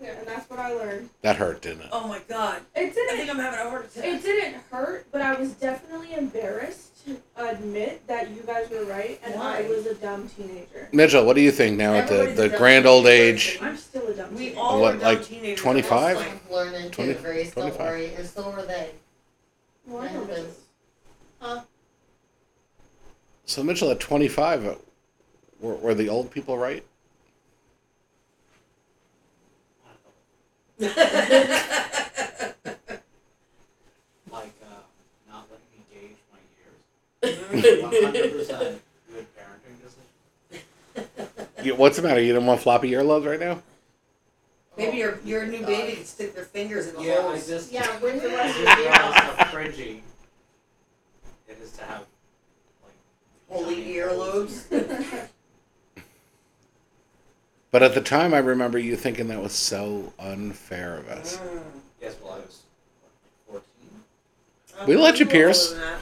S1: Yeah.
S6: and that's what I learned.
S3: That hurt, didn't it?
S7: Oh my god.
S6: It
S7: I
S6: didn't
S7: think I'm having a heart attack.
S6: It didn't hurt, but I was definitely embarrassed to admit that you guys were right and
S7: Why?
S6: I was a dumb teenager.
S3: Mitchell, what do you think now at the,
S7: Everybody's
S3: the
S7: a dumb
S3: grand old
S7: teenager.
S3: age?
S6: I'm still a dumb
S7: we
S6: teenager.
S7: all
S3: What,
S7: are dumb
S3: like,
S7: teenagers.
S3: 25?
S7: That's fine.
S2: Like learning to
S3: 20
S2: embrace, don't
S3: 25.
S2: worry, and so were they.
S6: Well, I know this.
S3: So Mitchell, at 25, uh, were, were the old people right?
S4: Like, uh, not letting me gauge my years. 100% good parenting decision.
S3: You, what's the matter? You don't want floppy earlobes right now?
S7: Maybe your your new baby can stick their fingers in the
S4: Yeah, I
S7: holes.
S4: just.
S1: Yeah, when's the
S4: I
S1: last
S4: just
S1: time you
S4: realized
S1: all-
S4: how cringy it is to have, like,
S7: Holy
S4: giant holes in your-
S7: earlobes.
S3: But at the time, I remember you thinking that was so unfair of us.
S7: Mm.
S4: Yes, well, I was what, like 14.
S3: We let you
S7: I'm a little
S3: pierce.
S7: older than that.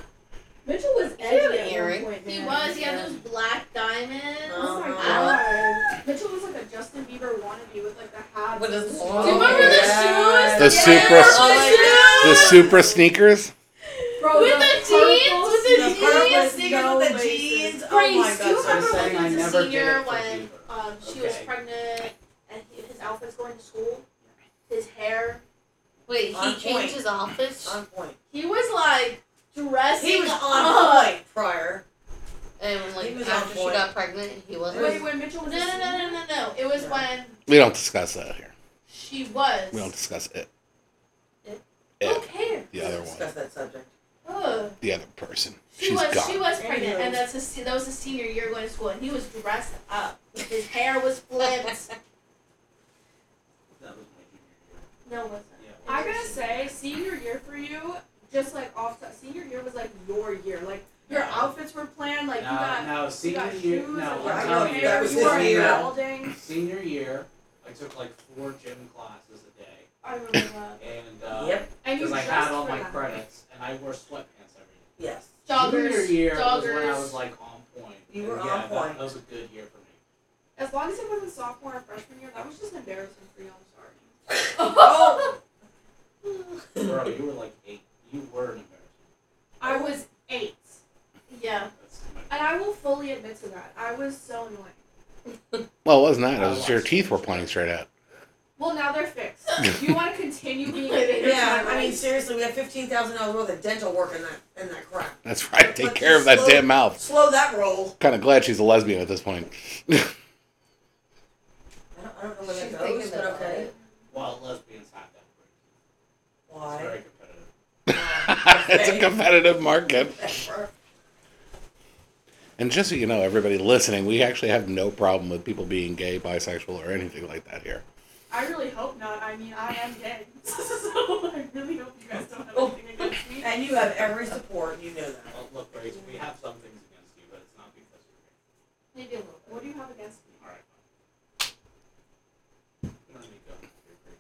S6: Mitchell was
S2: He had an
S6: edgy at
S2: earring.
S6: one point.
S1: He
S6: man.
S1: was. He had those black diamonds.
S6: Oh my
S1: Oh.
S6: god. Mitchell was like a Justin Bieber wannabe with like the hat.
S2: With his long-
S1: Do you remember
S7: Oh,
S1: the
S2: Yeah.
S1: shoes?
S3: The
S1: Yeah,
S3: Supra-
S2: Oh
S3: The super sneakers?
S6: Bro,
S1: With the jeans?
S6: purple
S1: With
S7: The
S1: the
S6: sneakers.
S1: purple
S7: purple
S1: Yes,
S7: sneakers
S6: no
S7: with the
S6: laces.
S7: jeans. Oh my
S1: Grace,
S7: god.
S1: do you
S4: so I'm
S1: remember
S4: saying I
S1: when he was
S4: never
S1: a
S4: did
S1: senior
S4: it for
S1: when
S4: Bieber.
S1: um, she was
S4: Okay.
S1: pregnant and he, his outfit's going to school? His hair.
S2: Wait,
S7: On
S2: he
S7: point.
S2: changed his outfits
S7: On point.
S1: He was like dressing
S7: He was on
S1: up.
S7: point prior.
S2: and
S7: He
S2: like
S7: was on
S2: after she
S7: point.
S2: got pregnant, he wasn't.
S6: Wait, when Mitchell
S1: No,
S6: was
S1: no, no, no, no, no. It was
S7: No.
S1: when
S3: We don't discuss that here.
S1: she was.
S3: We don't discuss it.
S1: Who
S3: It,
S1: cares?
S3: the other one,
S7: Discuss that subject.
S1: Ugh.
S3: the other person.
S1: She
S3: She's
S1: was. She
S3: gone.
S1: was pregnant,
S7: Anyways.
S1: and that's a, se- that was his senior year going to school, and he was dressed up. His hair was flipped.
S4: That was my junior
S1: no, it wasn't.
S4: year. Yeah.
S6: I gotta say, senior year for you, just like off top, senior year was like your year. Like your
S4: No.
S6: outfits were planned. Like you got
S4: no, no,
S6: You
S4: senior
S6: got
S4: year.
S6: shoes,
S4: No,
S6: and
S7: I
S4: I'm
S7: know
S4: telling you,
S7: that
S4: that
S7: was
S4: was
S6: you
S7: his
S6: were
S4: senior
S7: year.
S4: year.
S6: balding.
S4: Senior year, I took like four gym classes a day,
S6: I remember that.
S4: and uh,
S7: Yep.
S6: And you
S4: because I
S6: dressed
S4: had all
S6: for
S4: my
S6: that.
S4: credits, and I wore sweatpants every day.
S7: Yes.
S1: Joggers.
S4: Junior year was
S1: joggers.
S4: when I was like on point.
S7: You
S4: And
S7: were
S4: yeah,
S7: on
S4: that-
S7: point.
S4: That was a good year for me.
S6: As long as it wasn't sophomore or freshman year, that was just embarrassing for you. I'm sorry.
S7: Oh.
S4: Bro, you were like eight. You were an embarrassment.
S6: I was eight,
S1: yeah.
S4: That's too much.
S6: and I will fully admit to that. I was so annoying.
S3: Well, it wasn't that. It
S1: Oh,
S3: was your teeth were pointing straight out.
S6: Well, now they're fixed. Do you want to continue being an
S7: yeah, I mean seriously, we have fifteen thousand dollars worth of dental work in that in that crap.
S3: That's right. Take care of that damn mouth.
S7: Slow that roll.
S3: Kind of glad she's a lesbian at this point.
S7: I don't, I don't know
S2: She's
S7: where that goes,
S2: thinking
S7: but
S2: about
S7: okay.
S2: it.
S4: Well, lesbians have that. break. It's
S7: Why?
S4: very competitive.
S3: it's a competitive market.
S7: Ever.
S3: And just so you know, everybody listening, we actually have no problem with people being gay, bisexual, or anything like that here.
S6: I really hope not. I mean, I am gay, so I really hope you guys don't
S4: Oh.
S6: have anything against me.
S7: And you have every support, you know that.
S4: Well, look, Grace, we have some things against you, but it's not because you're gay.
S1: Maybe a little
S6: What do you have against me?
S4: All right. fine. You don't need to go. You're great.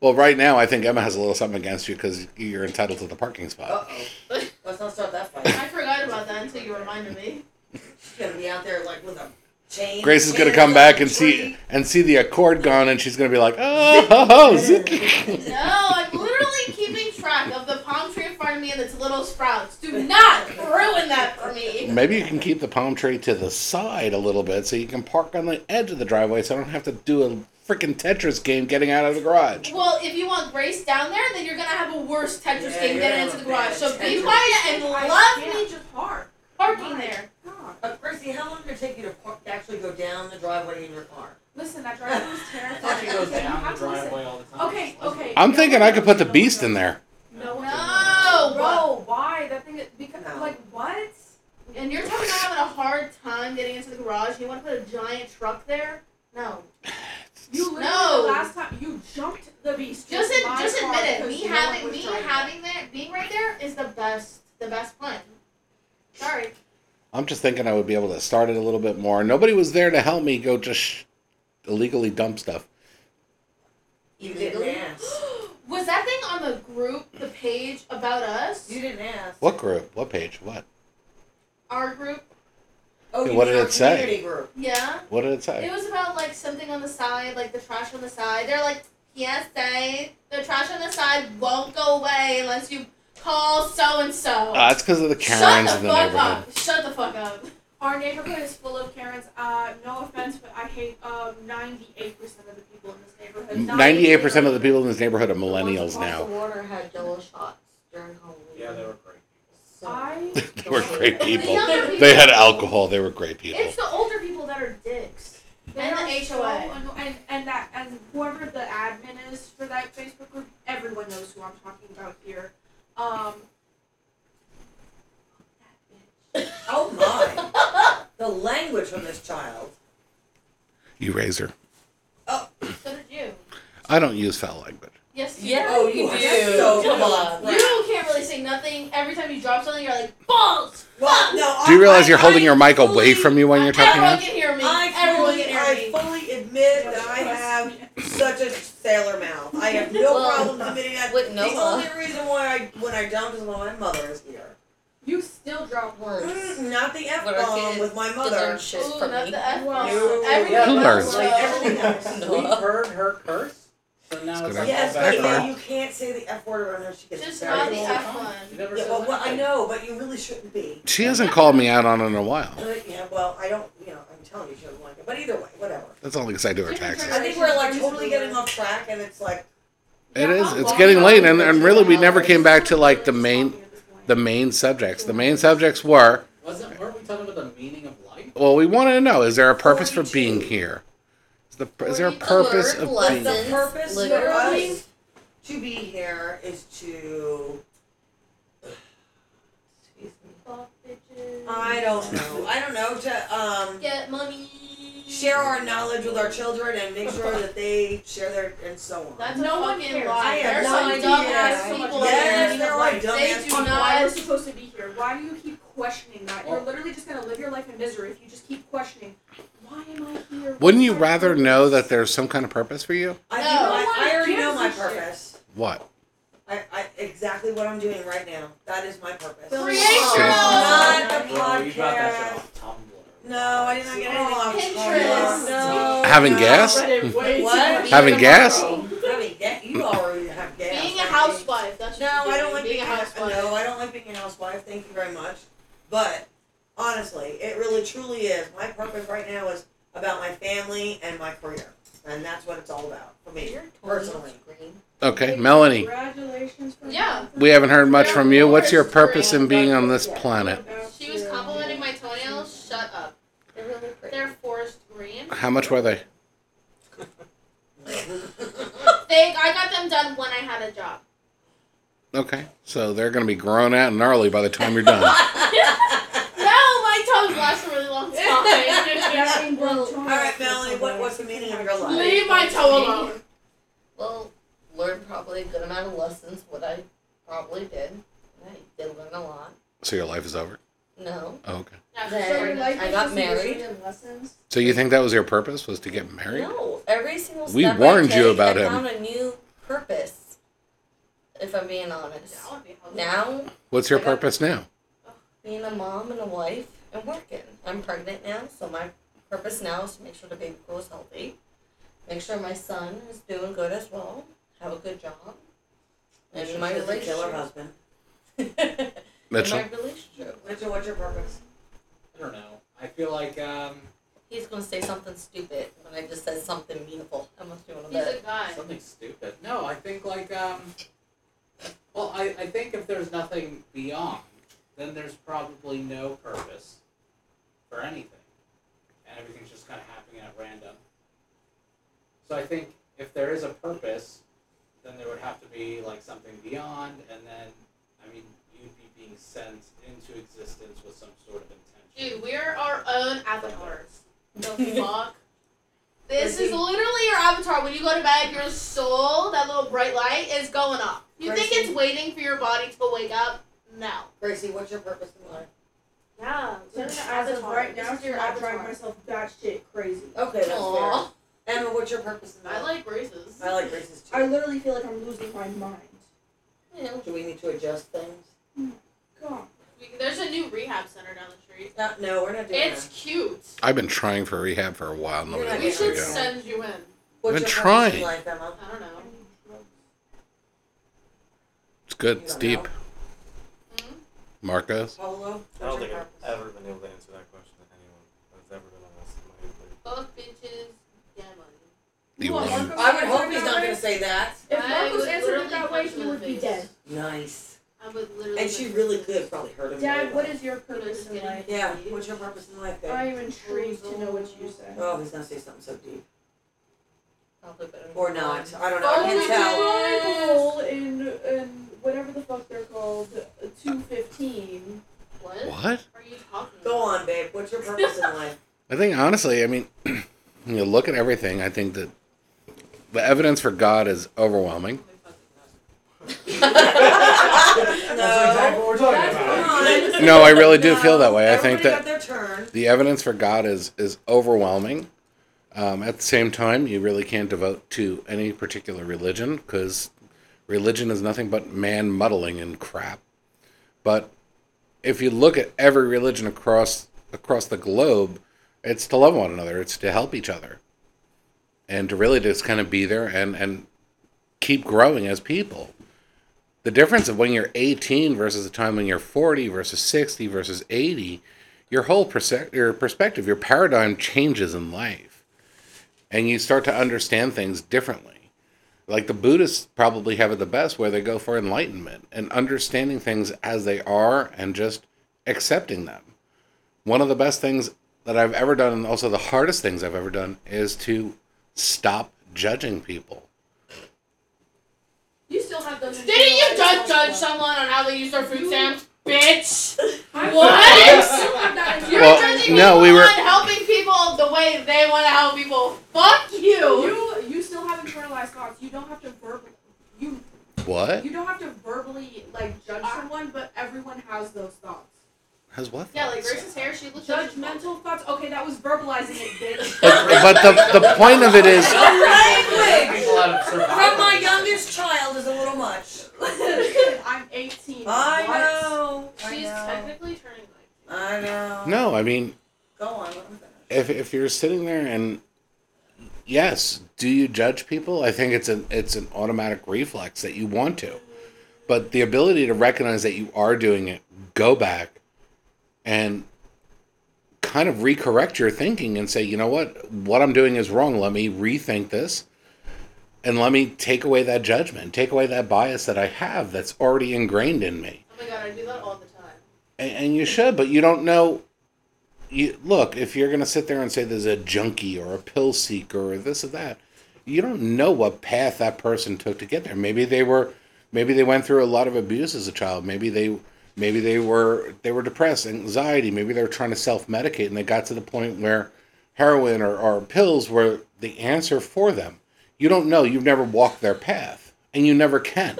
S3: Well, right now, I think Emma has a little something against you because you're entitled to the parking
S7: Uh
S3: spot.
S7: oh. Let's not start that
S1: bit.
S7: fight.
S1: I forgot about that until you reminded me.
S7: She's gonna be out there like with a Chain
S3: Grace is gonna
S7: hands
S3: come
S7: on
S3: back
S7: the
S3: and see
S7: tree.
S3: and see the accord gone, and she's gonna be like, oh, oh, oh Zuki.
S1: No, I'm literally keeping track of the palm tree in front of me and its little sprouts. Do not ruin that for me.
S3: Maybe you can keep the palm tree to the side a little bit so you can park on the edge of the driveway, so I don't have to do a freaking Tetris game getting out of the garage.
S1: Well, if you want Grace down there, then you're gonna have a worse Tetris
S7: Yeah,
S1: game
S7: you're
S1: getting
S7: gonna
S1: into the
S7: have
S1: garage.
S7: a
S1: So
S7: bad
S1: be
S7: Tetris.
S1: quiet and
S6: I
S1: love me
S6: can't just park.
S1: parking there.
S6: God.
S7: Uh, Gracie, how long did it take you to, park, to actually go down the driveway in your car?
S6: Listen, that driver was
S4: I thought she
S6: terrifying.
S4: goes
S6: Okay, you
S4: down
S6: have
S4: the
S6: to listen.
S4: driveway all the time.
S6: Okay,
S4: She doesn't.
S6: okay.
S3: I'm thinking I could put the beast in there.
S6: No, one-
S1: No,
S6: bro, why? That thing is because
S7: No.
S6: like what?
S1: And you're talking about having a hard time getting into the garage. and You want to put a giant truck there? No.
S6: You literally
S1: No.
S6: the last time you jumped the beast.
S1: Just
S6: in
S1: ad-
S6: my
S1: just
S6: car
S1: admit it.
S6: because
S1: Me
S6: no one
S1: having
S6: was
S1: me
S6: driving.
S1: having that being right there is the best the best plan. Sorry.
S3: I'm just thinking I would be able to start it a little bit more. Nobody was there to help me go just sh- illegally dump stuff.
S7: You didn't
S2: Legally?
S7: ask.
S1: Was that thing on the group, the page about us,
S7: You didn't ask.
S3: What group? What page? What?
S1: our group?
S7: Oh,
S3: Yeah,
S7: you
S3: what
S7: did
S3: did
S7: our
S3: it say?
S7: community group.
S1: Yeah.
S3: What did it
S1: It
S3: say?
S1: was about like something on the side, like the trash on the side. They're like PSA, the trash on the side won't go away unless you call so and so.
S3: Ah, it's because of the
S1: Shut
S3: Karens
S1: the
S3: in the
S1: fuck
S3: neighborhood.
S1: up! Shut the fuck up!
S6: Our neighborhood is full of Karens. Uh, no offense, but I hate um ninety-eight percent of the people in this neighborhood. Not
S3: Ninety-eight
S6: even,
S3: percent of the
S6: like,
S3: people in this neighborhood are
S2: The ones
S3: millennials
S2: across
S3: now.
S2: The water had yellow shots during Halloween.
S4: Yeah, they were great.
S2: So-
S6: I
S3: they were great
S1: The
S3: people.
S1: younger people-
S3: They had alcohol. They were great people.
S1: It's the older people that are dicks.
S6: they
S1: And the
S6: are so
S1: HOA.
S6: anno- and and that and whoever the admin is for that Facebook group, everyone knows who I'm talking about here. Um,
S7: Oh my. the language from this child.
S3: You raise her.
S1: So did you?
S3: I don't use foul language.
S1: Yes. You
S2: Yeah,
S7: Oh,
S2: you
S7: you are
S2: do.
S7: so
S2: Come
S7: full
S2: on.
S7: of
S1: do.
S7: crap.
S1: You can't really say nothing. Every time you drop something, you're like balls.
S7: Well, no,
S3: Do you
S7: I-
S3: realize
S7: I-
S3: you're holding
S7: I
S3: your mic
S7: fully-
S3: away from you when you're talking?
S1: Everyone
S3: now?
S1: can hear me.
S7: I
S1: Everyone
S7: fully,
S1: can hear
S7: I
S1: me.
S7: fully admit that I have such a sailor mouth. I have no
S2: Well,
S7: problem admitting that.
S2: with
S7: the
S2: Noah.
S7: only reason why I when I dumped is when my mother is here.
S6: you still drop
S2: Words.
S7: Mm, Not the f
S2: What I did
S7: bomb with my
S2: to learn
S7: mother.
S2: shit
S1: Ooh,
S2: from
S1: not
S2: me.
S1: the F
S6: Wow.
S1: word.
S3: Who
S1: Everyone
S3: learns?
S1: else
S7: Like everything
S1: knows.
S7: else.
S2: No.
S4: We've heard her curse, so now
S3: It's
S4: it's
S3: gonna-
S4: like
S7: Yes,
S4: all
S7: but
S4: back
S3: F-word.
S7: you can't say the f word around her. She gets
S1: Just
S7: very
S1: not the
S7: old.
S1: F
S4: She
S1: one.
S4: never
S7: Yeah,
S4: says
S7: well, well, I
S4: anything.
S7: know, but you really shouldn't be.
S3: She hasn't called me out on it in a while.
S7: But, yeah, well, I don't. You know, I'm telling you, she doesn't like it. But either way, whatever.
S3: That's only because I do her taxes.
S7: I think we're like totally getting off track, and it's like
S3: It is. It's getting late, and, and really, we never came back to like the main the main subjects. The main subjects were
S4: Wasn't weren't we talking about the meaning of life?
S3: well, we wanted to know: is there a purpose for being
S7: 42.
S3: here? Is, the, is there a
S2: Word
S3: purpose of being?
S2: lessons,
S3: here?
S7: The purpose of
S2: literally.
S7: us to be here is to. Excuse me.
S1: Fuck bitches.
S7: I don't know. I don't know to um
S1: Get money.
S7: share our knowledge with our children and make sure that they share their and so on.
S1: That's
S6: No
S1: a
S6: one
S1: fucking
S6: cares.
S1: lie.
S7: I have
S1: There's
S7: no
S1: some
S7: idea.
S1: dumbass
S6: I have
S1: people
S6: no idea.
S1: in
S7: Yes,
S1: the
S7: there are
S1: life. They
S7: dumbass
S1: do
S7: people.
S6: Why we're
S1: not.
S6: supposed to be here? Why do you keep questioning that? You're literally just gonna live your life in misery if you just keep questioning. Why am I here?
S3: Wouldn't
S6: What's
S3: you
S6: my
S3: rather
S6: purpose?"
S3: know that there's some kind of purpose for you?
S7: I,
S1: No.
S7: do, I, I
S6: No one
S7: already know
S6: gives
S7: my
S6: a shit.
S7: purpose.
S3: What?
S7: I, I exactly what I'm doing right now. That is my purpose.
S1: Create
S7: It's
S1: your own.
S7: Not the
S4: Oh, you got that shit
S7: podcast.
S4: off Tumblr.
S7: No, I did not get anything off
S1: Oh, Pinterest.
S7: No.
S3: Having
S7: no.
S3: gas?
S7: What?
S3: Having gas?
S7: I mean, that, you already have gas.
S1: Being a
S7: I think.
S1: housewife. That's
S7: No,
S1: what you're
S7: I don't
S1: doing,
S7: like being,
S1: being a housewife.
S7: No, I don't like being a housewife. Thank you very much. But honestly, it really truly is. My purpose right now is about my family and my career, and that's what it's all about for me.
S2: Your toes
S7: Personally.
S2: scream.
S3: Okay, Melanie.
S6: Congratulations. For
S1: Yeah.
S3: We haven't heard much from you. What's your purpose in being on this planet?
S1: She was complimenting my toenails. Shut up.
S2: They're really pretty.
S1: They're forest green.
S3: How much were they?
S1: They, I got them done when I had a job.
S3: Okay, so they're going to be grown out and gnarly by the time you're done.
S1: No, my toes last a really long time.
S7: all right, Melanie, what, what's the meaning of your life?
S1: Leave my toe alone.
S2: Well, learned probably a good amount of lessons, what I probably did. I did learn a lot.
S3: So your life is over?
S2: No.
S3: Oh, okay.
S2: Then I got married.
S3: So you think that was your purpose was to get married?
S2: No. Every single
S3: We
S2: step
S3: warned
S2: I
S3: you
S2: take,
S3: about
S2: I
S3: him.
S2: found a new purpose, if I'm being honest. Now,
S3: What's your purpose now?
S2: being a mom and a wife and working. I'm pregnant now, so my purpose now is to make sure the baby grows healthy, make sure my son is doing good as well, have a good job, and
S7: She
S2: my
S7: doesn't kill her
S2: relationship.
S7: husband.
S2: And
S3: Mitchell.
S2: my relationship.
S7: Mitchell, what's your purpose?
S4: I don't know. I feel like um,
S2: He's gonna say something stupid when I just said something meaningful. I must do one of
S1: He's
S2: that.
S1: a guy.
S4: something stupid. No, I think like um, well, I, I think if there's nothing beyond, then there's probably no purpose for anything, and everything's just kind of happening at random. So I think if there is a purpose, then there would have to be like something beyond, and then I mean you'd be being sent into existence with some sort of intention.
S1: Dude, we're our own avatars. The fuck? This
S7: Chrissy.
S1: is literally your avatar. When you go to bed, your soul, that little bright light, is going up. You think
S7: Chrissy.
S1: it's waiting for your body to wake up? No.
S7: Gracie, what's your purpose in life?
S6: Yeah.
S1: This is
S6: As of
S1: avatar.
S6: right now,
S1: This is your
S6: I'm driving
S1: avatar.
S6: myself batshit crazy.
S7: Okay, that's
S2: Aw.
S7: fair. Emma, what's your purpose in life?
S1: I like races.
S7: I like Gracie's too.
S6: I literally feel like I'm losing my mind.
S2: Yeah.
S7: Do we need to adjust things?
S6: God.
S1: We- There's a new rehab center down the street.
S7: No, no, we're not doing
S1: It's
S7: that.
S1: cute.
S3: I've been trying for rehab for a while.
S7: You're
S3: Nobody
S7: not
S1: We
S3: wants to
S1: should
S7: Yeah.
S3: go.
S1: send you in.
S7: What's
S3: I've been
S7: your purpose in
S3: trying.
S7: life, Emma?
S1: I don't know.
S3: It's good.
S7: You
S3: It's
S7: don't
S3: deep.
S7: know?
S3: Marcos.
S7: Polo?
S5: I don't
S7: What's your
S5: think I've
S7: purpose?
S5: ever been able to answer that question to anyone that's ever been on this. My plate.
S1: Both bitches get money.
S3: You
S6: Well,
S3: won.
S6: Marcos
S7: I would
S6: answered
S7: hope he's
S6: that
S7: not
S6: way.
S7: going to say that.
S6: If
S1: I
S6: Marcos
S1: would
S6: answered
S1: literally
S6: it that
S1: punch
S6: way,
S1: him
S6: he
S1: in the
S6: would be
S1: face.
S6: dead.
S7: Nice.
S1: I would literally.
S7: And she really could probably hurt him.
S6: Dad,
S7: really
S6: what
S7: well.
S6: is your purpose in life?
S7: Yeah, what's your purpose in life,
S6: I
S7: babe?
S6: am intrigued to know what you say.
S7: Oh, he's going to say something so deep.
S2: Probably better. than
S7: Or
S2: mine.
S7: not. I don't know. I
S6: we
S7: can't tell.
S6: roll in, in whatever the fuck they're called, two fifteen.
S1: What?
S3: What?
S1: are you talking
S7: Go
S1: about?
S7: on, babe. What's your purpose in life?
S3: I think honestly, I mean, when you look at everything, I think that the evidence for God is overwhelming.
S5: That's
S7: no.
S5: exactly what we're talking
S6: That's
S5: about.
S7: Come on.
S3: No, I really do feel that way. I think
S7: Everybody
S3: that
S7: got their turn.
S3: the evidence for God is is overwhelming. Um, at the same time, you really can't devote to any particular religion because religion is nothing but man muddling and crap. But if you look at every religion across across the globe, it's to love one another. It's to help each other, and to really just kind of be there and and keep growing as people. The difference of when you're 18 versus the time when you're 40 versus 60 versus 80 your whole perse- your perspective, your paradigm changes in life, and you start to understand things differently. Like the Buddhists probably have it the best, where they go for enlightenment and understanding things as they are and just accepting them. One of the best things that I've ever done, and also the hardest things I've ever done, is to stop judging people.
S6: You still have those.
S1: Didn't you just judge someone on how they use their food
S6: You-
S1: stamps, bitch?
S6: I
S1: What?
S6: still have that in
S1: You're
S3: Well,
S1: judging
S3: no,
S1: people
S3: we were-
S1: on helping people the way they want to help people. Fuck you.
S6: You you still have internalized thoughts. You don't have to verbally you
S3: What
S6: you don't have to verbally like judge
S1: Uh,
S6: someone, but everyone has those thoughts.
S3: has what?
S1: Yeah, like
S3: thoughts?
S1: Grace's hair, she looks like she's bald.
S6: Judgmental thoughts. Okay, that was verbalizing it, bitch.
S3: but, but the the point of it is,
S7: All right, wait.
S4: People out of
S7: From
S4: survival.
S7: my youngest child is a little much.
S6: I'm 18.
S7: I
S6: What?
S7: know. I
S1: She's
S7: know.
S1: technically turning like.
S7: I know.
S3: no, I mean
S7: Go on. Let him
S3: if
S7: finish.
S3: if you're sitting there and yes, do you judge people? I think it's an it's an automatic reflex that you want to. But the ability to recognize that you are doing it, go back and kind of recorrect your thinking and say, you know what, what I'm doing is wrong. Let me rethink this and let me take away that judgment, take away that bias that I have that's already ingrained in me
S1: Oh my god, I do that all the time.
S3: and, and you should, but you don't know. You look if you're going to sit there and say there's a junkie or a pill seeker or this or that, you don't know what path that person took to get there. Maybe they were, maybe they went through a lot of abuse as a child. Maybe they, maybe they were they were depressed, anxiety. Maybe they were trying to self medicate, and they got to the point where heroin or, or pills were the answer for them. You don't know. You've never walked their path, and you never can.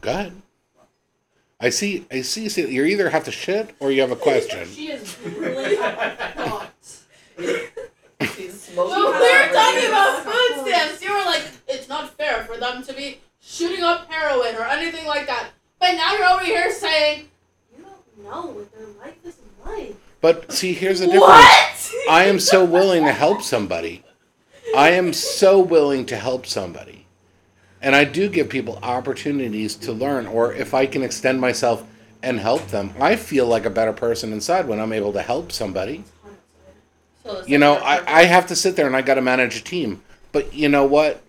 S3: Go ahead. I see. I see. you see- You either have to shit or you have a question.
S6: She is really thought.
S2: She's smoking.
S1: Well,
S2: hot
S1: we were
S2: already.
S1: talking about food stamps. You were like, it's not fair for them to be shooting up heroin or anything like that. But now you're over here saying, you don't know what their life is like.
S3: But see, here's the difference.
S1: What?
S3: I am so willing to help somebody. I am so willing to help somebody. And I do give people opportunities to learn, or if I can extend myself and help them, I feel like a better person inside when I'm able to help somebody.
S2: So it's
S3: You
S2: like
S3: know,
S2: that purpose.
S3: I, I have to sit there and I got to manage a team. But you know what?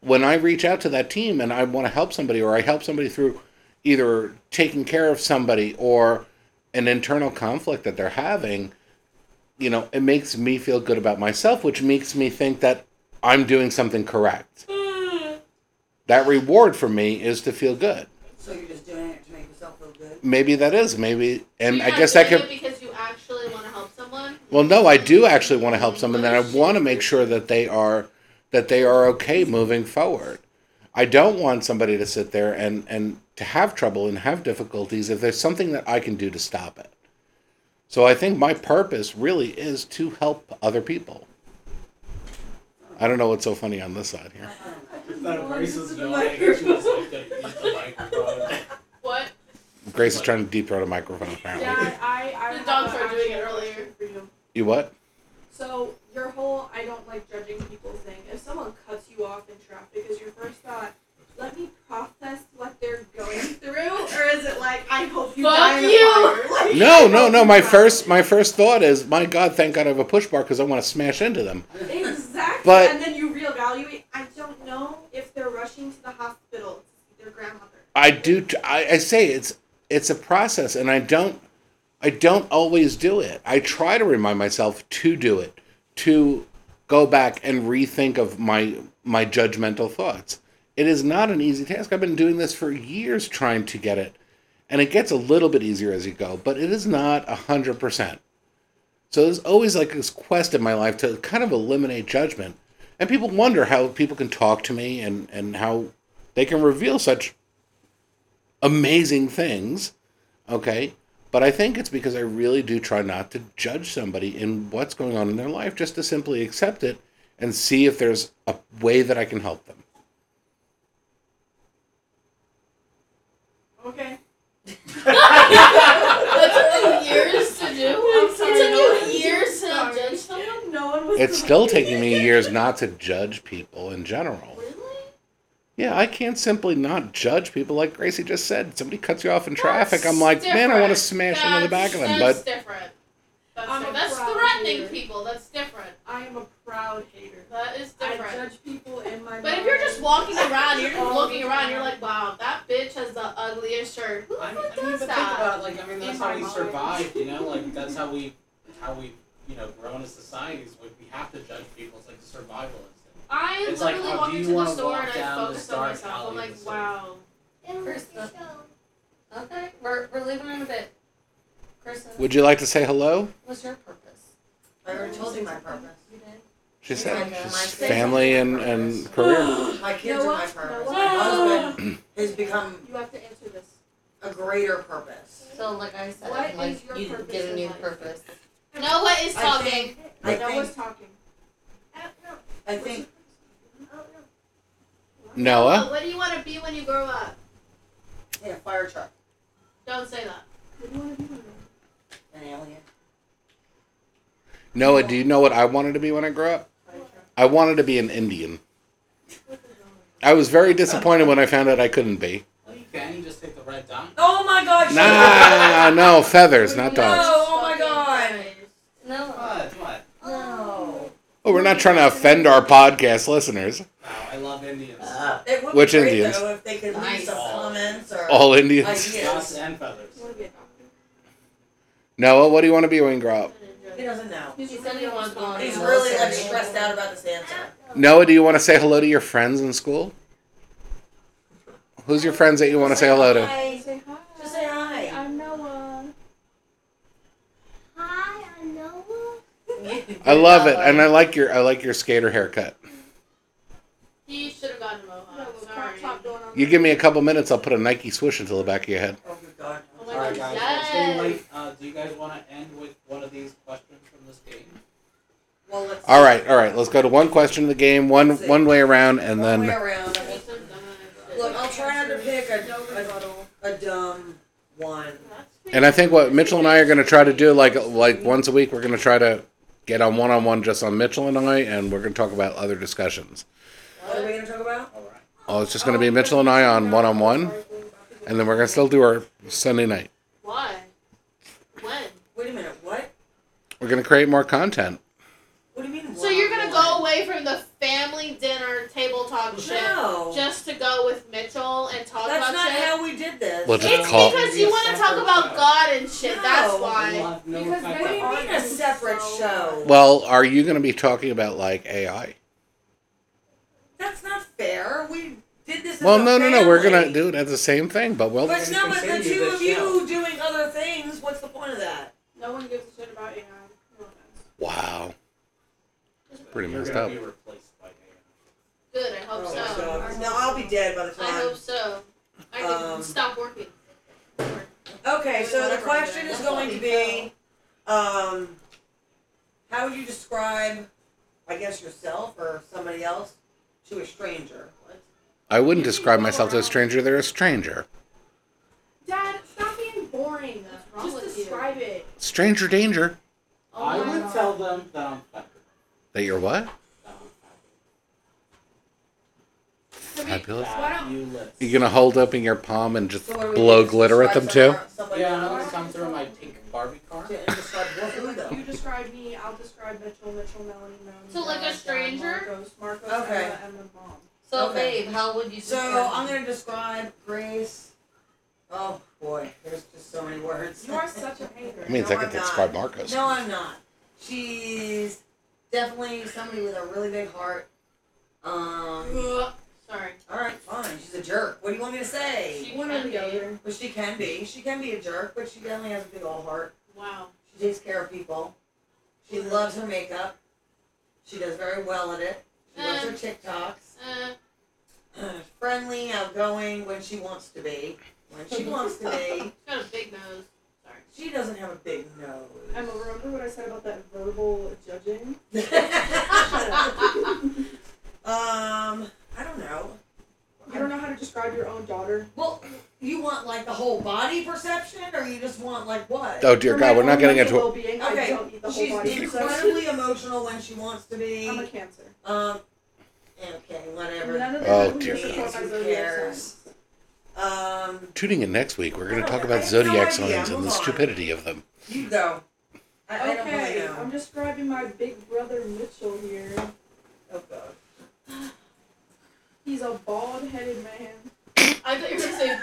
S3: When I reach out to that team and I want to help somebody, or I help somebody through either taking care of somebody or an internal conflict that they're having, you know, it makes me feel good about myself, which makes me think that I'm doing something correct. That reward for me is to feel good.
S7: So you're just doing it to make yourself feel good.
S3: Maybe that is, maybe, and
S1: You're
S3: I
S1: not
S3: guess that
S1: doing
S3: could.
S1: it because you actually want to help someone.
S3: Well, no, I do actually want to help someone, and I want to make sure that they are that they are okay moving forward. I don't want somebody to sit there and and to have trouble and have difficulties if there's something that I can do to stop it. So I think my purpose really is to help other people. I don't know what's so funny on this side here.
S4: That Grace is yawning and she was like, gonna eat the microphone.
S1: What?
S3: Grace is trying to deep throat a microphone apparently.
S6: Dad, I, I
S1: The
S6: have
S1: dogs
S6: a
S1: were doing it
S6: actual
S1: earlier.
S6: question For you.
S3: You what?
S6: So your whole I don't like judging people thing. If someone cuts you off in traffic, is your first thought, let me process what they're going through, or is it like I hope you
S1: Fuck
S6: die in
S1: you!
S6: a fire? Like,
S3: No,
S6: I
S3: no,
S6: hope
S3: no.
S6: you
S3: My
S6: die.
S3: first my first thought is, my God, thank God I have a push bar because I want to smash into them.
S6: exactly.
S3: But-
S6: and then you reevaluate. I don't know if they're rushing to the hospital to see their grandmother.
S3: I do. T- I, I say it's it's a process, and I don't I don't always do it. I try to remind myself to do it, to go back and rethink of my my judgmental thoughts. It is not an easy task. I've been doing this for years trying to get it, and it gets a little bit easier as you go, but it is not a hundred percent. So there's always like this quest in my life to kind of eliminate judgment. And people wonder how people can talk to me and, and how they can reveal such amazing things, okay? But I think it's because I really do try not to judge somebody in what's going on in their life, just to simply accept it and see if there's a way that I can help them.
S6: Okay.
S1: That's two years to do.
S6: I'm sorry,
S1: it took
S6: no.
S1: you years to
S6: Sorry.
S1: judge someone.
S6: No one was.
S3: It's still taking me years not to judge people in general.
S1: Really?
S3: Yeah, I can't simply not judge people like Gracie just said. Somebody cuts you off in traffic. I'm like, man, I want to smash into the back of them.
S1: That's
S3: But
S1: different. That's,
S6: I'm a
S1: different. that's
S6: proud
S1: threatening
S6: leader.
S1: people. That's different.
S6: I am a proud hater.
S1: That is
S6: I
S1: different.
S6: judge people in my.
S1: But if you're just walking around, you're just
S6: All
S1: looking
S6: the
S1: around,
S6: time.
S1: you're like, wow, that bitch has the ugliest shirt. Who the
S4: I mean,
S1: fuck
S4: I mean, but
S1: does
S4: think
S1: that?
S4: about it, like I mean, that's
S6: In
S4: how
S6: my
S4: we
S6: mind.
S4: survived, you know. Like that's how we, how we, you know, grown as societies. We, we have to judge people. It's like a survival instinct.
S1: I
S4: It's like,
S1: literally
S4: oh,
S1: walk
S4: do you
S1: into the
S4: wanna
S1: store
S4: walk
S1: and I
S4: down
S1: focus
S4: this
S1: on
S4: dark
S1: myself. I'm
S4: alley
S1: like,
S4: with some-
S1: wow.
S2: Chris, the- okay, we're, we're leaving in a bit. Chris,
S3: would you like to say hello?
S2: what's your purpose?
S7: I already told you my purpose.
S2: You did.
S3: She
S7: Yeah,
S3: said,
S7: my
S3: just
S7: favorite
S3: family and, and career.
S7: My kids
S6: Noah,
S7: are my purpose. My
S6: Noah.
S7: husband has become
S6: You have to answer this.
S7: a greater purpose.
S2: So, like I said,
S6: What
S2: like
S6: is your
S2: you
S6: purpose
S2: get a
S6: in
S2: new
S6: life?
S2: purpose.
S1: Noah is
S7: I
S1: talking.
S7: I
S6: no
S7: think.
S6: one's talking.
S7: I think.
S3: Noah?
S1: What do you want to be when you grow up?
S7: In a fire truck,
S1: Don't say that.
S6: What do you want to be?
S7: an alien.
S3: Noah, do you know what I wanted to be when I grew up? I wanted to be an Indian. I was very disappointed when I found out I couldn't be.
S4: Well, you can. You just take the red dot.
S7: Oh my God! shut
S3: Nah,
S7: up.
S3: no, feathers, not dogs.
S7: Oh, oh my God.
S2: No.
S4: What? What?
S7: No.
S3: Oh, we're not trying to offend our podcast listeners.
S4: Wow, I love Indians.
S7: It would
S3: Which
S7: be great
S3: Indians?
S7: though if they could leave
S2: Nice.
S7: some comments or
S3: All Indians.
S4: Dots
S7: ideas.
S4: and feathers.
S6: You want to be a doctor?
S3: Noah, what do you want to be when you grow up?
S7: He doesn't know.
S2: He said he was going
S7: He's
S2: to
S7: really like
S2: military.
S7: stressed out about this answer.
S3: Noah, do you want to say hello to your friends in school? Who's your friends that you want to say hello to?
S7: Hi.
S6: Say hi.
S7: Just say hi.
S6: I'm Noah.
S9: Hi, I'm Noah.
S3: I love it, and I like your I like your skater haircut.
S1: He should have gotten a mohawk.
S6: Noah's crop
S1: Sorry.
S6: top going on.
S3: You give me a couple minutes, I'll put a Nike swoosh into the back of your head.
S7: Oh good God.
S1: Oh my
S4: All right,
S1: god,
S4: guys. It's getting
S1: yes.
S4: late. Uh, do you guys want to end with one of these questions from this game?
S7: Well, let's.
S3: All right, all right. Let's go to one question of the game, one one way around, and
S7: One way
S3: then
S7: around. I mean,
S1: Those are dumb shit.
S7: Look, I'll try not to pick
S6: No
S7: a,
S6: rebuttal.
S7: a, a dumb one.
S1: That's
S3: and I think what Mitchell and I are going to try to do, like like once a week, we're going to try to get on one on one just on Mitchell and I, and we're going to talk about other discussions.
S7: What are we gonna talk about?
S4: All right.
S3: Oh, it's just going to be Mitchell and I on one on one, and then we're going to still do our Sunday night.
S1: Why? When?
S7: Wait a minute. What?
S3: We're going to create more content.
S7: What do you mean?
S1: So you're gonna go
S7: one-on-one?
S1: away from the family dinner table talk shit
S7: No.
S1: just to go with Mitchell and talk
S7: That's
S1: about
S7: not
S1: shit?
S7: how we did this.
S3: We'll just
S1: it's
S3: call-
S1: because you want to talk about God and shit. That's
S7: No.
S4: We'll
S1: why.
S4: have no
S6: Because they
S4: effect
S7: What do you
S4: on-
S7: mean a separate show?
S3: Well, are you going to be talking about like AI?
S7: That's not fair. We did this. as
S3: Well,
S7: a
S3: no, no, no. We're going to
S7: family.
S3: do it as the same thing, but we'll.
S7: But no, but the
S4: Continue
S7: two
S4: this
S7: of you
S4: show.
S7: doing other things. What's the point of that?
S6: No one gives a shit about AI. No
S3: Wow. Pretty
S4: You're
S3: messed
S4: gonna
S3: up.
S4: be replaced by AI.
S1: Good. I hope
S7: Oh,
S1: so.
S7: my God. No, I'll be dead by the
S1: I hope
S7: time.
S1: so. I can
S7: Um,
S1: stop working.
S7: Okay, so the
S1: Whatever.
S7: question is going to be, um, how would you describe, I guess yourself or somebody else, to a stranger?
S3: I wouldn't describe myself to a stranger. They're a stranger.
S6: Dad, stop being boring.
S1: What's wrong
S6: Just
S1: with you?
S6: describe it.
S3: Stranger danger.
S6: Oh
S4: I
S6: my
S4: would
S6: God.
S4: tell them that I'm fat.
S3: That you're what?
S4: That I'm fat.
S3: Fabulous.
S6: Why don't-
S4: you lips.
S3: You're gonna hold up in your palm and just
S7: So what are we
S3: blow
S7: gonna
S3: glitter at them
S7: describe
S3: too.
S7: somewhere- Somebody
S4: Yeah, I'm
S7: else
S4: gonna come through my pink Barbie car.
S7: to and describe what who
S6: You
S7: though?
S6: describe me, I'll describe Mitchell, Mitchell, Melanie, Melanie.
S1: So, like, a
S6: Dad, Dad,
S1: stranger?
S6: Marcos, Marcos,
S7: Okay.
S6: Emma, Emma, Mom.
S2: So,
S7: Okay.
S2: babe, how would you?
S7: So
S2: describe
S7: I'm
S2: me?
S7: gonna describe Grace. Oh boy, there's just so many words.
S6: You are such a hater.
S3: That means
S7: No,
S3: I could
S7: I'm not.
S3: describe Marcos.
S7: No, I'm not. She's definitely somebody with a really big heart. Um,
S1: Sorry.
S7: all right, fine. She's a jerk. What do you want me to say?
S1: She can be.
S7: Well, she can be. She can be a jerk, but she definitely has a big old heart.
S1: Wow.
S7: She takes care of people. She loves her makeup. She does very well at it. She loves her TikToks.
S1: Uh,
S7: Friendly, outgoing when she wants to be. When she wants to be.
S1: she's got a big nose.
S7: She doesn't have a big nose.
S6: Emma, remember what I said about that verbal judging?
S7: um, I don't know.
S6: You don't know how to describe your own daughter.
S7: Well, you want like the whole body perception, or you just want like what?
S3: Oh dear
S6: For
S3: God,
S6: my
S3: we're not
S6: own
S3: getting
S6: mental
S3: into it.
S6: well-being, I
S7: Okay,
S6: don't need the whole
S7: she's
S6: body perception.
S7: incredibly emotional when she wants to be.
S6: I'm a cancer.
S7: Um, okay, whatever.
S6: None of the
S3: Oh,
S6: other
S3: dear.
S6: people support my
S7: Who
S6: zodiac
S7: cares?
S6: sign.
S7: Um,
S3: Tuning in next week, we're gonna
S7: I
S3: talk
S7: don't- I
S3: about
S7: have no
S3: zodiac
S7: idea.
S3: signs and the
S7: Move on.
S3: stupidity of them.
S7: you go. I, I don't really
S6: Okay, I'm
S7: know.
S6: describing my big brother Mitchell here.
S7: Oh god.
S6: He's a bald-headed man.
S1: I thought you were gonna say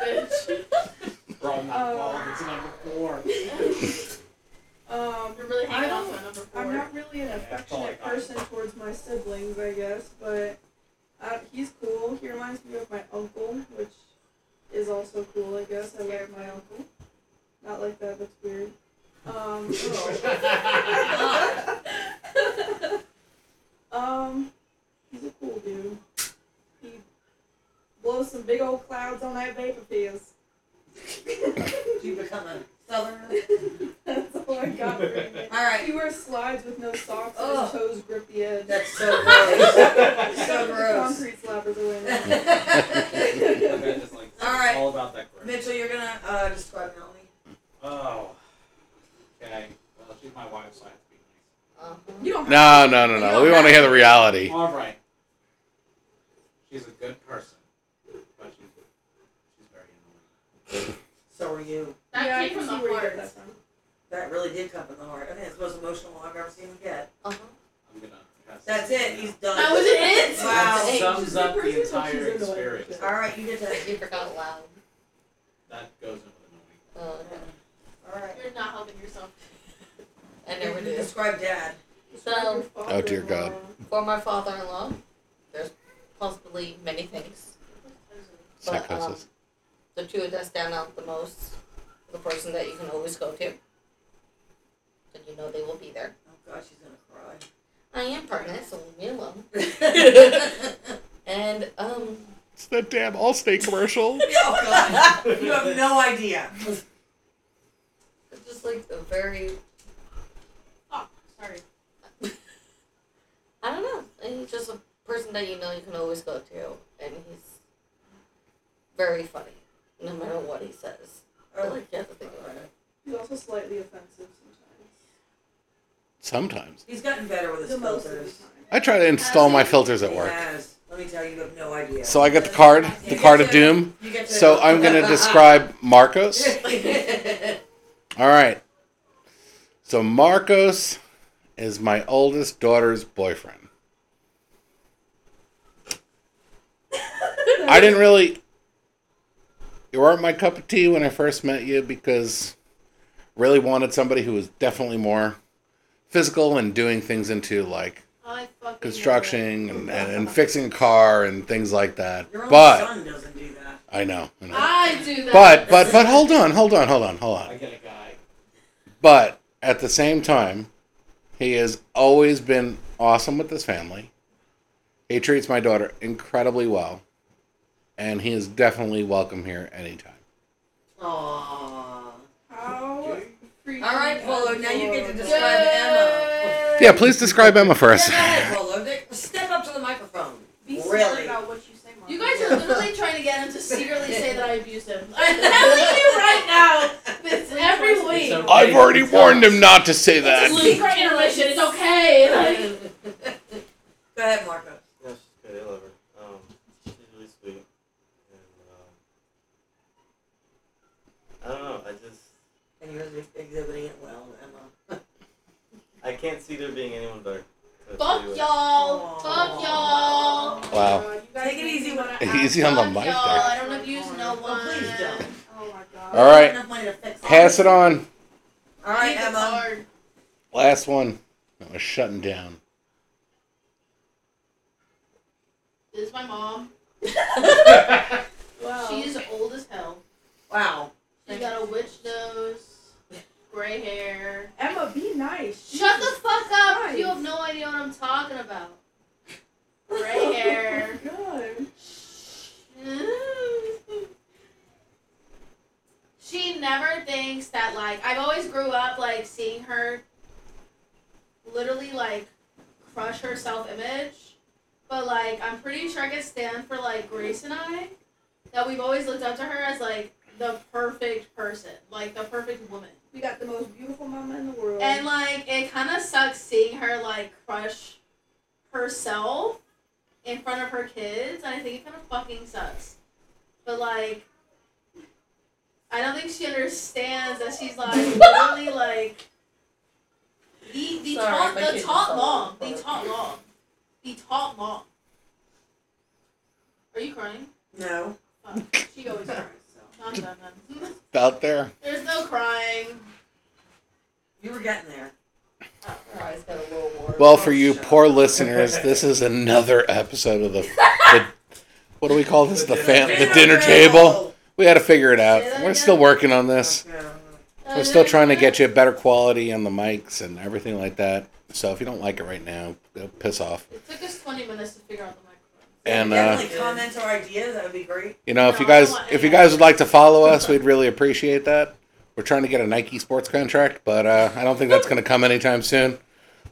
S1: bitch.
S4: Roll my
S6: Oh.
S4: ball. It's number four.
S6: Um,
S1: You're really
S6: I
S1: hanging
S6: don't.
S1: off my number four.
S6: I'm not really an
S4: Yeah, probably
S6: affectionate
S4: not.
S6: person towards my siblings, I guess, but uh, he's cool. He reminds me of my uncle, which is also cool, I guess. I like my uncle. Not like that. That's weird. Um. Um, he's a cool dude. He blows some big old clouds on that vape of his.
S7: Did you become a southerner?
S6: That's all I got for him.
S7: All right.
S6: He wears slides with no socks and
S7: Ugh.
S6: his toes grip the edge.
S7: That's so gross.
S6: Except
S7: so
S6: for the
S7: gross.
S6: Concrete slappers are winning.
S7: Mitchell,
S4: Okay, just like,
S7: All right.
S4: all about that grip.
S7: you're gonna uh, describe Melanie.
S4: Oh. Okay. Well, she's my wife, so I have to be
S2: Uh-huh.
S6: You don't
S3: No, no, no,
S7: You
S3: no.
S7: don't
S3: We want to
S7: have
S3: hear the reality.
S4: nice. All right. She's a good person, but she's she's very annoying.
S7: So are you.
S1: That
S6: yeah, I
S1: came
S6: can see
S1: from the
S6: where you
S1: heart.
S6: get that from.
S7: That really did come from the heart. I think it's the most emotional I've ever seen him get.
S2: Uh-huh.
S4: I'm gonna. pass
S7: That's
S4: this
S7: it.
S4: now.
S7: He's done.
S1: That was it.
S7: Wow.
S4: That
S6: She's
S4: sums
S6: the
S4: up
S6: person
S4: the
S6: that she's
S4: entire
S6: annoying.
S4: experience.
S7: All right, you get to.
S2: You forgot loud.
S4: That goes into annoying.
S2: Uh, okay.
S7: All right.
S1: You're not helping yourself.
S2: I never
S7: You
S2: do.
S7: Describe dad.
S6: Describe your
S2: So,
S3: Oh, dear
S6: father-in-law.
S3: God.
S2: for my father-in-law, there's possibly many things, but um,
S3: Psychosis.
S2: the two that stand out the most, the person that you can always go to, and you know they will be there.
S7: Oh God, she's gonna cry.
S2: I am pregnant, so leave me alone.
S7: oh
S2: And um,
S3: It's that damn Allstate commercial.
S7: God, you have no idea.
S2: just like a very,
S1: Oh, sorry.
S2: I don't know, and he's just a person that you know you can always go to, and he's very funny, no matter what he says. I
S7: Oh,
S2: like you have to think about it.
S6: He's also slightly offensive sometimes.
S3: Sometimes
S7: He's gotten better with his
S6: The most of the
S7: filters.
S6: time.
S3: I try to install my filters at
S7: He
S3: work.
S7: has. Let me tell you, you have no idea.
S3: So I got the card, the card of doom.
S7: You get to-
S3: So I'm going to describe Marcos. All right. So Marcos is my oldest daughter's boyfriend. I didn't really. You weren't my cup of tea when I first met you because really wanted somebody who was definitely more physical and doing things into like
S1: I fucking
S3: construction and, and, and fixing a car and things like that.
S7: Your own
S3: But
S7: son doesn't do that.
S3: I know, I know.
S1: I do that.
S3: But but but hold on, hold on, hold on, hold on.
S4: I get a guy.
S3: But at the same time, he has always been awesome with his family. He treats my daughter incredibly well, and he is definitely welcome here anytime.
S2: Aww.
S6: How freaking
S2: All right, Polo. Now you get to
S6: adorable.
S2: describe Emma.
S3: Yeah, please describe Emma for us.
S2: Yeah, go ahead, Polo. Nick, Step up to the microphone.
S6: Be
S7: Really?
S6: silly about what you say, Mom.
S1: You guys are literally trying to get him to secretly say that I abused him. I'm telling you right now. It's every week.
S4: It's okay.
S3: I've already warned him not to say
S1: It's a
S3: that.
S1: secret intermission. It's okay. Like,
S7: Go ahead, Marco.
S5: Yeah, she's good. I love her. Um, she's really sweet. And, um, I don't know. I just
S7: And you're exhibiting it well, Emma.
S5: I can't see there being anyone better. to
S1: fuck
S5: play with.
S1: y'all. Oh, Fuck y'all.
S6: Oh,
S3: Wow.
S6: God, you guys
S7: Take it
S6: make
S7: easy
S6: me
S7: when
S6: wanna
S7: I-
S6: ask-
S3: Easy on the
S1: Fuck
S3: mic
S1: y'all.
S3: there.
S1: I don't abuse no one.
S7: Oh, please don't.
S6: Oh my god.
S3: All right.
S7: Enough money to fix
S3: Pass it on.
S7: All right,
S1: It's
S7: Emma.
S1: hard.
S3: Last one. That was shutting down.
S1: This is my mom.
S7: Oh.
S6: Wow.
S1: She's old as hell.
S7: Wow.
S1: She's got a witch nose, gray hair.
S6: Emma, be nice.
S1: Shut the fuck up!
S6: Christ.
S1: You have no idea what I'm talking about. Gray hair.
S6: Oh Good.
S1: she never thinks that like I've always grew up like seeing her literally like crush her self image. But like I'm pretty sure I could stand for like Grace and I that we've always looked up to her as like the perfect person, like the perfect woman.
S6: We got the most beautiful mama in the world.
S1: And like it kind of sucks seeing her like crush herself in front of her kids, and I think it kind of fucking sucks. But like, I don't think she understands that she's like literally like the the
S2: Sorry,
S1: taught
S2: my
S1: the
S2: kid
S1: taught
S2: just
S1: mom,
S2: fell
S1: the
S2: off.
S1: taught mom, the taught mom. Are you crying?
S7: No.
S1: Oh, she always cries. So I'm done. then.
S3: Out there.
S1: There's no crying.
S7: You were getting there.
S2: Oh, I just got a little warm.
S3: Well, for you poor listeners, this is another episode of the, the what do we call this? The fam- the dinner table. We had to figure it out. We're still working on this. We're still trying to get you better quality on the mics and everything like that. So if you don't like it right now, go piss off.
S1: It took us 20 minutes to figure out the microphone.
S3: And uh,
S7: Definitely comment or ideas. That would be great.
S3: you know, if you guys if you guys would like to follow us, we'd really appreciate that. We're trying to get a Nike sports contract, but uh, I don't think that's going to come anytime soon.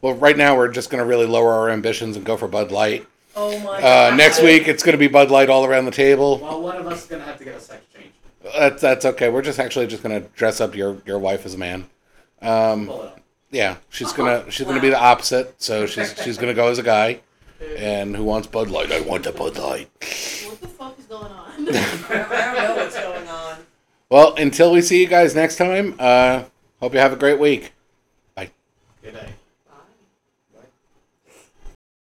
S3: Well, right now we're just going to really lower our ambitions and go for Bud Light.
S7: Oh my
S3: Uh,
S7: god.
S3: next week it's going to be Bud Light all around the table.
S4: Well, one of us is gonna have to get a sex change.
S3: That's that's okay. We're just actually just going to dress up your your wife as a man. Um,
S4: Pull it up.
S3: Yeah, she's gonna she's gonna be the opposite. So she's she's gonna go as a guy, and who wants Bud Light? I want the Bud Light.
S1: What the fuck is going on?
S7: I don't, I don't know what's going on.
S3: Well, until we see you guys next time. Uh, hope you have a great week.
S4: Good day.